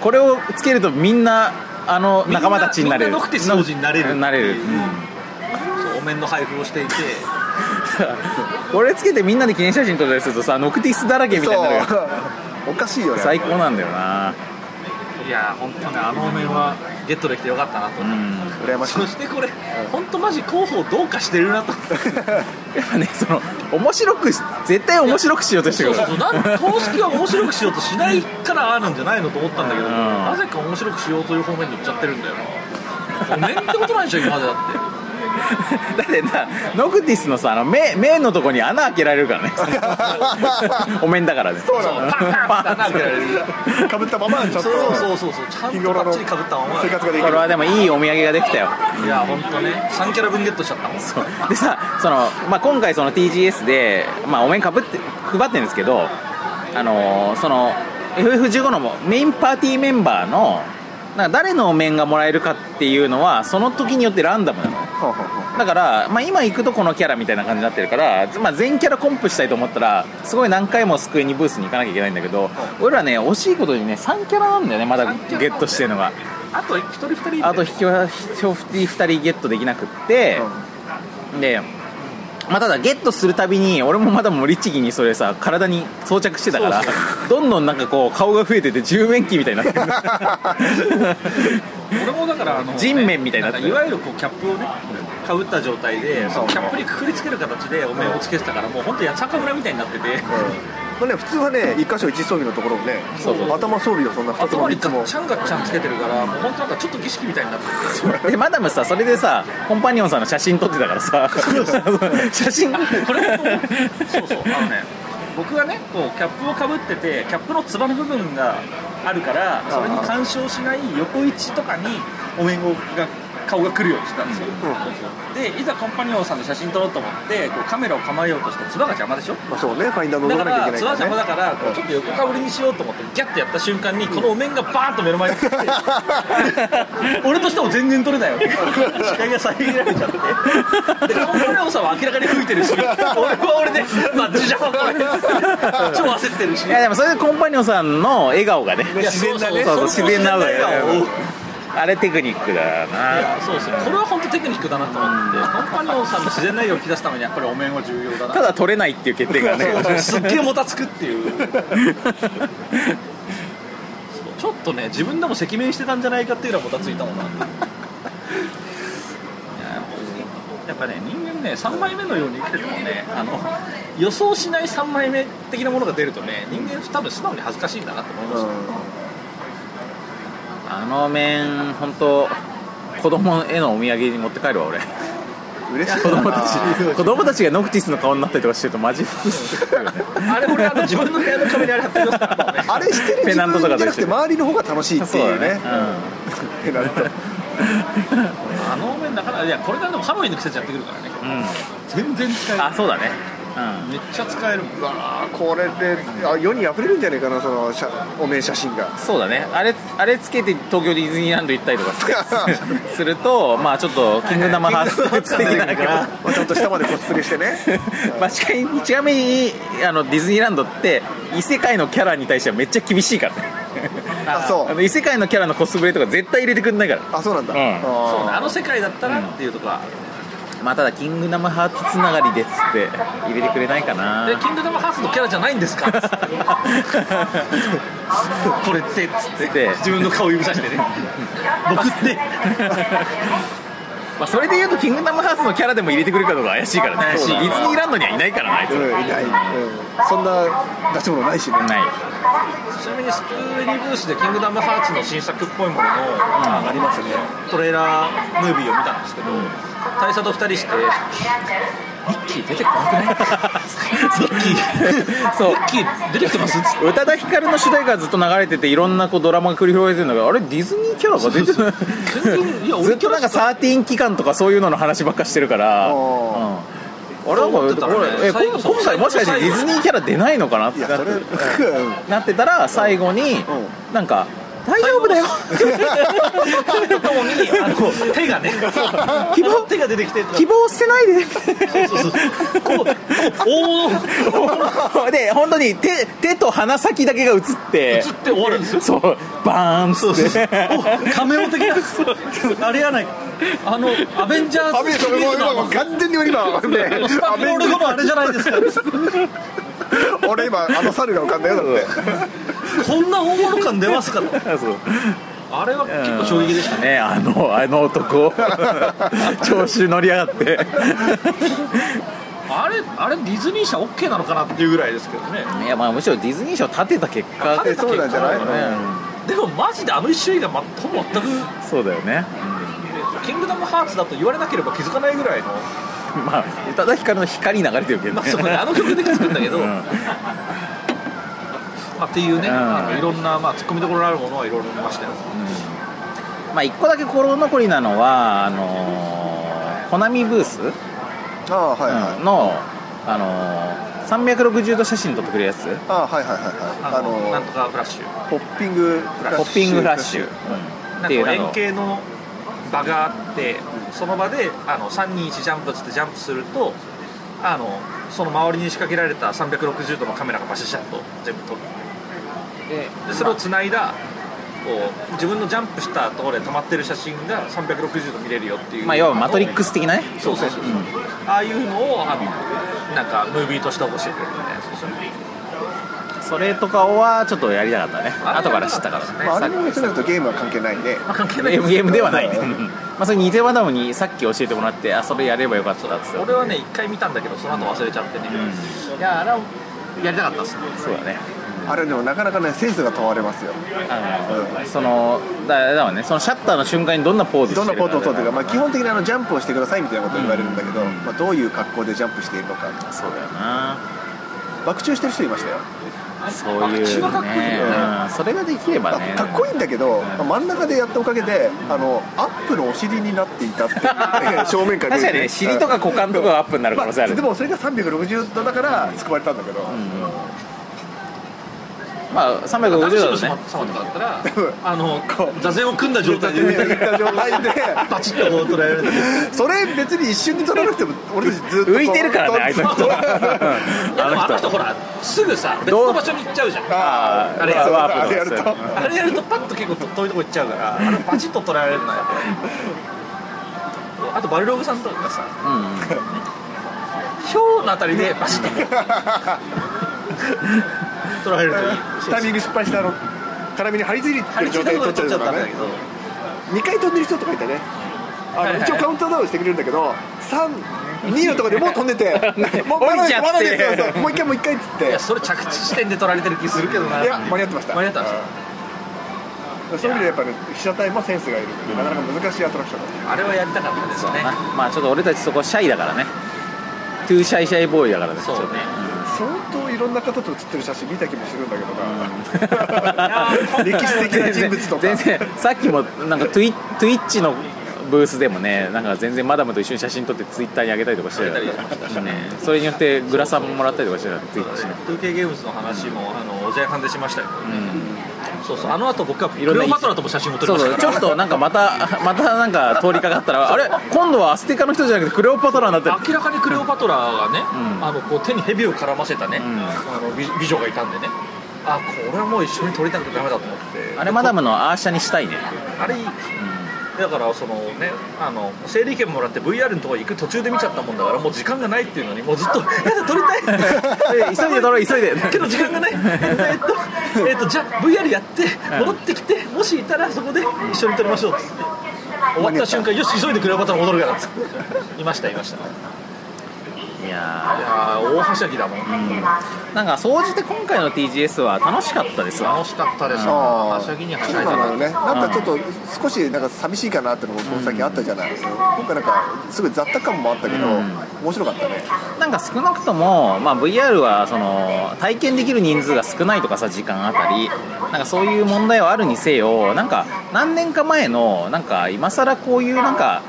S2: これをつけるとみんなあの仲間たちになれる
S4: みんなノクティス王子になれる
S2: なれる、
S4: そうお面の配布をしていて
S2: これつけてみんなで記念写真撮ったりするとさノクティスだらけみたいになるから
S7: そうおかしいよね
S2: 最高なんだよない
S4: やー本当ねあのお面はゲットできてよかったなと思って、
S7: 羨ましい
S4: そしてこれ本当マジ広報どうかしてるなと
S2: やっぱねその面白くし絶対面白くしようとして
S4: そ
S2: く
S4: う
S2: る
S4: そうそうなん公式は面白くしようとしないからああなんじゃないのと思ったんだけど、
S2: うん
S4: なぜか面白くしようという方面に行っちゃってるんだよなごめんってことないでしょ今までだって
S2: だってなノクティスのさあの目目のとこに穴開けられるからねお面だからねそう
S7: なの
S4: パンパンって穴開けられる
S7: かぶったままちょっと
S4: そうそうそうそうちゃん
S7: 日
S4: と
S7: 頃
S4: バ
S7: の
S4: ッチリかぶったまま
S7: 生活ができ
S2: これ
S7: る
S2: はでもいいお土産ができたよ
S4: いや本当ね3キャラ分ゲットしちゃったもんそう
S2: でさその、まあ、今回その TGS で、まあ、お面かぶって配ってるんですけどあのーその FF15 のメインパーティーメンバーのなんか誰の面がもらえるかっていうのはその時によってランダムなの
S7: ほうほうほう
S2: だから、まあ、今行くとこのキャラみたいな感じになってるから、まあ、全キャラコンプしたいと思ったらすごい何回も救いにブースに行かなきゃいけないんだけど俺らね惜しいことにね3キャラなんだよねまだゲットしてるのが
S4: あと一人二人
S2: あと引きは2人ゲットできなくって、で、まあ、ただゲットするたびに俺もまだもう律儀にそれさ体に装着してたからどんどんなんかこう顔が増えてて十面機みたいになってる
S4: 俺もだからあの
S2: 人面みたいになって
S4: ん
S2: る
S4: かいわゆるこうキャップをねかぶった状態でそのキャップにくくりつける形でお面をつけてたからもう本当八坂村みたいになってて
S7: まあね、普通はね、一箇所一装備のところをね、頭装備をそんな普通
S4: 頭
S7: の
S4: に
S7: いつ
S4: ガ
S7: も
S4: ッチャンガッチャンつけてるからもう本当なんかちょっと儀式みたいになってて
S2: でマダムさそれでさコンパニオンさんの写真撮ってたからさ写真
S4: これそうそうあのね僕がねこうキャップをかぶっててキャップのつばの部分があるからそれに干渉しない横位置とかにお面をが顔が来るようにしてたんですよ、でいざコンパニオンさんの写真撮ろうと思ってこうカメラを構えようとしてつばが邪魔でしょ
S7: まあそうね、ファインダーも
S4: だ
S7: 動
S4: か
S7: かなきゃい
S4: ら
S7: けない
S4: つ
S7: か
S4: ば邪魔
S7: ら、ね。
S4: だからこうちょっと横かぶりにしようと思ってギャッてやった瞬間にこのお面がバーンと目の前 に来て俺としても全然取れないわけ視界が遮られちゃってでコンパレオさんは明らかに吹いてるし俺は俺でまあ自社はこれ超焦ってるし
S2: いやでもそれでコンパニオンさんの笑顔がね
S4: 自然なね
S2: そうそう自然な笑顔
S4: いや
S2: あれテクニックだな
S4: そうですねこれは本当テクニックだなと思ってコンパレオさんの自然な笑顔を引き出すためにやっぱりお面は重要だな
S2: ただ取れないっていう欠点がね
S4: そうすっげえもたつくっていう ちょっとね自分でも赤面してたんじゃないかっていうのはもたついたもんないややっぱね人間ね3枚目のように生きててもねあの予想しない3枚目的なものが出るとね人間多分素直に恥ずかしいんだなと思いました、
S2: あの面本当子供へのお土産に持って帰るわ俺
S7: うん、嬉しい
S2: 子
S7: な
S2: 供たち子供たちがノクティスの顔になったりとかしてるとマジフするよね
S4: あれ俺あの自分の部屋の壁にあれ貼ってますからね
S7: あれしてる
S2: ペ
S7: 自
S2: ナントと
S7: 分
S2: か
S7: じ
S2: で
S7: ゃなくて周りの方が楽しいっていうねペナント
S4: あのお面だからいやこれからでもハロウィンの季節やってくるからね
S2: うん、うん、
S4: 全然使える
S2: あそうだねうん
S4: めっちゃ使えるもん
S7: うわーこれであ世に溢れるんじゃないかなその写お面写真が
S2: そうだねあれあれつけて東京ディズニーランド行ったりとか すするとまあちょっとキングダムハーツ的なから
S7: まあちゃんと下までコスプレしてね
S2: まあ、ちなみにちなみにあのディズニーランドって異世界のキャラに対してはめっちゃ厳しいからね
S7: あそ
S2: あ
S7: う
S2: の異世界のキャラのコスプレとか絶対入れてくんないから
S7: あそうなんだ、
S2: うん
S4: そうねあ
S7: あ
S4: の世界だったらっていうとこはある
S2: まあただキングダムハーツつながりでっつって入れてくれないかな
S4: でキングダムハーツのキャラじゃないんですか これってっつって
S2: で
S4: 自分の顔指さしてね 僕って
S2: まあ、それで言うとキングダムハーツのキャラでも入れてくるかどうか怪しいからね
S4: 怪しい
S2: ディズニーランドにはいないからなあいつ
S7: ーうんいない、うん、そんな出し物ないしね
S2: ない
S4: ちなみにスクールリブースでキングダムハーツの新作っぽいものの、ありますねトレーラームービーを見たんですけど、大佐と2人してミッキー出てこなくない ミッキー
S2: そう
S4: ミッキー出てきてますっつって
S2: 宇多田ヒカルの主題歌がずっと流れてていろんなこうドラマが繰り広げてるんだけどあれディズニーキャラが出てない
S4: 全然いや
S2: ず
S4: 俺
S2: っとなんか13期間とかそういうのの話ばっかしてるから、うん、
S7: あ
S2: あれなん
S4: そう思って
S2: か
S4: た
S2: こ
S4: らね
S2: れえこ
S4: 最後
S2: 今回もしかしてディズニーキャラ出ないのかなって
S7: いや
S2: な
S7: そ
S2: っ
S7: れ、
S2: て
S7: うん
S2: なってたら最後に
S7: う
S2: なんか「大丈夫だよ」
S4: とともに あ の手がね
S2: 希望
S4: 手が出てきて
S2: 希望捨てないで
S4: そうそうこうおお映
S2: で本当に手手と鼻先だけが映って
S4: って終わるんですよ
S2: そうバーンっつって
S4: カメオ的なあれやないあのアベンジャ
S7: ア
S4: ー
S7: ベ
S4: ズ
S7: ンジャーズもう今もう完全に今ね
S4: スパ
S7: ア
S4: ンロ
S7: ベ
S4: ー
S7: ン
S4: ル後のあれじゃないですか
S7: 俺今あの猿が浮かんだよだって
S4: こんな大物感出ますから
S2: そう
S4: あれは結構衝撃でしたね
S2: ねあのあの 男調子乗りやがって
S4: あれあれディズニー社 OK なのかなっていうぐらいですけどね
S2: いやまあむしろディズニー賞立てた結果
S7: えそうなんじゃない、
S4: でもマジであの一種類がまほぼ全く
S2: そうだよね
S4: キングダムハーツだと言われなければ気づかないぐらいの
S2: まあ宇多田ヒカルの光流れてるけど
S4: まあ
S2: ね
S4: そこであの曲で作るんだけど、
S2: うん
S4: まあ、っていうね、
S2: うん
S4: あのいろんな、まあ、突っ込みどころのあるものはいろいろ見ましたよ、
S2: まあ一個だけ心残りなのはあのーコナミブース
S7: ああはいはい、
S2: のあのー360度写真撮ってくれるやつ
S7: あはいはいはいはいあの
S4: なんとかフラッシュ
S7: ポッピングフラッシュ
S2: ポッピングフラッシュ
S4: なんかこう円形の場があってその場であの321ジャンプっつってジャンプするとあのその周りに仕掛けられた360度のカメラがバシャシャッと全部撮るでそれをつないだこう自分のジャンプしたところで止まってる写真が360度見れるよっていう
S2: まあ要はマトリックス的なね
S4: そうそうそう、ああいうのをあのなんかムービーとして起こしてくれるみたいなそうそう
S2: それとかはちょっとやりたかったね後から知ったから
S7: まあ、あれも別になるとゲームは関係ないんで
S4: 関係ない
S2: ゲームゲームではない
S7: うん
S2: うん まあそれ似てマダムにさっき教えてもらってあそれやればよかったっつって
S4: 俺はね一回見たんだけどその後忘れちゃってね、いやあれはやりたかったっすね
S2: そうだね
S7: あれでもなかなかねセンスが問われますよ、
S2: あ
S7: う
S2: のそのだだわねそのシャッターの瞬間にどんなポーズして
S7: ん、どん
S2: る
S7: なポーズを取ってるか、
S2: ま
S7: まあ、基本的にあのジャンプをしてくださいみたいなことを言われるんだけど、まあ、どういう格好でジャンプしているのか
S2: あそうだよな
S7: 爆中してる人いましたよ、
S2: そういう
S4: 口はかっこいいよ
S2: ね
S4: ね
S2: うんそれができればね
S7: あかっこいいんだけど、まあ真ん中でやったおかげであのアップのお尻になっていたってい う正面から
S2: 確か
S7: 見る
S2: にね尻とか股間とかがアップになる可能性ある
S7: まあ、でもそれが360度だから救われたんだけど、
S2: まあ360度
S4: ダルシム
S2: だね
S4: 様とかだったら、
S7: うん
S4: あの座禅を組んだ状態で
S7: 言った状態で
S4: バチッとこう捉えられ る
S7: それ別に一瞬で取らなくても俺たちずっとこう
S2: 浮いてるからねあいつの人
S4: いやでも
S2: あ
S4: あ
S2: の
S4: の
S2: 人
S4: 人ほらすぐさ別
S2: どう
S4: の場所に行っちゃうじゃん
S7: あ
S4: あれ
S7: ま
S2: ワープ
S7: あ
S2: の
S7: あれやると
S4: あれやるとパッと結構遠いとこ行っちゃうからあれバチッと捉えられるのよあとバルログさんとかがさひょうのあたりでバシッとこう捉えるといい
S7: タイミング失敗したあの絡みに張り付いてる状態で取っちゃうとかね
S4: ど
S7: 2回飛んでる人とかいたねあの一応カウントダウンしてくれるんだけど32のところでもう飛んで てもうまだですまだですそうそうもう一回もう一回っつって
S4: いやそれ着地地点で取られてる気するけどない
S7: や間に合ってました
S4: 間に合ってました
S7: うんそういう意味でやっぱね被写体もセンスがいるっていうなかなか難しいアトラクションだ
S4: あれはやりたかったですね
S2: まあちょっと俺たちそこシャイだからねトゥーシャイシャイボーイだからね
S4: そうね
S7: 相当いろんな方と写ってる写真見た気もするんだけど
S4: や
S7: な 歴史的な人物とか
S2: 全然さっきもなんかトゥイトゥイッチのブースでもねなんか全然マダムと一緒に写真撮ってツイッターに上げたりとかして
S4: 上げたりしましたしね
S2: うんそれによってグラサンももらったりとかしてたツイッチね
S4: 風景ゲームズの話も、あのおじゃやはんでしましたけど、そうそうあの後僕はいク
S2: ろんな
S4: レオパトラとも写真も撮り
S2: そ
S4: ま
S2: う
S4: した
S2: そうちょっとなんかまた またなんか通りかかったらあれ 今度はアステカの人じゃなくてクレオパトラになってる
S4: 明らかにクレオパトラがね、
S2: うん
S4: あのこう手に蛇を絡ませたね、
S2: ん
S4: あの美美女がいたんでねあこれはもう一緒に撮りたくてダメだと思って
S2: あれマダムのアーシャにしたいね
S4: あれだからそのねあの整理券もらって VR のところ行く途中で見ちゃったもんだからもう時間がないっていうのにもうずっと「え撮りたい!」
S2: え急いで撮 ろう急いで
S4: けど時間がないえっと、えっと、じゃあ VR やって戻ってきてもしいたらそこで一緒に撮りましょうっつって終わった瞬間よし急いでクレオパトラ戻るからっつっていましたいましたい
S2: いやー
S4: やー大はしゃぎだもん、
S2: なんか総じて今回の TGS は楽しかったですわ
S4: 楽しかったでしょ
S7: あ
S4: は
S7: あ
S4: しゃぎには
S7: そ
S4: し
S7: う
S4: ゃいだ
S7: なの
S4: な
S7: よねなんかちょっと少しなんか寂しいかなってのもこの先あったじゃない、今回なんかすごい雑多感もあったけど、面白かったね
S2: なんか少なくとも、まあ、VR はその体験できる人数が少ないとかさ時間あたりなんかそういう問題はあるにせよなんか何年か前のなんか今更こういうなんか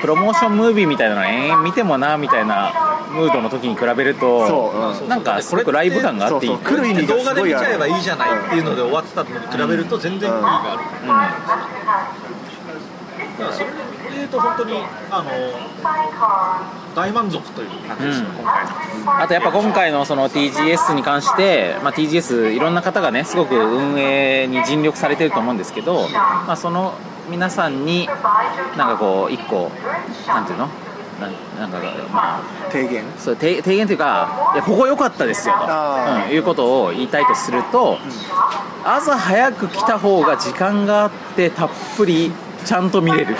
S2: プロモーションムービーみたいなの延々見てもなみたいなムードの時に比べると
S7: そう、
S2: なんかすごくライブ感があっていい
S7: そうそう来る意味が
S4: 動
S7: す
S4: 画で
S7: ご
S4: 見
S7: い
S4: ち
S7: あ
S4: ゃえ
S7: る
S4: ばいいじゃないっていうので終わってたのに比べると全然意味がある、だからそれで言うと本当にあの大満足という感じでした、
S2: うん
S4: 今回の
S2: あとやっぱ今回のその TGS に関して、まあ、TGS いろんな方がねすごく運営に尽力されてると思うんですけど、まあ、その皆さんになんかこう一個なんていうのなんなんかまあ
S7: 提言
S2: そう提提言というかいやここ良かったですよと、
S7: あ
S2: うん、いうことを言いたいとすると、朝早く来た方が時間があってたっぷりちゃんと見れる、う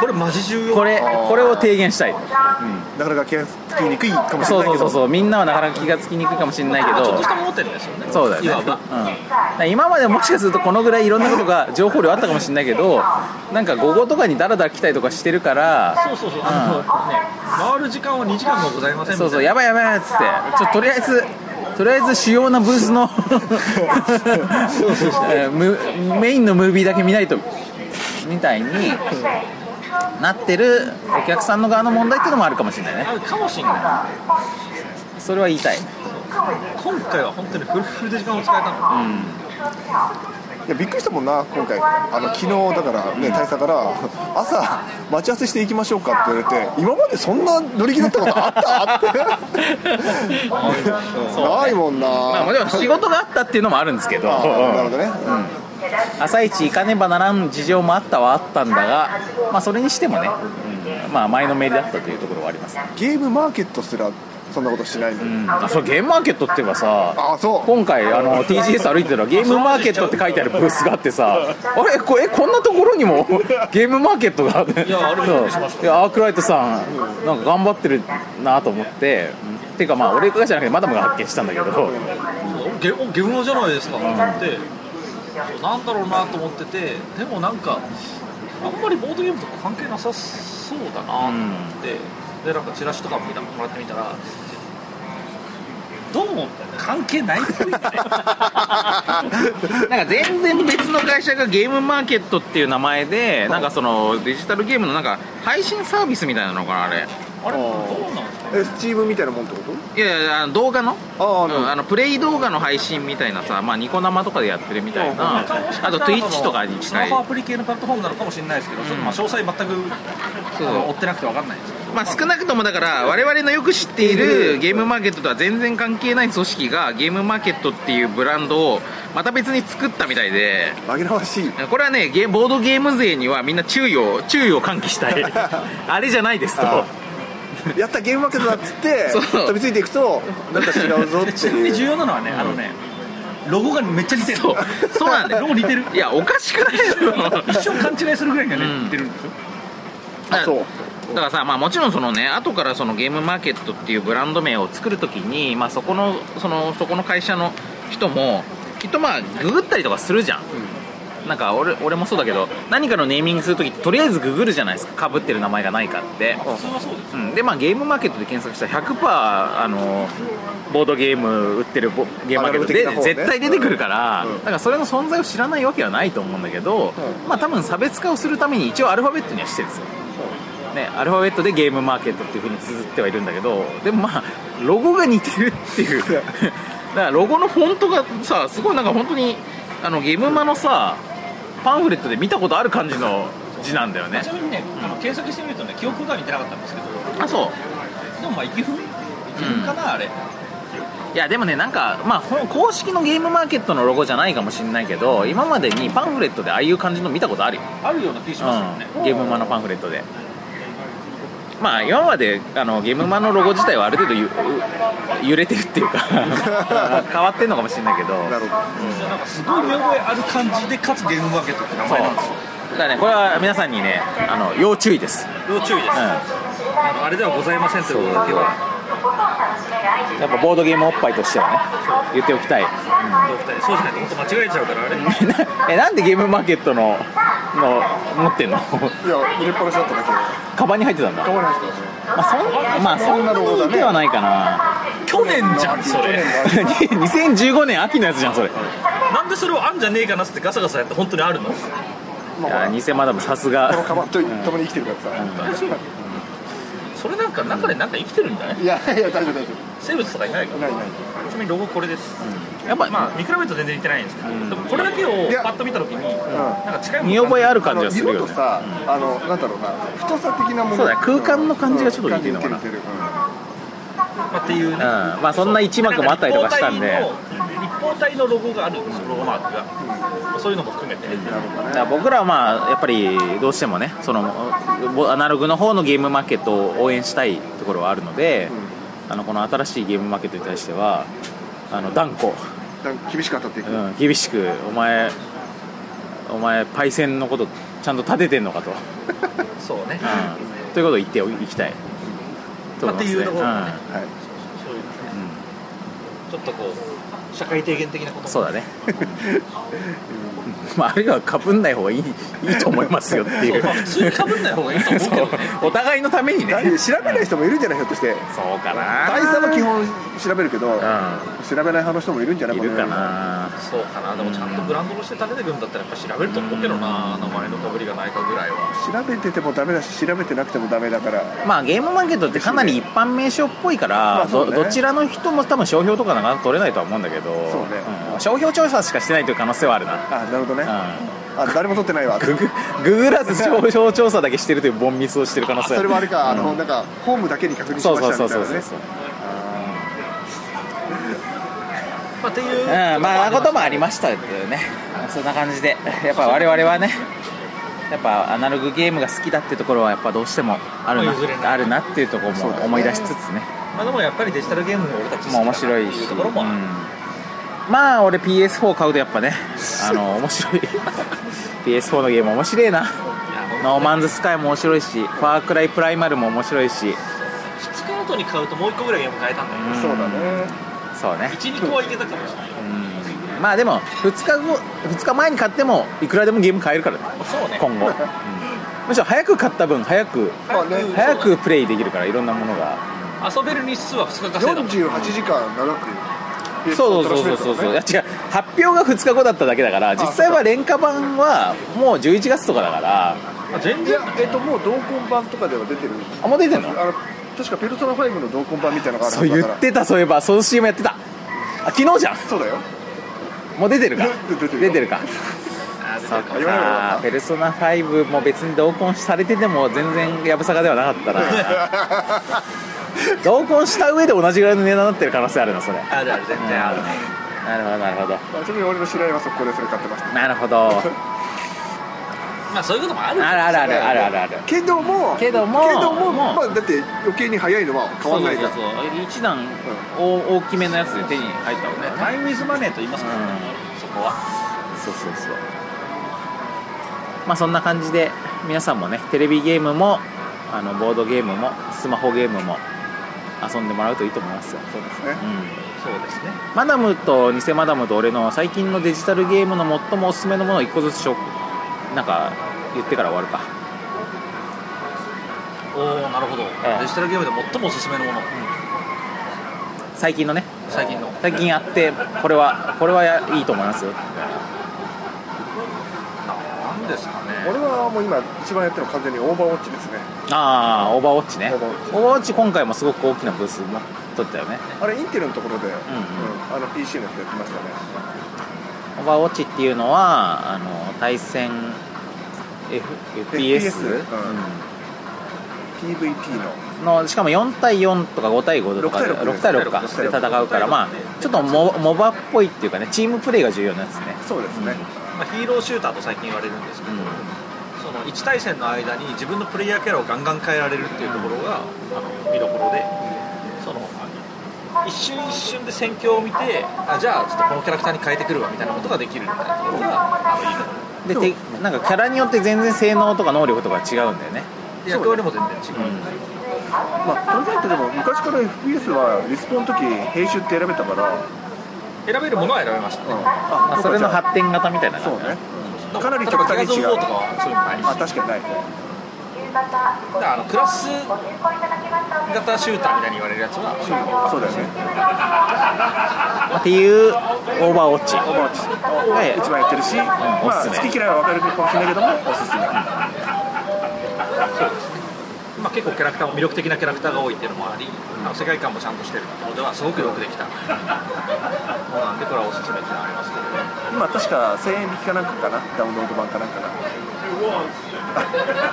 S4: これマジ重
S2: ん、
S4: 要
S2: これこれを提言したい
S7: なかなか気がつきにくいかもしれ
S2: そう
S7: な
S2: そう
S7: いけ
S2: そう
S7: ど
S2: そうみんなはなかなか気がつきにくいかもしれないけど
S4: ちょっとした盲点ですよね
S2: そうだよね、
S4: い
S2: うん
S4: わば、
S2: だから今までもしかするとこのぐらいいろんなことが情報量あったかもしれないけどなんか午後とかにダラダラ来たりとかしてるから
S4: そうそうそうあの、ね回る時間は2時間もございませんみた
S2: そそ
S4: いうな
S2: うやばいやばいやばいっつってちょとりあえずとりあえず主要なブースの えーむメインのムービーだけ見ないとみたいになってるお客さんの側の問題っていうのもあるかもしれないね
S4: あるかもしれない
S2: それは言いたい
S4: 今回は本当にフルフルで時間を使えたの、
S7: いやびっくりしたもんな今回あの昨日だからね大佐から「朝待ち合わせしていきましょうか」って言われて「今までそんな乗り気だったことあった?」ってないもんな、
S2: まあもちろん仕事があったっていうのもあるんですけど
S7: あーなるほどね、
S2: 朝一行かねばならん事情もあったはあったんだが、まあ、それにしてもね、まあ、前のめりだったというところはあります、
S7: ゲームマーケットすらそんなことしないの、
S2: うん、あそうゲームマーケットっていえばさ
S7: あそう
S2: 今回あの TGS 歩いてたらゲームマーケットって書いてあるブースがあってさあれこえこんなところにも ゲームマーケットがあっていやあれいやアークライトさんなんか頑張ってるなと思って、うんていうかまあ俺がじゃなくてマダムが発見したんだけど
S4: ゲおゲームのじゃないですかと思って、なんだろうなと思っててでもなんかあんまりボードゲームとか関係なさそうだなと思って、でなんかチラシとかも見たもらってみたらどうも関係ないっぽい ね
S2: なんか全然別の会社がゲームマーケットっていう名前でなんかそのデジタルゲームのなんか配信サービスみたいなのかなあれ
S4: あれどうなんですか
S7: えスチームみたいなもんってこと
S2: いやいやあの動画の
S7: ああ
S2: うんあのプレイ動画の配信みたいなさ、まあ、ニコ生とかでやってるみたいな、あと Twitch とかに
S4: ス
S2: 近
S4: マ
S2: い、
S4: ホアプリ系のプラットフォームなのかもしれないですけど、ちょっとまあ詳細全く
S2: そう
S4: あの追ってなくて分かんないですけど
S2: まあ、少なくともだから、我々のよく知っているゲームマーケットとは全然関係ない組織が、ゲームマーケットっていうブランドをまた別に作ったみたいで、
S7: 紛らわしい
S2: これはね、ゲーボードゲーム勢にはみんな注意を注意を喚起した い、あれじゃないですと。
S7: あやったゲームマーケットだっつって
S2: そう
S7: 飛びついていくとなんか違う ぞって
S4: でちなみ
S7: い
S4: に
S7: う
S4: 重要なのはね、あのねロゴがめっちゃ似てる
S2: そうそうなんだよ
S4: ロゴ似てる
S2: いやおかしくないだろ
S4: 一瞬勘違いするぐらいがね、
S2: うん
S4: 似てるんでしょ
S7: あそう
S2: だからさ、まあ、もちろんそのね後からそのゲームマーケットっていうブランド名を作るときに、まあ、そこのそのそこの会社の人もきっとまあググったりとかするじゃん、なんか俺俺もそうだけど何かのネーミングするときってとりあえずググるじゃないですかかぶってる名前がないかって、
S4: 普通はそうです
S2: うん、でまあゲームマーケットで検索したら100%あのボードゲーム売ってるボゲームマーケット
S7: アナログ
S2: で
S7: 的な方ね
S2: 絶対出てくるから、
S7: うん
S2: だからそれの存在を知らないわけはないと思うんだけど、まあ多分差別化をするために一応アルファベットにはしてるんですよ、ね、アルファベットでゲームマーケットっていうふうに綴ってはいるんだけどでもまあロゴが似てるっていう だからロゴのフォントがさすごいなんか本当にあのゲームマのさパンフレットで見たことある感じの字なんだよね
S4: ちなみにね、あの検索してみるとね、記憶が似てなかったんですけど、
S2: あそう
S4: でもまあ、息踏み息踏みかな、あれ。
S2: いやでもねなんか、まあ、ほん公式のゲームマーケットのロゴじゃないかもしれないけど今までにパンフレットでああいう感じの見たことあるよ、
S4: あるような気しますよね。
S2: うん、ゲームマのパンフレットでまあ今まであのゲームマのロゴ自体はある程度ゆう揺れてるっていうか 変わってんのかもしれないけど
S7: なるほど
S4: じゃあなんかすごい見覚えある感じで、かつゲームマーケットって名
S2: そう
S4: 前なんですよ。
S2: だからねこれは皆さんにねあの要注意です、
S4: 要注意です。
S2: うん、や
S4: あれではございませんということだけは、
S2: っぱボードゲームおっぱいとしてはね言っておきたい
S4: お二人、そうじゃないと本当間違えちゃうから、あれ。
S2: えなんでゲームマーケットのの持ってんの
S7: いや入れっぱなしだっただけ
S2: カバンに入ってたんだ
S7: 変わらないです
S2: まあそん,、まあ、そんなにではないかな、
S4: 去年じゃん、そ れ。
S2: 2015年秋のやつじゃんそれい
S4: なんでそれをあんじゃねえかなっつってガサガサやって、本当にあるの
S2: や偽マダムさす
S7: この
S2: が
S7: カバンと共に生きてるからさ
S4: それなんか中でなんか生きてるんじゃない
S7: いやいや大丈夫大丈
S4: 生物とかいないか
S7: 夫
S4: ら。
S7: ないない
S4: ちなみにロゴこれです。
S2: やっぱ、
S4: まあ、見比べると全然似てないんですけど、でもこれだけをパッと見たときに、なんか近いも
S2: 見
S4: の
S2: 覚えある
S7: あ
S2: 感じ
S7: の
S2: がする
S7: 色
S2: よ
S7: と
S2: ね
S7: さあのなんだろうな太さ的なもの
S2: そうだね空間の感じがちょっと似てるの
S7: の
S2: かな
S7: 似てる似てる
S4: まあっていうね、
S2: うんまあそんな一幕もあったりとかしたんで
S4: 立方体のロゴがあるんですよロゴマークが、そういうのも含めて、
S2: だから僕らはまあやっぱりどうしてもねそのぼアナログの方のゲームマーケットを応援したいところはあるので、あのこの新しいゲームマーケットに対してはあの断固、
S7: うんだから厳しく当たっていく
S2: うん、厳しくお前お前パイセンのことちゃんと立ててんのかと
S4: そうね、
S2: うんということを言っていきたいと思います、ね。
S4: まあっていうところだね
S7: はい
S4: そういうね、ちょっとこう社会提言的なこ
S2: うん
S4: と
S2: そうだね。 まああるいはかぶんない方がいいいいと思いますよっていう。
S4: まあ普通にかぶんない方がいいと思うけどね
S2: そうお互いのためにね。
S7: 調べない人もいるんじゃないひょっとして
S2: そうか
S7: 大
S2: な。
S7: 佐は基本調べるけど、調べない派の人もいるんじゃない
S2: いるか
S7: この世に
S2: な
S4: そうかなでもちゃんとブランドとして立ててくんだったらやっぱ調べると思うけどな名前のかぶりがないかぐらいは
S7: 調べててもダメだし調べてなくてもダメだから
S2: まあゲームマーケットってかなり一般名称っぽいから、
S7: まあそうね
S2: どどちらの人も多分商標とかなかなか取れないとは思うんだけど
S7: そうね
S2: うん商標調査しかしてないという可能性はあるな、
S7: あなるほどね、あ
S2: うん
S7: 誰も撮ってないわ
S2: ググググらず商標調査だけしてるという凡ミスをしてる可能性
S7: それはあれか、あの
S2: うん
S7: なんかホームだけに確認し
S2: そう
S7: まし
S2: そう
S7: た
S2: そ
S7: み
S2: う
S7: たい
S2: そうそうそう
S4: まあ
S7: なね
S4: っていう
S2: うんまあなこともありましたけどねそんな感じでやっぱ我々はねやっぱアナログゲームが好きだってところはやっぱどうしてもある
S4: まあ譲れない
S2: なあるなっていうところも思い出しつつね
S4: まあでもやっぱりデジタルゲームの俺たち好きだ
S2: まあ
S4: な
S2: 面
S4: って
S2: 白いし
S4: うところもある、
S2: うんまあ俺 PS4 買うとやっ ぱねあの面白い PS4 のゲーム面白いなノーマンズスカイも面白いしファークライプライマルも面白いし
S4: 2日ごとに買うともう1個ぐらいゲーム変えたんだよ、
S2: うん
S7: そうだね
S2: そうね
S4: 12個はいけたかもしれない、
S2: うんまあでも2日後2日前に買ってもいくらでもゲーム買えるからね
S4: そうね
S2: 今後、うんむしろ早く買った分早く
S7: まあね
S2: 早くプレイできるからいろんなものが
S4: 遊べる日数は2日稼いだもん
S7: 48時間長く
S2: そうそうそうそうそういや違う発表が2日後だっただけだから実際は廉価版はもう11月とかだから
S4: あ全
S7: い
S4: 然
S7: やえっともう同梱版とかでは出てる
S2: あもう出てんの
S7: あの確かペルソナ5の同梱版みたいなのがある
S2: そ
S7: は
S2: う
S7: ずだ
S2: 言
S7: から
S2: ってたそういえばその CM やってたあ昨日じゃん
S7: そうだよ
S2: もう出てるか
S7: 出てるよ
S2: 出てるかそっ
S7: 言わなきゃよか
S2: か
S7: った
S2: ペルソナ5も別に同梱されてても全然やぶさかではなかったな 同梱した上で同じぐらいの値段になってる可能性あるなそれな
S4: あるある全然あるね
S2: るほどなるほど
S7: あちなみに俺の知り合いは速攻でそれ買ってました
S2: なるほど
S4: まあそういうこともある
S2: あるあるあるあるあるある
S7: けども
S2: けども
S7: けども
S2: もう
S7: まあだって余計に早いのは変わんないじゃん
S2: そうそうそうそう一段大大きめのやつで手に入ったもんね
S4: タイムイズマネーと言いますからね、そこは
S2: そうそうそうまあそんな感じで皆さんもねテレビゲームもあのボードゲームもスマホゲームも遊んでもらうといいと思いますよ、
S7: そうですね
S2: うん、
S4: そうですね
S2: マダムと偽マダムと俺の最近のデジタルゲームの最もおすすめのものを1個ずつ紹なんか言ってから終わるか
S4: おおなるほど、デジタルゲームで最もおすすめのもの、
S2: 最近のね
S4: 最近の
S2: 最近やってこれはこれはやいいと思いますよ
S4: 何ですかね
S7: 俺はもう今一番やってるのは完全にオーバーウォッチですね
S2: ああオーバーウォッチね
S7: オ
S2: オー
S7: ーバ
S2: バ
S7: ーウ
S2: ーウォッ
S7: ォッチ
S2: チ今回もすごく大きなブースも取ったよね
S7: あれインテルのところで、うんあの PC のやつやってましたね
S2: オーバーウォッチっていうのはあの対戦 F FPS
S7: FPS う PVP の
S2: うんのしかも4対4とか5対5とかで
S7: 6
S2: 6
S7: 対
S2: 対
S7: 6
S2: 6か
S7: 6
S2: で
S7: 対6
S2: 戦うからまあちょっとモモバっぽいっていうかねチームプレーが重要なやつね
S7: そうですね、
S4: まあ、ヒーローシューターと最近言われるんですけど、
S2: うん
S4: その1対戦の間に自分のプレイヤーキャラをガンガン変えられるっていうところが、あの見どころでその一瞬一瞬で戦況を見てあじゃあちょっとこのキャラクターに変えてくるわみたいなことができるみたいなところがあのいいかな
S2: でてなんかキャラによって全然性能とか能力とか違うんだよね
S4: で役割も全然違う、
S7: まあ、その前ってでも昔から FPS はリスポンの時編集って選べたから、
S4: 選べるものは選べましたね、
S7: あ
S2: まあそれの
S7: じゃあ
S2: 発展型みたいな
S7: そう
S2: 感じだ
S7: ね
S2: ね
S7: かなり
S4: 例えば
S7: 極
S4: ギ
S7: 端
S4: ャ
S7: に
S4: ゾン
S7: 違
S4: ウォ
S7: う
S4: ーとかはそういうのないし
S7: あ確かにない
S4: だからあのクラス型シューターみたいに言われるやつは
S7: そうだよね
S2: まあっていうオーバーウォッチ
S7: オーバーウォッチ
S2: はい
S7: 一番やってるし、
S2: お
S7: まあ、
S2: すすめ
S7: 好き嫌いは分かれるかもしれないけどもおすすめ
S4: まあ、結構キャラクターも魅力的なキャラクターが多いっていうのもあり、あの世界観もちゃんとしてるってことではすごくよくできたものなんでこれはおすすめっていうのはありますけどね
S7: 今確か1000円引きかなんかかなダウンロード版かなんかなあ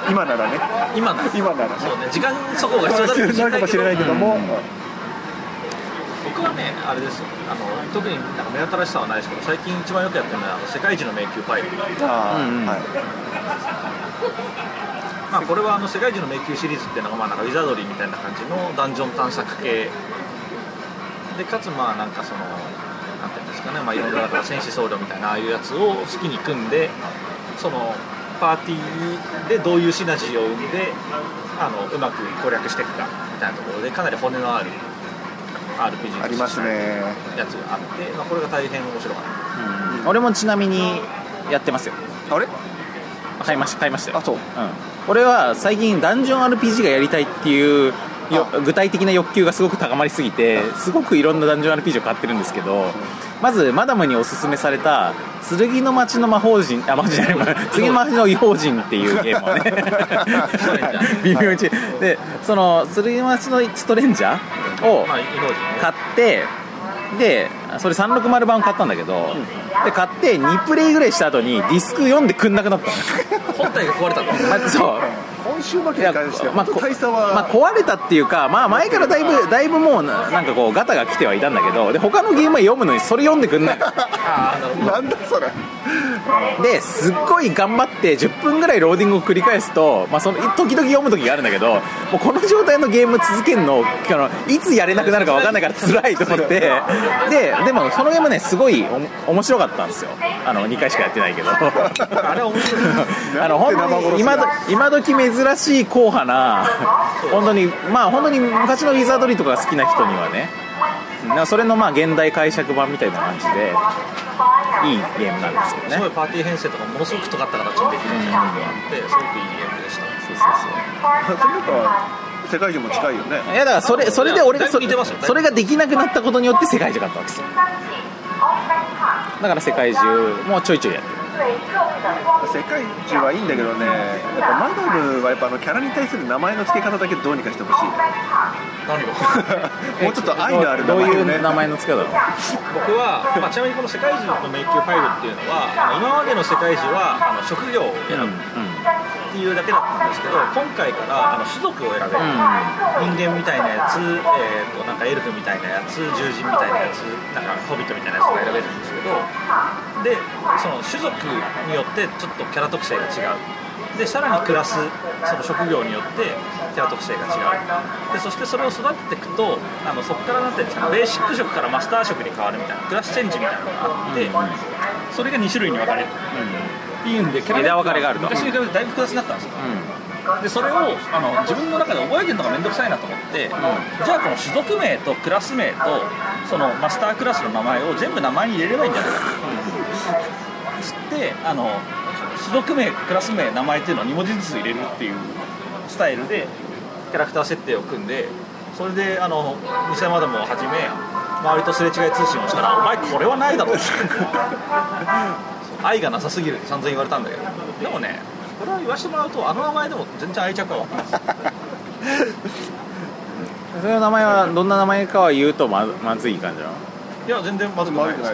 S7: 今ならね
S4: 今の
S7: 今ならね
S4: そうね時間そこが必要だった
S7: なるかもしれないけども、
S4: 僕はねあれですよあの特になんか目新しさはないですけど最近一番よくやってるのはあの世界一の迷宮ファイル
S7: あ
S2: う
S7: あ、
S2: んうん
S7: はい
S4: まあ、これはあの世界中の迷宮シリーズっていうのがまあなんかウィザードリーみたいな感じのダンジョン探索系でかつまあなんかそのなんていうんですかね、まあ、いろいろだから戦士僧侶みたいなああいうやつを好きに組んでそのパーティーでどういうシナジーを生んであのうまく攻略していくかみたいなところでかなり骨のある RPG
S7: ありますね
S4: やつがあって、まあ、これが大変面白かった
S2: うん俺もちなみにやってますよ
S7: あれ
S2: 買いました買いましたよ
S7: あそう
S2: うん、俺は最近ダンジョン RPG がやりたいっていうよ具体的な欲求がすごく高まりすぎてすごくいろんなダンジョン RPG を買ってるんですけどまずマダムにおすすめされた「剣の町の魔法人」あ魔法人じゃない剣の町の異邦人っていうゲームをね 微妙に違うでその剣の町のストレンジャーを
S4: まあ、イメージね
S2: 買ってでそれ360版を買ったんだけど、で買って2プレイぐらいした後にディスク読んでくんなくなった
S8: 本体が壊 れた の
S2: のあそう
S7: 今週負け
S2: い
S7: に
S2: や
S7: 関しては、
S2: まあ
S7: 本当大差は、
S2: まあ、壊れたっていうか、まあ、前からだいぶだいぶもうななんかこうガタが来てはいたんだけどで他のゲームは読むのにそれ読んでくんない
S7: なんだそれ
S2: ですっごい頑張って10分ぐらいローディングを繰り返すと、まあ、その時々読む時があるんだけどもうこの状態のゲーム続けるのあのいつやれなくなるか分かんないから辛いと思ってででもそのゲームねすごいお面白かったんですよあの2回しかやってないけどあれ面白いあの本当に今ど今時珍しい硬派な本当にまあ本当に昔のウィザードリーとかが好きな人にはねなそれのまあ現代解釈版みたいな感じでいいゲームなんですけどね
S4: すごいパーティー編成とかものすごく尖った形にできるみたいなのがあってすごくいいゲームでした
S2: そうそうそ
S7: それなんか世界中も近いよね
S2: ういやだからそれそれで俺がそ
S4: だいぶ似てますよ
S2: それができなくなったことによって世界中買ったわけですよだから世界中もうちょいちょいやってる
S7: 世界一はいいんだけどねやっぱマダムはやっぱあのキャラに対する名前の付け方だけどうにかしてほしい
S4: 何が
S7: もうちょっと愛のある名
S2: どう
S7: 前
S2: い
S7: をね
S2: う名前の付け方だ
S4: 僕は、まあ、ちなみにこの「世界中の迷宮ファイブっていうのはあの今までの「世界中はあの職業を選
S2: ろう
S4: ぶっていうだけだったんですけど今回からあの種族を選べる、人間みたいなやつ、えー、となんかエルフみたいなやつ獣人みたいなやつなんかホビットみたいなやつが選べるんですけどでその種族によってちょっとキャラ特性が違うでさらに暮らすその職業によってキャラ特性が違うでそしてそれを育てていくとあのそこからなんていうんですかねベーシック職からマスター職に変わるみたいなクラスチェンジみたいなのがあって、それが2種類に分かれる、っていうんでキャラ
S2: 枝分かれがあると
S4: 昔に比べてだいぶ複雑になったんですよでそれをあの自分の中で覚えてるのが面倒くさいなと思って、じゃあこの種族名とクラス名とそのマスタークラスの名前を全部名前に入れればいいんじゃないかとつってあの種族名クラス名名前っていうのを2文字ずつ入れるっていうスタイルでキャラクター設定を組んでそれであの偽マダムをはじめ周りとすれ違い通信をしたら「お前これはないだろ」愛がなさすぎるって散々言われたんだけどでもねこれは言わせてもらうとあの名前でも全然愛着は湧きます
S2: うんそれの名前はどんな名前かは言うとまずまずい感じなの
S4: いや全然まずくないです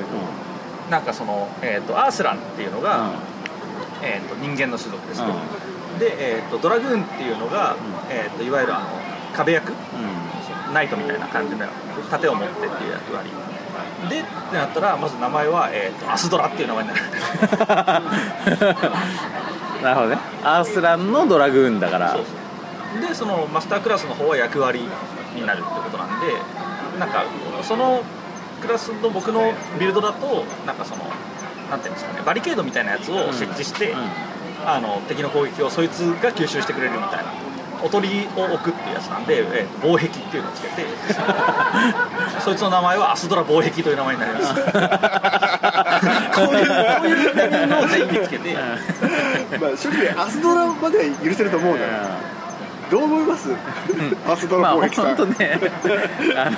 S4: なんかその、えー、とアースランっていうのが、えー、と人間の種族ですね、で、えー、とドラグーンっていうのが、えー、といわゆるあの壁役 ナイトみたいな感じの盾を持ってっていう役割でってなったらまず名前は、えー、とアスドラっていう名前になる
S2: なるほどねアースランのドラグーンだから
S4: そうそうでそのマスタークラスの方は役割になるってことなんでなんかそのクラスの僕のビルドだとなんかそのなんていうんですかねバリケードみたいなやつを設置して、あの敵の攻撃をそいつが吸収してくれるみたいなおとりを置くっていうやつなんで、えー防壁っていうのをつけてそいつの名前はアスドラ防壁という名前になりますこういうこういう名前のを全員でつけて
S7: まあ正直アスドラまでは許せると思うのよどう思いますアスド
S2: ま
S7: ラ
S2: あ
S7: 貿
S2: 本
S7: 易さん、
S2: 当 ねあの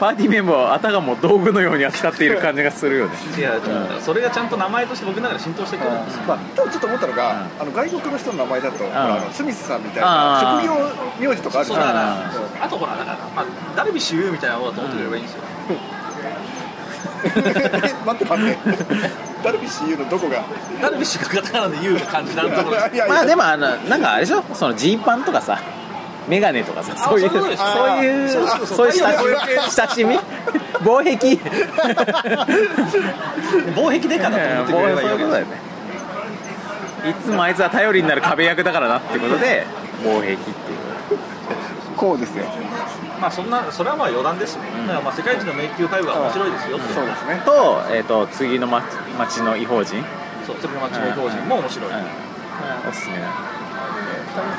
S2: パーティーメンバーをあたかも道具のように扱っている感じがするよね
S4: いやそれがちゃんと名前として僕の中で浸透してくるんですよ
S7: まあ、ただちょっと思ったのが、あの外国の人の名前だと、ほらあのスミスさんみたい
S2: あ
S7: な
S2: ー
S7: 職業名字とかあるじ
S4: そうだか
S7: ゃん
S4: らあとほらだから、まあ、ダルビッシュ有みたいなものだと思ってくれればいいんですよ、
S7: え待って待ってダルビッシュ有のどこが
S4: ダルビッシュがカタカナで有が感じなんところ
S7: いやいや
S2: まあでもあのなんかあれでしょそのジーパンとかさメガネとかさそういう
S4: そう
S2: そう
S4: い
S2: いうう
S4: ことそ
S7: そう
S2: そうい
S4: うそう
S2: う
S4: 太陽の光景
S2: 親しみ防壁
S4: 防壁でかだと思ってくれればいいわけですよ
S2: いつもあいつは頼りになる壁役だからなってことで防壁っていう
S7: こうですよ
S4: まあそんなそれはまあ余談ですね、だからまあ世界一の迷宮5は面白いですよって
S7: そうですね
S2: と,、えー、と次の町町の異邦人、
S4: そうそれの街の表人も面白い、
S2: おすすめ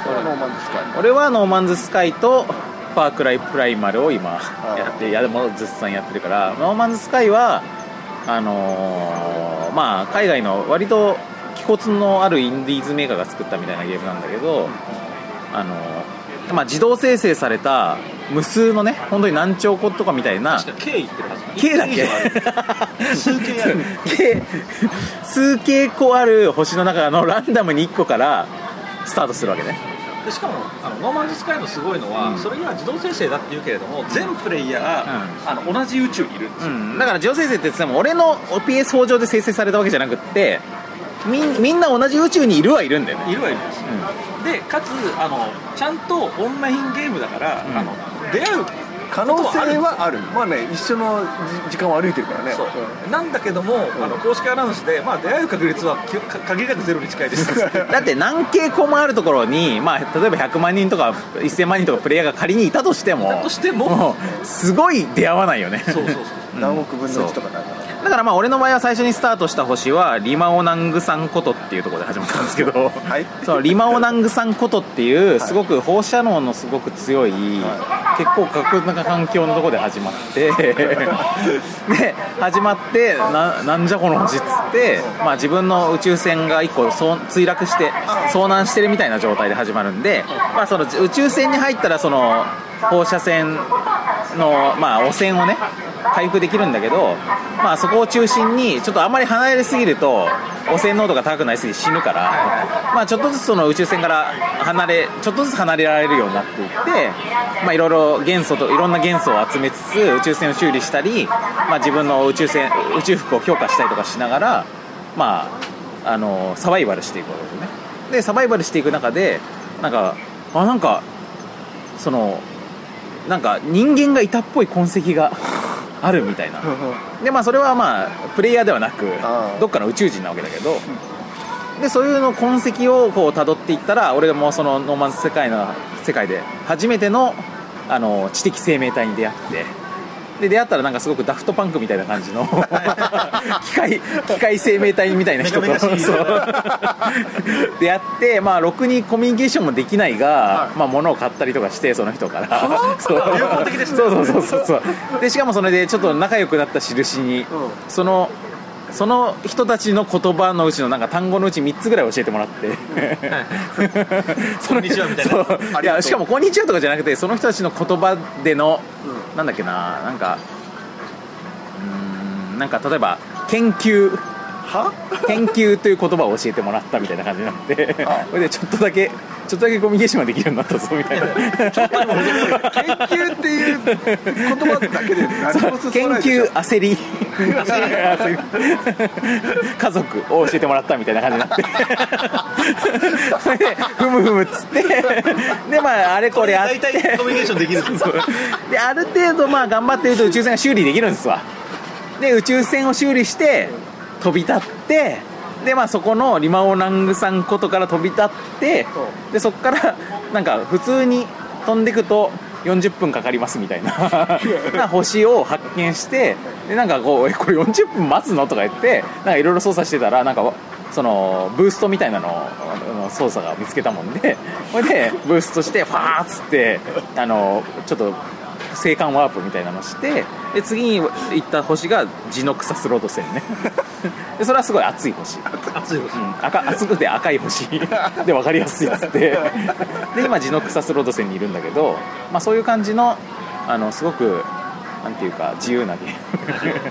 S7: それはノーマンズスカイ
S2: 俺はノーマンズスカイとファークライプライマルを今
S7: ー
S2: やっていやでも絶賛やってるからノーマンズスカイはあのーまあ海外の割と気骨のあるインディーズメーカーが作ったみたいなゲームなんだけど、あのーまあ、自動生成された無数のね本当に何兆個とかみたいな
S4: 確か K 言ってるはず
S2: K だっ
S4: 以上
S2: け
S4: ある 数形ある
S2: K 数形個ある星の中のランダムに1個からスタートするわけね
S4: でしかもあのノーマルズスカイのすごいのは、それには自動生成だっていうけれども全プレイヤーが、あの同じ宇宙にいるんですよ、
S2: うん、だから自動生成って言っても俺の PS4 上で生成されたわけじゃなくってみんみんな同じ宇宙にいるはいるんだよね
S4: いるはいるんですよ、でかつあのちゃんとオンラインゲームだから、あの出会う
S7: 可能性はあるまあね一緒のじ時間を歩いてるからね
S4: そう
S7: う
S4: なんだけども、あの公式アナウンスで、まあ、出会う確率はきか限りなくゼロに近いです
S2: だって何傾向もあるところに、まあ、例えば100万人とか1000万人とかプレイヤーが仮にいたとしても
S4: だとしても
S2: もうすごい出会わないよね
S4: そうそうそう
S7: うん何億分の1とかだから
S2: だからまあ俺の場合は最初にスタートした星はリマオナングさんことっていうところで始まったんですけど、
S7: い
S2: そのリマオナングさんことっていうすごく放射能のすごく強い、結構過酷な環境のところで始まって で始まってななんじゃこの星っつって、まあ、自分の宇宙船が1個そう墜落して遭難してるみたいな状態で始まるんで、まあ、その宇宙船に入ったらその放射線の、まあ、汚染をね回復できるんだけど、まあ、そこを中心にちょっとあんまり離れすぎると汚染濃度が高くなりすぎて死ぬから、まあ、ちょっとずつその宇宙船から離れちょっとずつ離れられるようになっていって、まあ、いろいろ元素といろんな元素を集めつつ宇宙船を修理したり、まあ、自分の宇宙船宇宙服を強化したりとかしながら、まあ、あのサバイバルしていくわけですねでサバイバルしていく中でなんかあなんかそのなんか人間がいたっぽい痕跡が あるみたいなでまあそれはまあプレイヤーではなく
S7: あー
S2: どっかの宇宙人なわけだけどでそういうの痕跡をこう辿っていったら俺がもうそのノーマンズ世界の世界で初めてのあの知的生命体に出会ってで出会ったらなんかすごくダフトパンクみたいな感じの 機械機械生命体みたいな人と
S4: めちゃめちゃしい
S2: そう 出会ってまあろくにコミュニケーションもできないが、まあ物を買ったりとかしてその人から そう
S4: 友好的ですね
S2: そうそうそうそうそうでしかもそれでちょっと仲良くなった印に、そのその人たちの言葉のうちのなんか単語のうち3つぐらい教えてもらって、その
S4: こんにちはみたいな
S2: そういやしかも「こんにちは」とかじゃなくてその人たちの言葉での、なんだっけななんかうーんなんか例えば「研究」研究という言葉を教えてもらったみたいな感じになってそれでちょっとだけちょっとだけコミュニケーションができるようになったぞみたいな
S7: 研究っていう言葉だけで何も進
S2: 研
S7: まないでしょ
S2: 究焦り焦り 家族を教えてもらったみたいな感じになってそれで ふむふむっつってでまああれこれあっ
S4: 大
S2: て
S4: 体コミュニケーションできる
S2: である程度まあ頑張ってると宇宙船が修理できるんですわで宇宙船を修理して飛び立ってでまあそこのリマオラングさんことから飛び立ってでそこからなんか普通に飛んでくと40分かかりますみたいなな星を発見してでなんかこうえ「これ40分待つの?」とか言ってなんかいろいろ操作してたらなんかそのブーストみたいなのをあの操作が見つけたもんでそれでブーストしてファーッつってあのちょっと青函ワープみたいなのしてで次に行った星がジノクサスロード線ね でそれはすごい熱い星、う
S4: 熱いです
S2: ん、赤熱くて赤い星 で分かりやすいっつってで今ジノクサスロード線にいるんだけど、まあ、そういう感じのあのすごくなんていうか自由なゲーム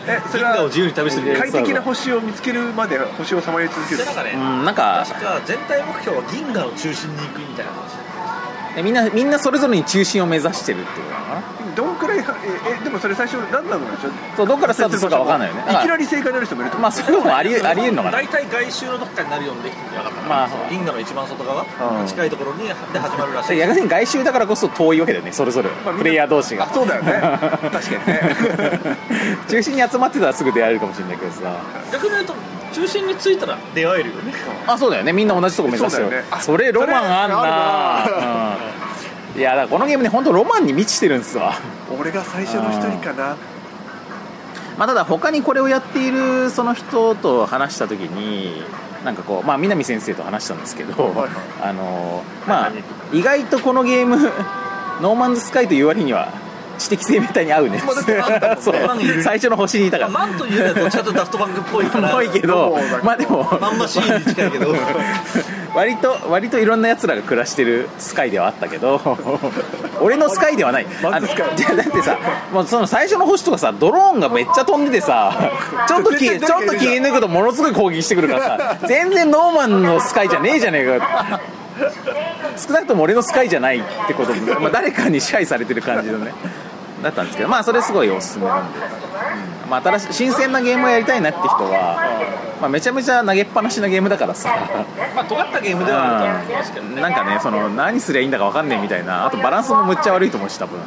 S7: えそ
S4: 銀
S7: れ
S4: 河を
S7: は
S4: 自由に旅する
S7: 快適な星を見つけるまで星をさまよい続ける
S4: でなんかね、
S2: うんなんか
S4: 確か全体目標は銀河を中心に行くみたいな話
S2: えみんなみんなそれぞれに中心を目指してるっていうのか
S7: どんくらいはええでもそれ最初何なのでしょ
S2: なそうどっからスタートするか分かんないよねだ
S7: いき
S2: か
S7: なり正解になる人もいると
S2: らま
S7: 思う
S2: あそういうのもありありえるのかな
S4: 大体外周のどっかになるようにできてるんじゃなかったかな、
S2: まあ
S4: その銀河の一番外側、
S7: うん
S4: 近いところにで始まるらしい
S2: で逆に外周だからこそ遠いわけだよねそれぞれ、
S7: みんな
S2: プレイヤー同士が
S7: あそうだよ ね確かにね
S2: 中心に集まってたらすぐ出会えるかもしれないけどさ
S4: 逆に言うと中心に着いたら出会えるよね
S2: あそうだよねみんな同じとこ目指してる
S7: そうだよねあ
S2: それロマンあん
S7: それ
S2: なうんいやだからこのゲームね本当ロマンに満ちてるんですわ
S7: 俺が最初の一人かな
S2: まあ、ただ他にこれをやっているその人と話した時になんかこう、まあ、南先生と話したんですけど、
S7: はい
S2: あのまあ、意外とこのゲームノーマンズスカイという割には知的生命体に合うね
S7: まあだってあんたもね
S2: そう最初の星にいたから
S4: まあマンというのはどっちかというとダフトバンクっぽいから
S2: 重いけど
S7: そうだけど
S2: まあでも
S4: まんまシーンに近いけど
S2: 割と割といろんなやつらが暮らしてるスカイではあったけど俺のスカイではないあのじゃあだってさもうその最初の星とかさドローンがめっちゃ飛んでてさちょっと気ちょっと気抜くとものすごい攻撃してくるからさ 全然ノーマンのスカイじゃねえじゃねえか少なくとも俺のスカイじゃないってことも、まあ、誰かに支配されてる感じのねだったんですけどまあそれすごいおすすめなんで、うんまあ、新しい新鮮なゲームをやりたいなって人は、まあ、めちゃめちゃ投げっぱなしなゲームだからさ
S4: まあ尖ったゲームではあると思いますけどね
S2: なんかねその何すりゃいいんだか分かんねえみたいなあとバランスもむっちゃ悪いと思うし多分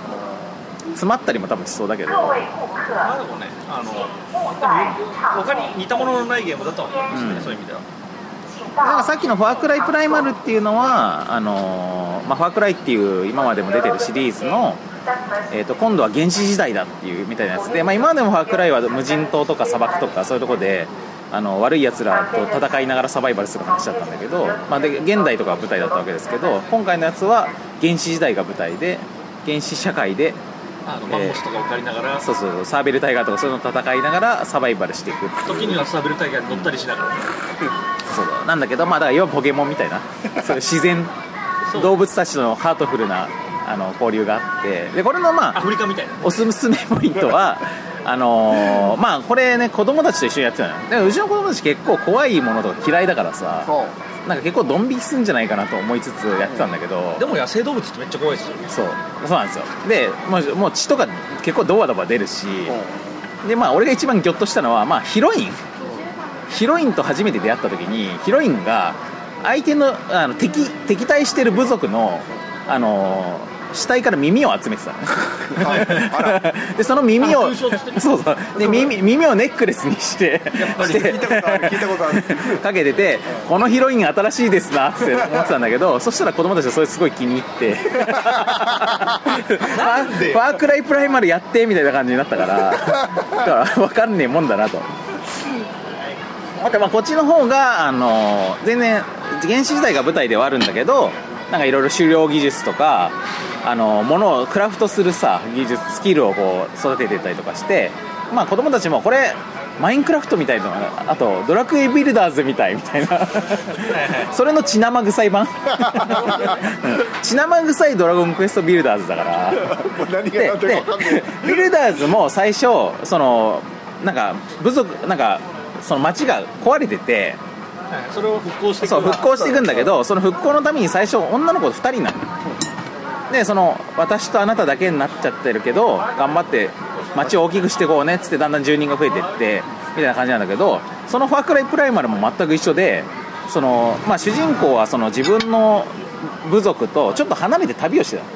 S2: 詰まったりも多分しそうだけど
S4: まあでもねあの多分他に似たもののないゲームだとは思いますね、
S2: うん
S4: そういう意味では
S2: なんかさっきの「ファークライプライマル」っていうのはあのーまあ、ファークライっていう今までも出てるシリーズの、えー、と今度は原始時代だっていうみたいなやつで、まあ、今までも「ファークライ」は無人島とか砂漠とかそういうとこであの悪いやつらと戦いながらサバイバルする話だったんだけど、まあ、で現代とかが舞台だったわけですけど今回のやつは原始時代が舞台で原始社会で
S4: あのマンモスとかを借りながら、
S2: そうそうそうサーベルタイガーとかそういうの戦いながらサバイバルしていくっていう
S4: 時にはサーベル大会に乗ったりしながら、
S2: そうだなんだけどまあだから要はポケモンみたいなそういう自然
S4: そう
S2: 動物たちとのハートフルなあの交流があってでこれのま
S4: ア
S2: あ
S4: フリカみたいな
S2: おすすめポイントはあのーまあこれね子供たちと一緒にやってたのよでもうちの子供たち結構怖いものとか嫌いだからさ
S7: そう
S2: なんか結構ドン引きするんじゃないかなと思いつつやってたんだけど
S4: でも野生動物ってめっちゃ怖いですよね
S2: そうそうなんですよでもうもう血とか結構ドバドバ出るしでまあ俺が一番ギョッとしたのは、まあ、ヒロインヒロインと初めて出会った時にヒロインが相手のあの敵敵対してる部族のあの死体から耳を集めてたのねでその耳
S4: あ
S2: を
S4: 勲章としてね
S2: そうそうで耳耳をネックレスにしてして
S7: 聞いたことある聞いたことある
S2: かけててこのヒロイン新しいですなって思ってたんだけどそしたら子供たちがそれすごい気に入ってファファークライプライマルやってみたいな感じになったからだから分かんねえもんだなとあとまあこっちの方があの全然原始時代が舞台ではあるんだけどなんかいろいろ狩猟技術とかあの物をクラフトするさ技術スキルをこう育ててたりとかしてまあ子供たちもこれマインクラフトみたいなのあとドラクエビルダーズみたいみたいなそれの血生臭 い版うん血生臭いドラゴンクエストビルダーズだから
S7: もう何が
S2: で
S7: 何だか分かんない
S2: でビルダーズも最初そのなんか部族なんかその街が壊れてて
S4: それを復興して
S2: そう復興していくんだけどその復興のために最初女の子と2人なのでその私とあなただけになっちゃってるけど頑張って街を大きくしていこうねっつってだんだん住人が増えてってみたいな感じなんだけどその「ファークライプライマル」も全く一緒でその、まあ、主人公はその自分の部族とちょっと離れて旅をしてたの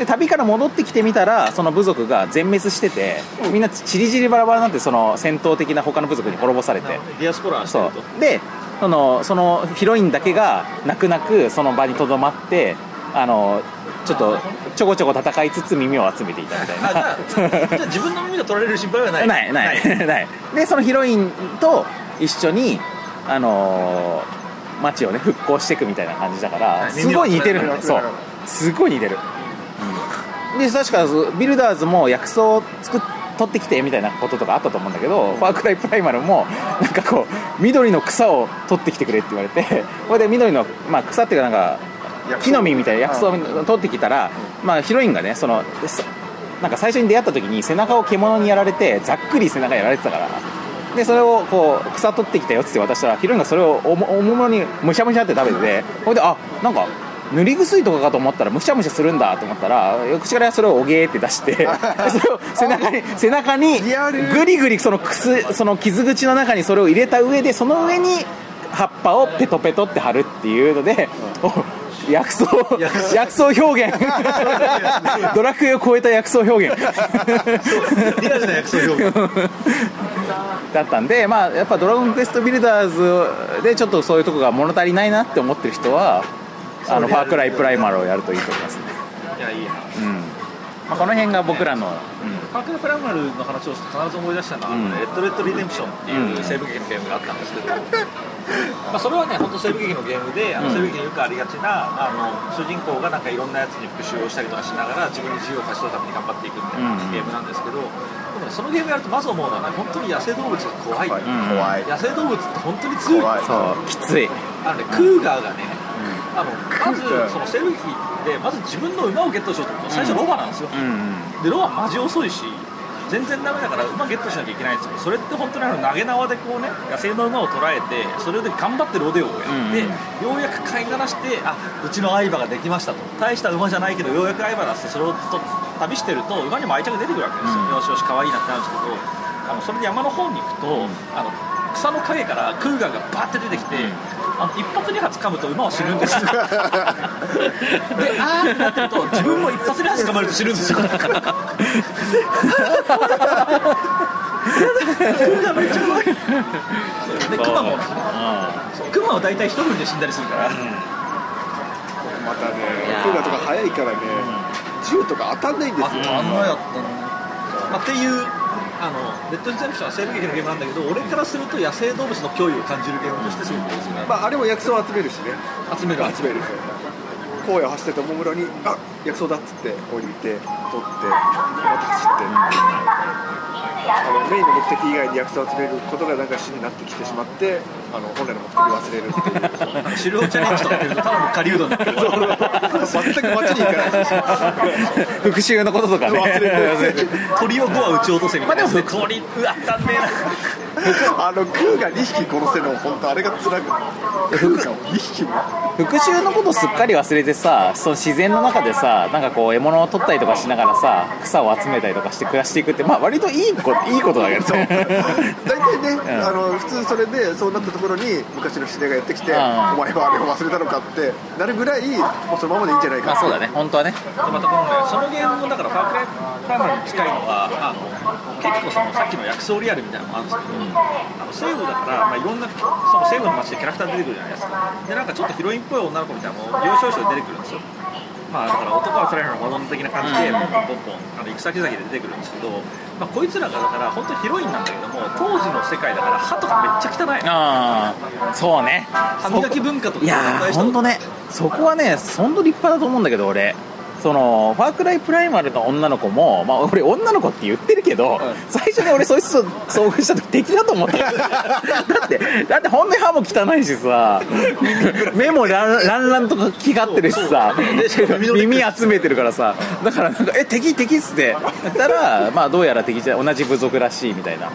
S2: で旅から戻ってきてみたらその部族が全滅しててみんなちりぢりバラバラになってその戦闘的な他の部族に滅ぼされて
S4: ディアスポラーして
S2: そ
S4: ると
S2: うでそのそのヒロインだけが泣く泣くその場にとどまってあのちょっとちょこちょこ戦いつつ耳を集めていたみたい
S4: あじゃ
S2: な
S4: あ じゃあ自分の耳が取られる心配はない
S2: ないない ないでそのヒロインと一緒にあのー街をね復興していくみたいな感じだからすごい似てるのね
S7: 耳を集
S2: そう
S7: める
S2: すごい似てる、うんで確かビルダーズも薬草を作っ取ってきてみたいなこととかあったと思うんだけど、ファークライプライマルもなんかこう緑の草を取ってきてくれって言われてこれで緑の、まあ、草っていうかなんか
S7: 薬草
S2: 木の実みたいな薬草を取ってきたら、まあ、ヒロインがねそのそなんか最初に出会った時に背中を獣にやられてざっくり背中やられてたからでそれをこう草取ってきたよっつって渡したらヒロインがそれをおもおもむろにむしゃむしゃって食べててほいであなんか塗り薬とかかと思ったらむしゃむしゃするんだと思ったら口からそれをおげーって出してでそれを背中に背中に
S7: リアル
S2: ぐりぐりそのくすその傷口の中にそれを入れた上でその上に葉っぱをペトペトって貼るっていうので、お 薬草薬草表現 ドラクエを超えた薬草表現
S4: リアルな薬草表現
S2: だったんで、まあ、やっぱ「ドラゴンクエストビルダーズ」でちょっとそういうとこが物足りないなって思ってる人は「あのファークライプライマル」をやるといいと思いますね、
S4: いやいいや
S2: うんまあ、この辺が僕らの、
S4: パーク・プライマルの話をして必ず思い出したのは、
S2: うん
S4: レッド・レッド・リデンプションっていう西部劇のゲームがあったんですけど、 まあ、それはね本当西部劇のゲームであ
S2: うん
S4: の西部劇によくありがちなあの主人公がなんかいろんなやつに復讐をしたりとかしながら自分に自由を勝ち取るために頑張っていくみたいな
S2: うん
S4: ゲームなんですけど、でもねそのゲームやるとまず思うのはね本当に野生動物が怖い、
S7: 怖
S2: うん
S7: い怖い
S4: 野生動物って本当に強い
S7: 怖い
S2: そうきつい
S4: あのねクーガーがねあのまずそのセルフィーでまず自分の馬をゲットしようと思ったら最初ロバなんですよ、でロバマジ遅いし全然ダメだから馬ゲットしなきゃいけないんですけどそれって本当にあの投げ縄でこうね野生の馬を捉えてそれで頑張ってロデオをやって、ようやく飼いならしてあうちの相馬ができましたと大した馬じゃないけどようやく相馬だってそれをと旅してると馬にも愛着出てくるわけですよ、よしよし可愛いなってなるんですけどあのそれで山の方に行くと、あの草の陰からクーガーがバーって出てきて、あの一発二発噛むと馬は死ぬんですよであーってなってると自分も一発二発噛まれると死ぬんですよクーガーめっちゃ怖いでクマもクマは大体一振りで死んだりするから、
S7: またね
S9: いやー
S7: クーラーとか早いからね銃とか当たんないんですよ
S4: あったあんなやったな、まあ、っていうあのレッドデンプションは西部劇のゲームなんだけど俺からすると野生動物の脅威を感じるゲームとしてすごくおすすめ、
S7: まあ、あれも薬草を集めるしね
S4: 集める
S7: 集める荒野を走ってたもむろにあ薬草だっつって降りて取ってまた走って、あのメインの目的以外に薬草を集めることがなんか主になってきてしまってあの本来の目的を忘れるっていう
S4: 狩猟チャレンジとかやってるとただの狩人になってる
S7: 全く街に行かない
S2: 復讐のこととかね
S7: 忘れてる
S4: 鳥を5は撃ち落とせみたいな、まあ、でも鳥うわ当たんね
S7: あのクーが2匹殺せの本当あれが辛くクーが2匹も
S2: 復讐のことすっかり忘れてさその自然の中でさなんかこう獲物を取ったりとかしながらさ草を集めたりとかして暮らしていくってまあ割といいこといいことだ けどね
S7: 大体ね、あの普通それでそうなったところに昔の指令がやってきて、
S2: ん
S7: お前はあれを忘れたのかってなるぐらいもうそのままでいいんじゃない
S2: ま
S7: か
S2: あ
S7: って
S2: そうだね本当はね
S4: またこのねそのゲームのだからファークライファーマーに近いのはあの結構そのさっきの薬草リアルみたいなのもあるんですけど、あの西部だから、まあ、いろんなその西部の街でキャラクター出てくるじゃないですかでなんかちょっとヒロインっぽい女の子みたいなのも要所要所で出てくるんですよまあ、だから男は辛いのが子供的な感じで、ポンポンポンあの行く先々で出てくるんですけど、まあ、こいつらがだから本当ヒロインなんだけども当時の世界だから歯とかめっちゃ汚い
S2: ああそうね
S4: 歯磨き文化とか
S2: いやー本当ねそこはねほんと立派だと思うんだけど俺そのファークライプライマルの女の子も、まあ、俺女の子って言ってるけど、最初に俺そいつと遭遇した時敵だと思っただ ってだって本当に歯も汚いしさ目もランランランとか気がってるしさ耳集めてるからさだからなんか「え敵敵」っつって言ったら、まあ、どうやら敵じゃ同じ部族らしいみたいな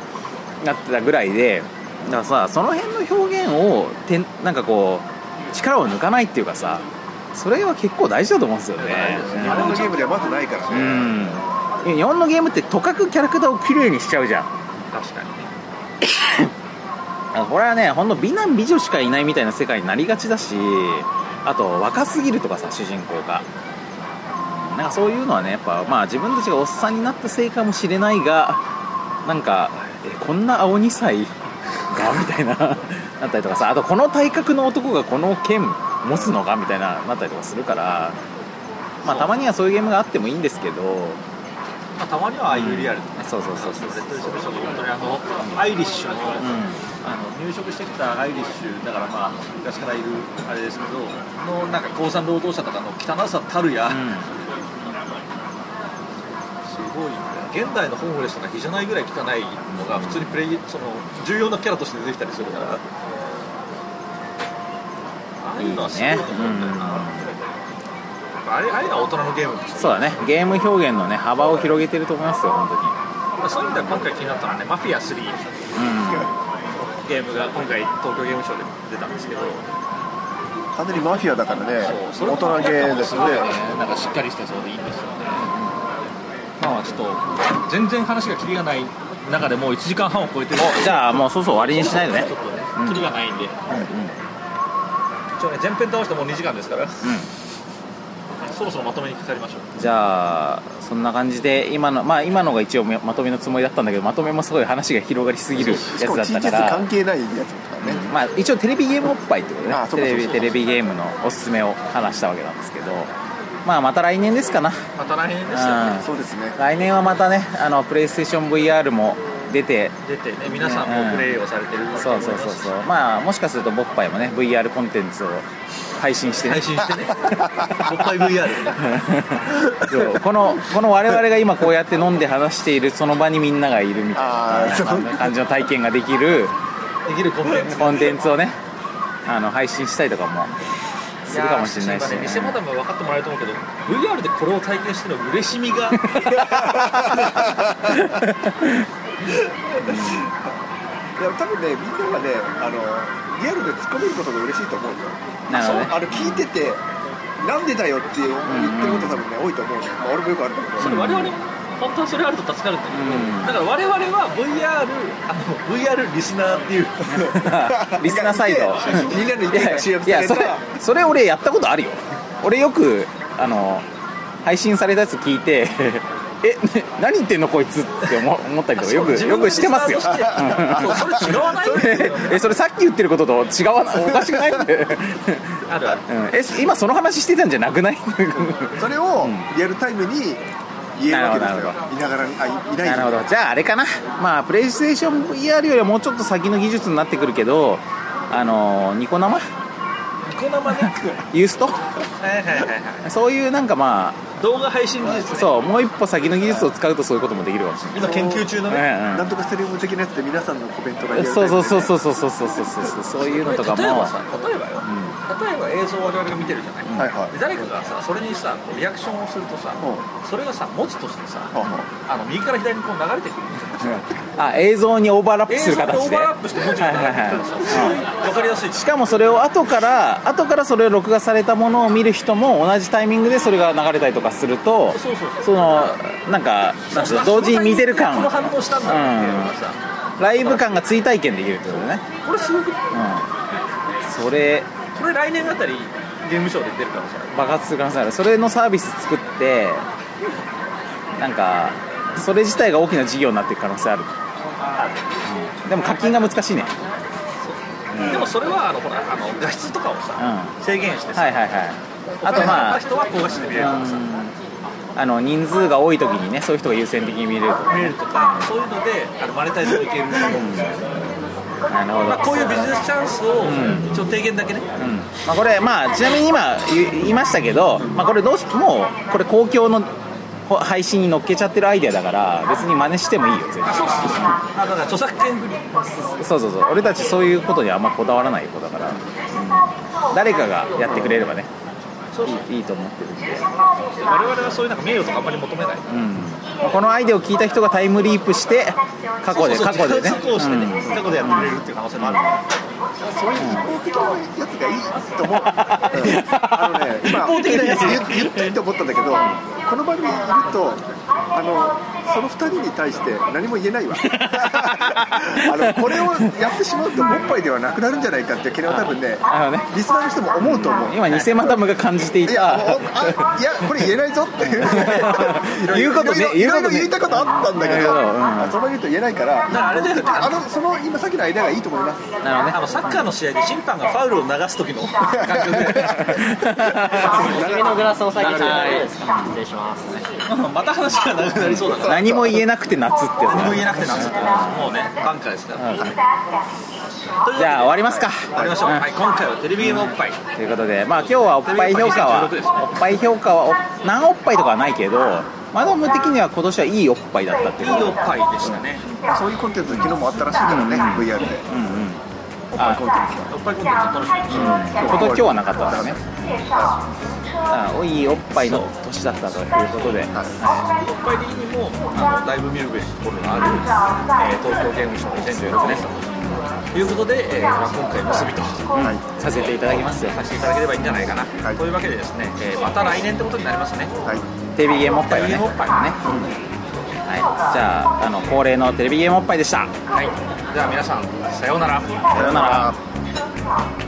S2: なってたぐらいでだからさその辺の表現をてんなんかこう力を抜かないっていうかさそれは結構大事だと思うんですよね
S7: 日本のゲームではまずないから
S2: う
S7: ね、
S2: ん日本のゲームってとかくキャラクターをきれいにしちゃうじゃん
S4: 確かにね
S2: あこれはねほんの美男美女しかいないみたいな世界になりがちだしあと若すぎるとかさ主人公がうんなんかそういうのはねやっぱまあ自分たちがおっさんになったせいかもしれないがなんかえこんな青2歳 がみたいななったりとかさあとこの体格の男がこの剣持つのがみたいななったりとかするからまあたまにはそういうゲームがあってもいいんですけど
S4: まあ、たまにはああいうリアルとね、
S2: そうそうそうそうそ
S4: レ
S2: う
S4: ッドレスプション本当にあのアイリッシュの、
S2: うん
S4: あの入植してきたアイリッシュだからまあ昔からいるあれですけどのなんか鉱山労働者とかの汚さたるや、すごいね現代のホームレスとか比じゃないぐらい汚いのが普通にプレイその重要なキャラとして出てきたりするからああいうのはすごいと思うんだよな、あれああいうのは大人のゲームですよ
S2: そうだねゲーム表現のね幅を広げてると思いますよ本当に
S4: まあそういう意味では今回気になったのはねマフィア3ゲームが今回東京ゲームショウで出たんですけど
S7: 完全にマフィアだからね
S4: それ
S7: 大
S4: も
S7: 人ゲーですよね
S4: なんかしっかりしてそうでいいんですよねまあちょっと全然話がキリがない中でもう1時間半を超えてる
S2: おじゃあもうそうそう終わりにしないでね
S4: ちょっとねキリがないんで、一応ね前編倒してもう2時間ですから、そろそろまとめにかかりましょう
S2: じゃあそんな感じで今のまあ今のが一応ままとめのつもりだったんだけどまとめもすごい話が広がりすぎるやつ
S7: しかも
S2: だっ
S7: T
S2: た
S7: ジ
S2: か
S7: ェス
S2: ら
S7: 関係ないやつとかね、
S2: まあ一応テレビゲームおっぱいってことね
S7: あそ
S2: テ
S7: うか
S2: レビテ
S7: そうか
S2: レビゲームのおすすめを話したわけなんですけどまあまた来年ですかな
S4: また来年ですよね
S2: うん
S7: そうですね
S2: 来年はまたねあのプレイステーション VR も出て
S4: 出てね皆さんもうプレイをされてると思いますし
S2: そうそうそうそうまあもしかするとボッパイもね VR コンテンツを配信してね
S4: 配信して ねおっぱい VR でね
S2: そうこのこの我々が今こうやって飲んで話しているその場にみんながいるみたい
S7: あーそう
S2: な感じの体験ができる
S4: できるコンテンツ
S2: コンテンツをねあの配信したりとかもするかもしれないし、
S4: やー
S2: ね、
S4: 店マダムは分かってもらえると思うけど VR でこれを体験してるの嬉しみ が
S7: いや多分ねみんながねあのリアルで突っ込めることが嬉しいと思うよ
S2: なるほどね
S7: そうあの聞いててなんでだよって言ってること多分ね多いと思うね、まあ、俺もよくあるんだけ
S4: それ我々本当はそれあると助かるんだけど、だから我々は VR あの VR リス ナーっていう
S7: ど
S2: リスナーサイ ド
S7: みんなの意
S2: い
S7: 見
S2: や
S7: が集約
S2: い
S7: さ
S2: や
S7: れ
S2: それ
S7: た
S2: それ俺やったことあるよ俺よくあの配信されたやつ聞いて え何言ってんのこいつって思思ったりとかよくよくしてますよ
S4: 自分がリスナーとし てそうそれ違わない
S2: えそれさっき言ってることと違わないおかしくない
S4: あるある
S2: うんえ今その話してたんじゃなくない
S7: それをリアルタイムに言えるわけです
S2: なる
S7: よ
S2: ほ
S7: いながらにあいいない
S2: なるほどじゃああれかなまあプレイステーション VR よりはもうちょっと先の技術になってくるけどあのニコ生
S4: ニコ生ね
S2: ユースト
S4: はいはいはいは
S2: そういうなんかまあ
S4: い動画配信技術ね
S2: そうもう一歩先の技術を使うとそういうこともできるかもしれ
S4: 今研究中のね
S2: ない、うんうん
S7: なんとかステレオ的なやつで皆さんのコメントがリアルタイムで
S2: そうそうそうそうそうそうそうそうそういうのとかも
S4: 例えばさ例えばよ、例えば映像を我々が見てるじゃない、
S7: はいはい
S4: で誰かがさそれにさこうリアクションをするとさ、
S7: う
S4: それがさ文字としてさ、
S7: はは
S4: あの右から左にこう流れてくるんですよ
S2: あ映像にオーバーラップす
S4: 映
S2: る
S4: 像でオ
S2: 形
S4: ー
S2: で
S4: バーラップして文字が流れてくるんですよすごい分かりやすい
S2: しかもそれを後から後からそれを録画されたものを見る人も同じタイミングでそれが流れたりとかすると
S4: そうそうそう
S2: そのなんかなんつうの同時に見てる
S4: この
S2: 感
S4: 反応したんだっていうのがさ、
S2: ライブ感が追体験できるってことね
S4: これすごく
S2: それ
S4: これ来年あたりゲームショーで出るかもしれない
S2: 爆発する可能性あるそれのサービス作ってなんかそれ自体が大きな事業になっていく可能性ある、うんでも課金が難しいね
S4: でもそれはあのほらあの画質とかをさ、制限してさ、
S2: はいはいはいあとまあ
S4: 人は高画質で見れるとかさ、
S2: あの人数が多い時にねそういう人が優先的に見れると
S4: 見れるとかそういうのであのマネタイズもいけると思うんですよ、
S2: なるほど、
S4: まあ、こういうビジネスチャンスを
S2: ん
S4: 一応提言だけね、
S2: うんまあ、これ、まあ、ちなみに今言言いましたけど、まあ、これどうしもうこれ公共のほ配信に乗っけちゃってるアイデアだから別に真似してもいいよ全然
S4: そうそうそうあだから著作権フリー
S2: そうそうそう俺たちそういうことにはあんまこだわらない子だから、うん誰かがやってくれればね
S4: そうそう
S2: いいいと思ってるんで、
S4: 我々はそういうなんか名誉とかあんまり求めない
S2: うんまあこのアイデアを聞いた人がタイムリープして過去で
S4: そう
S2: 過
S4: そう
S2: 去でね
S4: 過去をしてね、
S2: うん
S4: 過去でやってくれるっていう可能性もあるから、
S7: そういう一方的なやつがいいと思う、あのね
S4: 一
S7: 今
S4: 方的なやつ
S7: 言言っていいと思ったんだけどこの場にいるとあのその2人に対して何も言えない わあのこれをやってしまうともっぱいではなくなるんじゃないかっていう懸念は多分ね
S2: あのね
S7: リスナーの人も思うと思う
S2: 今偽マダムが感じてい
S7: いやも
S2: た
S7: うあいやこれ言えないぞっていう
S2: 言うことね
S7: い
S2: 言うこと
S7: ろいろ
S2: ね
S7: 言いたいことあったんだけ
S2: だけ
S7: ど、
S2: どうん
S7: あその言うと言えないから
S4: らあれだよね
S7: あのその今さっきのアイデアがいいと思います
S2: なるほどね
S4: あのサッカーの試合で審判がファウルを流す時の感覚で
S10: 次のグラスお先にちゃんとどうですか失礼します
S4: また話がなくなりそうだから
S2: 何も言えなくて夏ってやつ
S4: 何
S2: ね
S4: も言えなくてなんつってもうね挽回ですから、
S2: じゃあ終わりますか
S4: 終わりましょう、
S2: うん
S4: はい、今回はテレビゲームおっぱい
S2: ということでまあ今日はおっぱい評価は
S4: ということで
S2: おっぱい評価はお何おっぱいとかはないけどマダム的には今年はいいおっぱいだったって
S4: い
S2: い
S4: いう
S2: こと
S4: おっぱいでしたね
S7: そういうコンテンツ昨日もあったらしいからね、VR で。
S2: あ
S7: コンテンツが
S4: おっぱいコンテンツ楽しみにして
S2: こと今日はなかったんですねああいいおっぱいの年だったということで
S4: おっぱい的にもあのだいぶ見るべきところがある、えー東京ゲームショー2016年ということで、えーまあ、今回結びと
S7: はい。
S2: させていただきます
S4: させていただければいいんじゃないかな、
S7: い
S4: というわけでですね、えーまた来年ってことになりますね
S7: はい。
S2: テレビゲームおっぱいはね
S4: テレビゲームおっぱい
S2: ね、はい、じゃああの恒例のテレビゲームおっぱいでした
S4: はいじゃあ皆さんさようなら
S7: さようなら。